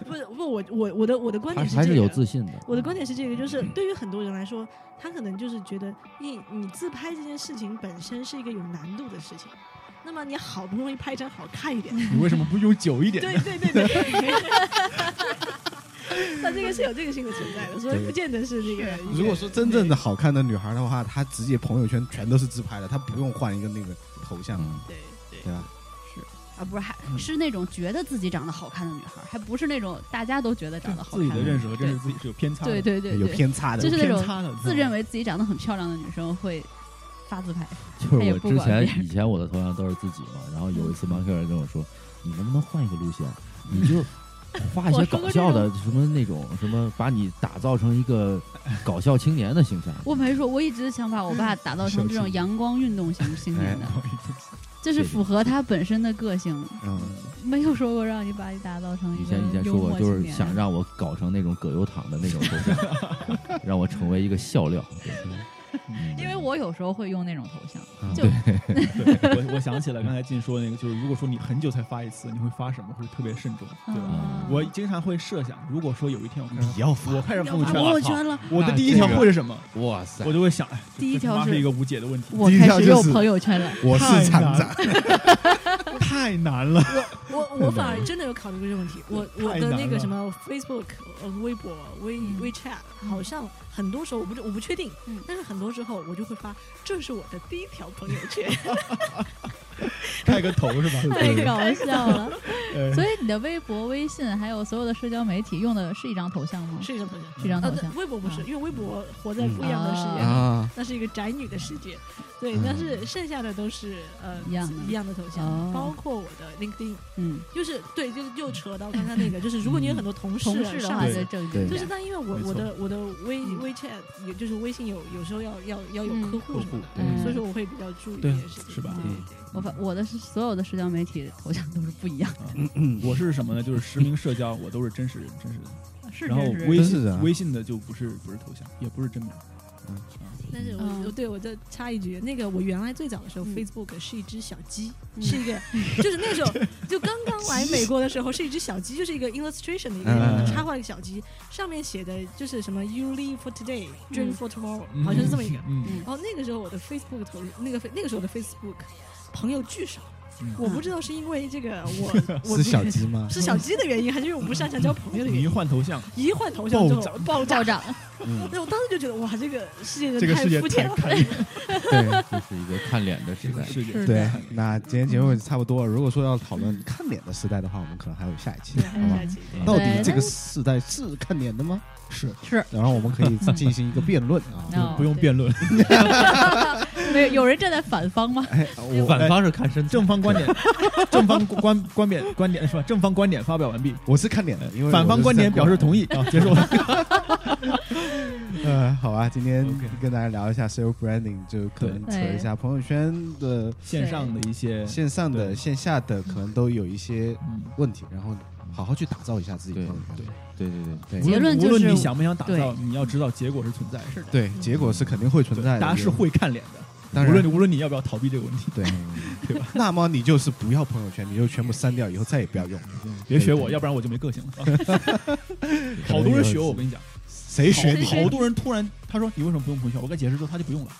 Speaker 6: 不是不，我我我的我的观
Speaker 2: 她
Speaker 6: 点
Speaker 2: 还是
Speaker 6: 这个
Speaker 2: 有。自信的。
Speaker 6: 我的观点是这个，就是对于很多人来说，他可能就是觉得你你自拍这件事情本身是一个有难度的事情，那么你好不容易拍一张好 看一点，
Speaker 5: 你为什么不用久一点？
Speaker 6: 对对对对，那这个是有这个性格存在的，所以不见得是这个。
Speaker 1: 如果说真正的好看的女孩的话，她直接朋友圈全都是自拍的，她不用换一个那个头像，
Speaker 2: 嗯
Speaker 6: 对对
Speaker 1: 对吧？
Speaker 7: 啊，不是，还
Speaker 5: 嗯
Speaker 7: 是那种觉得自己长得好看的女孩，还不是那种大家都觉得长得好
Speaker 5: 自己
Speaker 7: 看
Speaker 5: 的认识和真实自己是有偏差的，
Speaker 7: 对对对
Speaker 1: 有
Speaker 7: 对，
Speaker 1: 偏差的
Speaker 7: 就。是那
Speaker 5: 偏
Speaker 7: 种
Speaker 5: 差的，
Speaker 7: 自认为自己长得很漂亮的女生会发自拍。
Speaker 2: 就是我
Speaker 7: 哎呀不
Speaker 2: 之前
Speaker 7: 管别人嗯
Speaker 2: 以前我的头像都是自己嘛，然后有一次马克尔跟我说，你能不能换一个路线，你就画一些搞笑的什么那种什么，把你打造成一个搞笑青年的形象。
Speaker 7: 我没说，我一直想把我爸打造成这种阳光运动型青年的，
Speaker 1: 哎
Speaker 7: 这是符合他本身的个性的。
Speaker 1: 嗯，
Speaker 7: 没有说过让你把你打造成一
Speaker 2: 以
Speaker 7: 个
Speaker 2: 前以前
Speaker 7: 幽
Speaker 2: 说
Speaker 7: 默
Speaker 2: 我
Speaker 7: 青
Speaker 2: 就是
Speaker 7: 年
Speaker 2: 想让我搞成那种葛优躺的那种头像， 让我成为一个笑料。嗯
Speaker 4: 因为我有时候会用那种头像，
Speaker 1: 嗯
Speaker 4: 就
Speaker 1: 对
Speaker 5: 对 我我想起来刚才进说那个，就是如果说你很久才发一次，你会发什么？会特别慎重，对吧？
Speaker 6: 嗯
Speaker 2: 啊
Speaker 5: 我经常会设想，如果说有一天我开
Speaker 1: 你
Speaker 5: 始
Speaker 1: 要发
Speaker 5: 我开始朋友
Speaker 6: 发
Speaker 5: 圈
Speaker 6: 朋友
Speaker 5: 了，
Speaker 6: 圈了，
Speaker 5: 我的第一条会是什么？
Speaker 2: 哇塞
Speaker 5: 我就会想，哎
Speaker 7: 第一条
Speaker 5: 这他妈是
Speaker 7: 是
Speaker 5: 一个无解的问题，
Speaker 7: 我
Speaker 1: 第一
Speaker 7: 开
Speaker 1: 条
Speaker 7: 始
Speaker 1: 就
Speaker 7: 用
Speaker 1: 是
Speaker 7: 朋友圈了，
Speaker 1: 我是厂长，
Speaker 5: 太难了。
Speaker 6: 我我反而真的有考虑过这个问题。我我
Speaker 5: 太
Speaker 6: 的
Speaker 5: 难
Speaker 6: 那个
Speaker 5: 了
Speaker 6: 什么 Facebook、呃微博、微 WeChat，好像很多时候我不知我不确定
Speaker 7: 嗯，
Speaker 6: 但是很多时候我就会发，这是我的第一条朋友圈。
Speaker 5: 开个头是吧？
Speaker 4: 太搞笑了。
Speaker 5: 哎
Speaker 4: 所以你的微博、微信还有所有的社交媒体用的是一张头像吗？
Speaker 6: 是一张头像，
Speaker 4: 是一张
Speaker 6: 啊
Speaker 4: 头
Speaker 6: 对
Speaker 4: 像。嗯
Speaker 6: 微博不是，
Speaker 4: 啊
Speaker 6: 因为微博活在不一样的世界里，
Speaker 1: 啊，
Speaker 6: 那是一个宅女的世界。对，但是剩下的都是呃
Speaker 4: 嗯一样的
Speaker 6: 一样的头像
Speaker 4: 哦，
Speaker 6: 包括我的 LinkedIn，
Speaker 4: 嗯，
Speaker 6: 就是对，就是又扯到刚才那 个，就是如果你有很多同事
Speaker 4: 嗯同
Speaker 6: 啊
Speaker 4: 事的
Speaker 6: 上
Speaker 4: 话
Speaker 6: 司
Speaker 4: 就正经一
Speaker 6: 就是，
Speaker 4: 点。
Speaker 6: 但因为我
Speaker 5: 没错
Speaker 6: 我的我的微
Speaker 4: 嗯
Speaker 6: WeChat 也就是微信有有时候要要要有
Speaker 7: 嗯
Speaker 6: 客户什么的，
Speaker 4: 对
Speaker 6: 所以说我会比较注意这
Speaker 5: 对
Speaker 6: 件事情，
Speaker 5: 是吧
Speaker 6: 对
Speaker 1: 嗯
Speaker 6: 对
Speaker 4: 我发我的是所有的社交媒体头像都是不一样，
Speaker 5: 嗯我是什么呢？就是实名社交，我都是真实人，真实的。
Speaker 4: 是
Speaker 5: 然后
Speaker 4: 真是
Speaker 5: 微
Speaker 1: 真是
Speaker 5: 信、
Speaker 1: 的啊
Speaker 5: 微信的就不是不是头像，也不是真名。
Speaker 6: 但是
Speaker 4: 嗯
Speaker 6: 我对我再插一句，那个我原来最早的时候
Speaker 7: 嗯
Speaker 6: ，Facebook 是一只小鸡，
Speaker 7: 嗯
Speaker 6: 是一个就是那时候就刚刚来美国的时候是一只小鸡，就是一个 illustration 的一
Speaker 1: 嗯
Speaker 6: 个插画一个小鸡，上面写的就是什么 You live for today, dream
Speaker 7: 嗯
Speaker 6: for tomorrow，好哦像是这么一个。
Speaker 5: 嗯，
Speaker 6: 然后那个时候我的 Facebook 头那个那个时候的 Facebook 朋友巨少
Speaker 5: 嗯，
Speaker 6: 我不知道是因为这个我我
Speaker 1: 是小鸡吗？
Speaker 6: 是小鸡的原因，还是因为我不擅长交朋友的
Speaker 5: 嗯 你
Speaker 6: 原
Speaker 5: 一
Speaker 6: 因？
Speaker 5: 换头像，
Speaker 6: 一换头像之后爆炸
Speaker 4: 暴，涨，
Speaker 1: 嗯，
Speaker 6: 对我当时就觉得哇，这个世界
Speaker 5: 这
Speaker 6: 真
Speaker 5: 个
Speaker 6: 太
Speaker 5: 世界
Speaker 6: 肤
Speaker 5: 太
Speaker 6: 浅了。
Speaker 5: 看
Speaker 1: 对
Speaker 2: 就是一个看脸的时
Speaker 5: 这个
Speaker 2: 代。
Speaker 5: 世界
Speaker 4: 是
Speaker 1: 对
Speaker 4: 的，，
Speaker 1: 那今天节目也差不多了。如果说要讨论看脸的时代的话，我们可能还有下一期
Speaker 6: 对，，还
Speaker 1: 好
Speaker 6: 有
Speaker 1: 吧
Speaker 6: 下？期对
Speaker 2: 啊
Speaker 1: 到底这个时代是看脸的吗？是
Speaker 4: 是，
Speaker 1: 然后我们可以进行一个辩论啊。
Speaker 4: 嗯
Speaker 5: 不用辩论，
Speaker 4: 没有有人站在反方吗？
Speaker 1: 哎，我
Speaker 2: 反方是看身
Speaker 5: 正方观点，正方观观点观点是吧？正方观点发表完毕，
Speaker 1: 我是看脸的，因为
Speaker 5: 反方观点表示同
Speaker 1: 意。
Speaker 5: 意啊，结束了。
Speaker 1: 呃，好吧，今天
Speaker 5: OK
Speaker 1: 跟大家聊一下 self branding，就可能扯
Speaker 4: 对
Speaker 1: 一下朋友圈的
Speaker 5: 线上的一些，
Speaker 1: 线上的、
Speaker 5: 对
Speaker 1: 线下的，可能都有一些
Speaker 5: 嗯，
Speaker 1: 问题，然后好好去打造一下自己的
Speaker 2: 对
Speaker 1: 朋友圈。
Speaker 2: 对对对，
Speaker 1: 对
Speaker 5: 无
Speaker 4: 结论
Speaker 5: 论
Speaker 4: 就
Speaker 5: 无论
Speaker 4: 是
Speaker 5: 你想不想打造，
Speaker 4: 对
Speaker 5: 你要知道结果是存在的，是的，
Speaker 1: 对，结果是肯定会存在的。
Speaker 5: 大家是会看脸
Speaker 1: 当然
Speaker 5: 的，无论无论你要不要逃避这个问题，
Speaker 1: 对，那么你就是不要朋友圈，你就全部删掉，以后再也不要用。
Speaker 5: 别学
Speaker 1: 对
Speaker 5: 我，
Speaker 1: 对
Speaker 5: 要不然我就没个性 了。啊好多人学我，我跟你讲，
Speaker 1: 谁学你？
Speaker 5: 好好多人突然他说你为什么不用朋友圈？我给他解释之后他就不用了，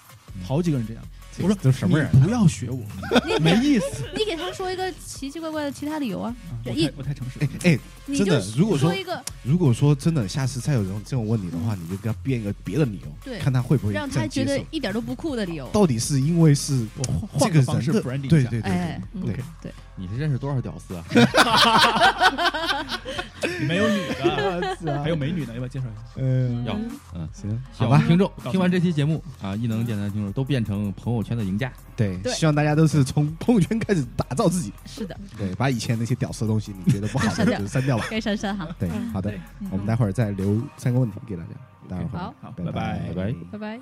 Speaker 5: 好几个人这样。
Speaker 1: 嗯这
Speaker 5: 我说
Speaker 1: 都什么人啊
Speaker 5: 你不要 学我，没意思。
Speaker 4: 你给他说一个奇奇怪怪的其他理由啊，
Speaker 5: 我
Speaker 4: 一
Speaker 5: 太我太诚实了
Speaker 1: 哎。哎，
Speaker 4: 你
Speaker 1: 真
Speaker 4: 就
Speaker 1: 的如果说
Speaker 4: 说一个
Speaker 1: 如果说真的，下次再有这种这种问题的话，你就给他编一个别的理由，
Speaker 4: 对
Speaker 1: 看他会不会
Speaker 4: 让
Speaker 1: 再
Speaker 4: 他
Speaker 1: 接
Speaker 4: 觉得
Speaker 1: 受。
Speaker 4: 一点都不酷的理由，
Speaker 1: 到底是因为是
Speaker 5: 我
Speaker 1: 这
Speaker 5: 换换
Speaker 1: 个
Speaker 5: 个方
Speaker 1: 人
Speaker 5: 式
Speaker 1: 的
Speaker 5: branding
Speaker 1: 对
Speaker 5: 一下
Speaker 1: 对对
Speaker 4: 哎
Speaker 1: 对对，
Speaker 2: 你是认识多少屌丝啊？
Speaker 5: 没有女的，还
Speaker 1: 还
Speaker 5: 有美女呢，要不要介绍一下？
Speaker 1: 嗯，
Speaker 2: 要嗯。
Speaker 1: 行，好
Speaker 2: 好
Speaker 1: 吧
Speaker 2: 吧，，听众
Speaker 5: 告诉
Speaker 2: 听完这期节目啊，异能电台的
Speaker 1: 嗯
Speaker 2: 听众都变成朋友圈的赢家。
Speaker 1: 对，
Speaker 4: 对
Speaker 1: 希望大家都是从朋友圈开始打造自己，
Speaker 4: 是的，
Speaker 1: 对，把以前那些屌丝的东西你觉得 不好的
Speaker 4: 嗯删掉
Speaker 1: 就删掉吧。
Speaker 4: 该删删 哈，
Speaker 1: 对，好的
Speaker 6: 对，
Speaker 4: 嗯
Speaker 1: 我们待会儿再留三个问题给大家，待会儿回来
Speaker 4: 好
Speaker 5: 好，
Speaker 1: 拜
Speaker 5: 拜
Speaker 2: 拜拜
Speaker 4: 拜拜。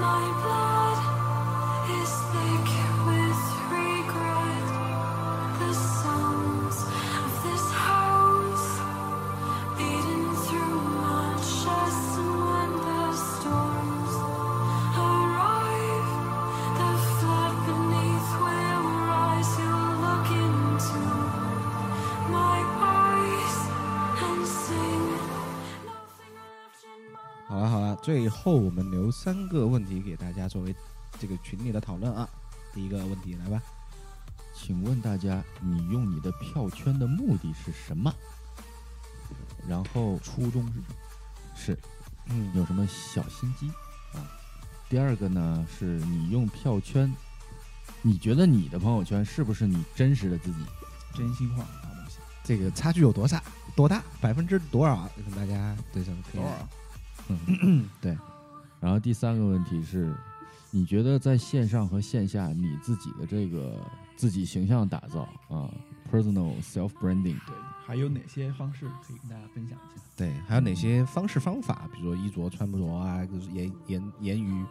Speaker 3: My blood is thick with regret. The songs of this house beaten through my chest, and when the storms arrive, the flood beneath will rise. You'll look into my eyes and sing. Nothing left in my.
Speaker 1: 好了好了，最后我们留三个问题给大家作为这个群里的讨论啊。第一个问题来吧，
Speaker 2: 请问大家，你用你的票圈的目的是什么？然后
Speaker 5: 初衷是
Speaker 2: 是
Speaker 1: 嗯
Speaker 2: 有什么小心机啊？第二个呢，是你用票圈，你觉得你的朋友圈是不是你真实的自己？
Speaker 5: 真心话啊，东西
Speaker 1: 这个差距有多大？多大？百分之多少？跟大家对什么可以
Speaker 5: 多少？
Speaker 2: 嗯，对。然后第三个问题是，你觉得在线上和线下你自己的这个自己形象打造啊，personal self branding，
Speaker 5: 对，还有哪些方式可以跟大家分享一下？
Speaker 1: 对，还有哪些方式方法？比如说衣着、穿着啊，就是言言言语、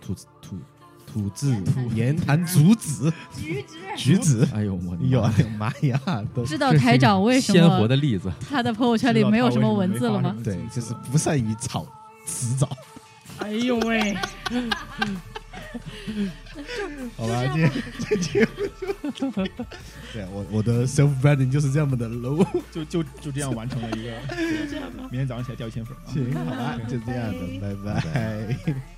Speaker 1: 吐字吐吐字、言谈、足止、
Speaker 4: 橘子，
Speaker 1: 举止。
Speaker 2: 哎呦我的
Speaker 1: 有
Speaker 2: 妈
Speaker 1: 啊，妈呀，都
Speaker 4: 知道台长为什
Speaker 2: 鲜活
Speaker 4: 么
Speaker 2: 的例子，
Speaker 4: 他的朋友圈里没有什么文字了吗？
Speaker 1: 对，就是不善于炒词藻，
Speaker 6: 哎呦喂，
Speaker 1: 好吧？这这节目就对我我的 self branding 就是这么的 low，
Speaker 5: 就就就这样完成了一个。明天早上起来掉一千粉啊！
Speaker 1: 行，好吧，就这样的，拜拜。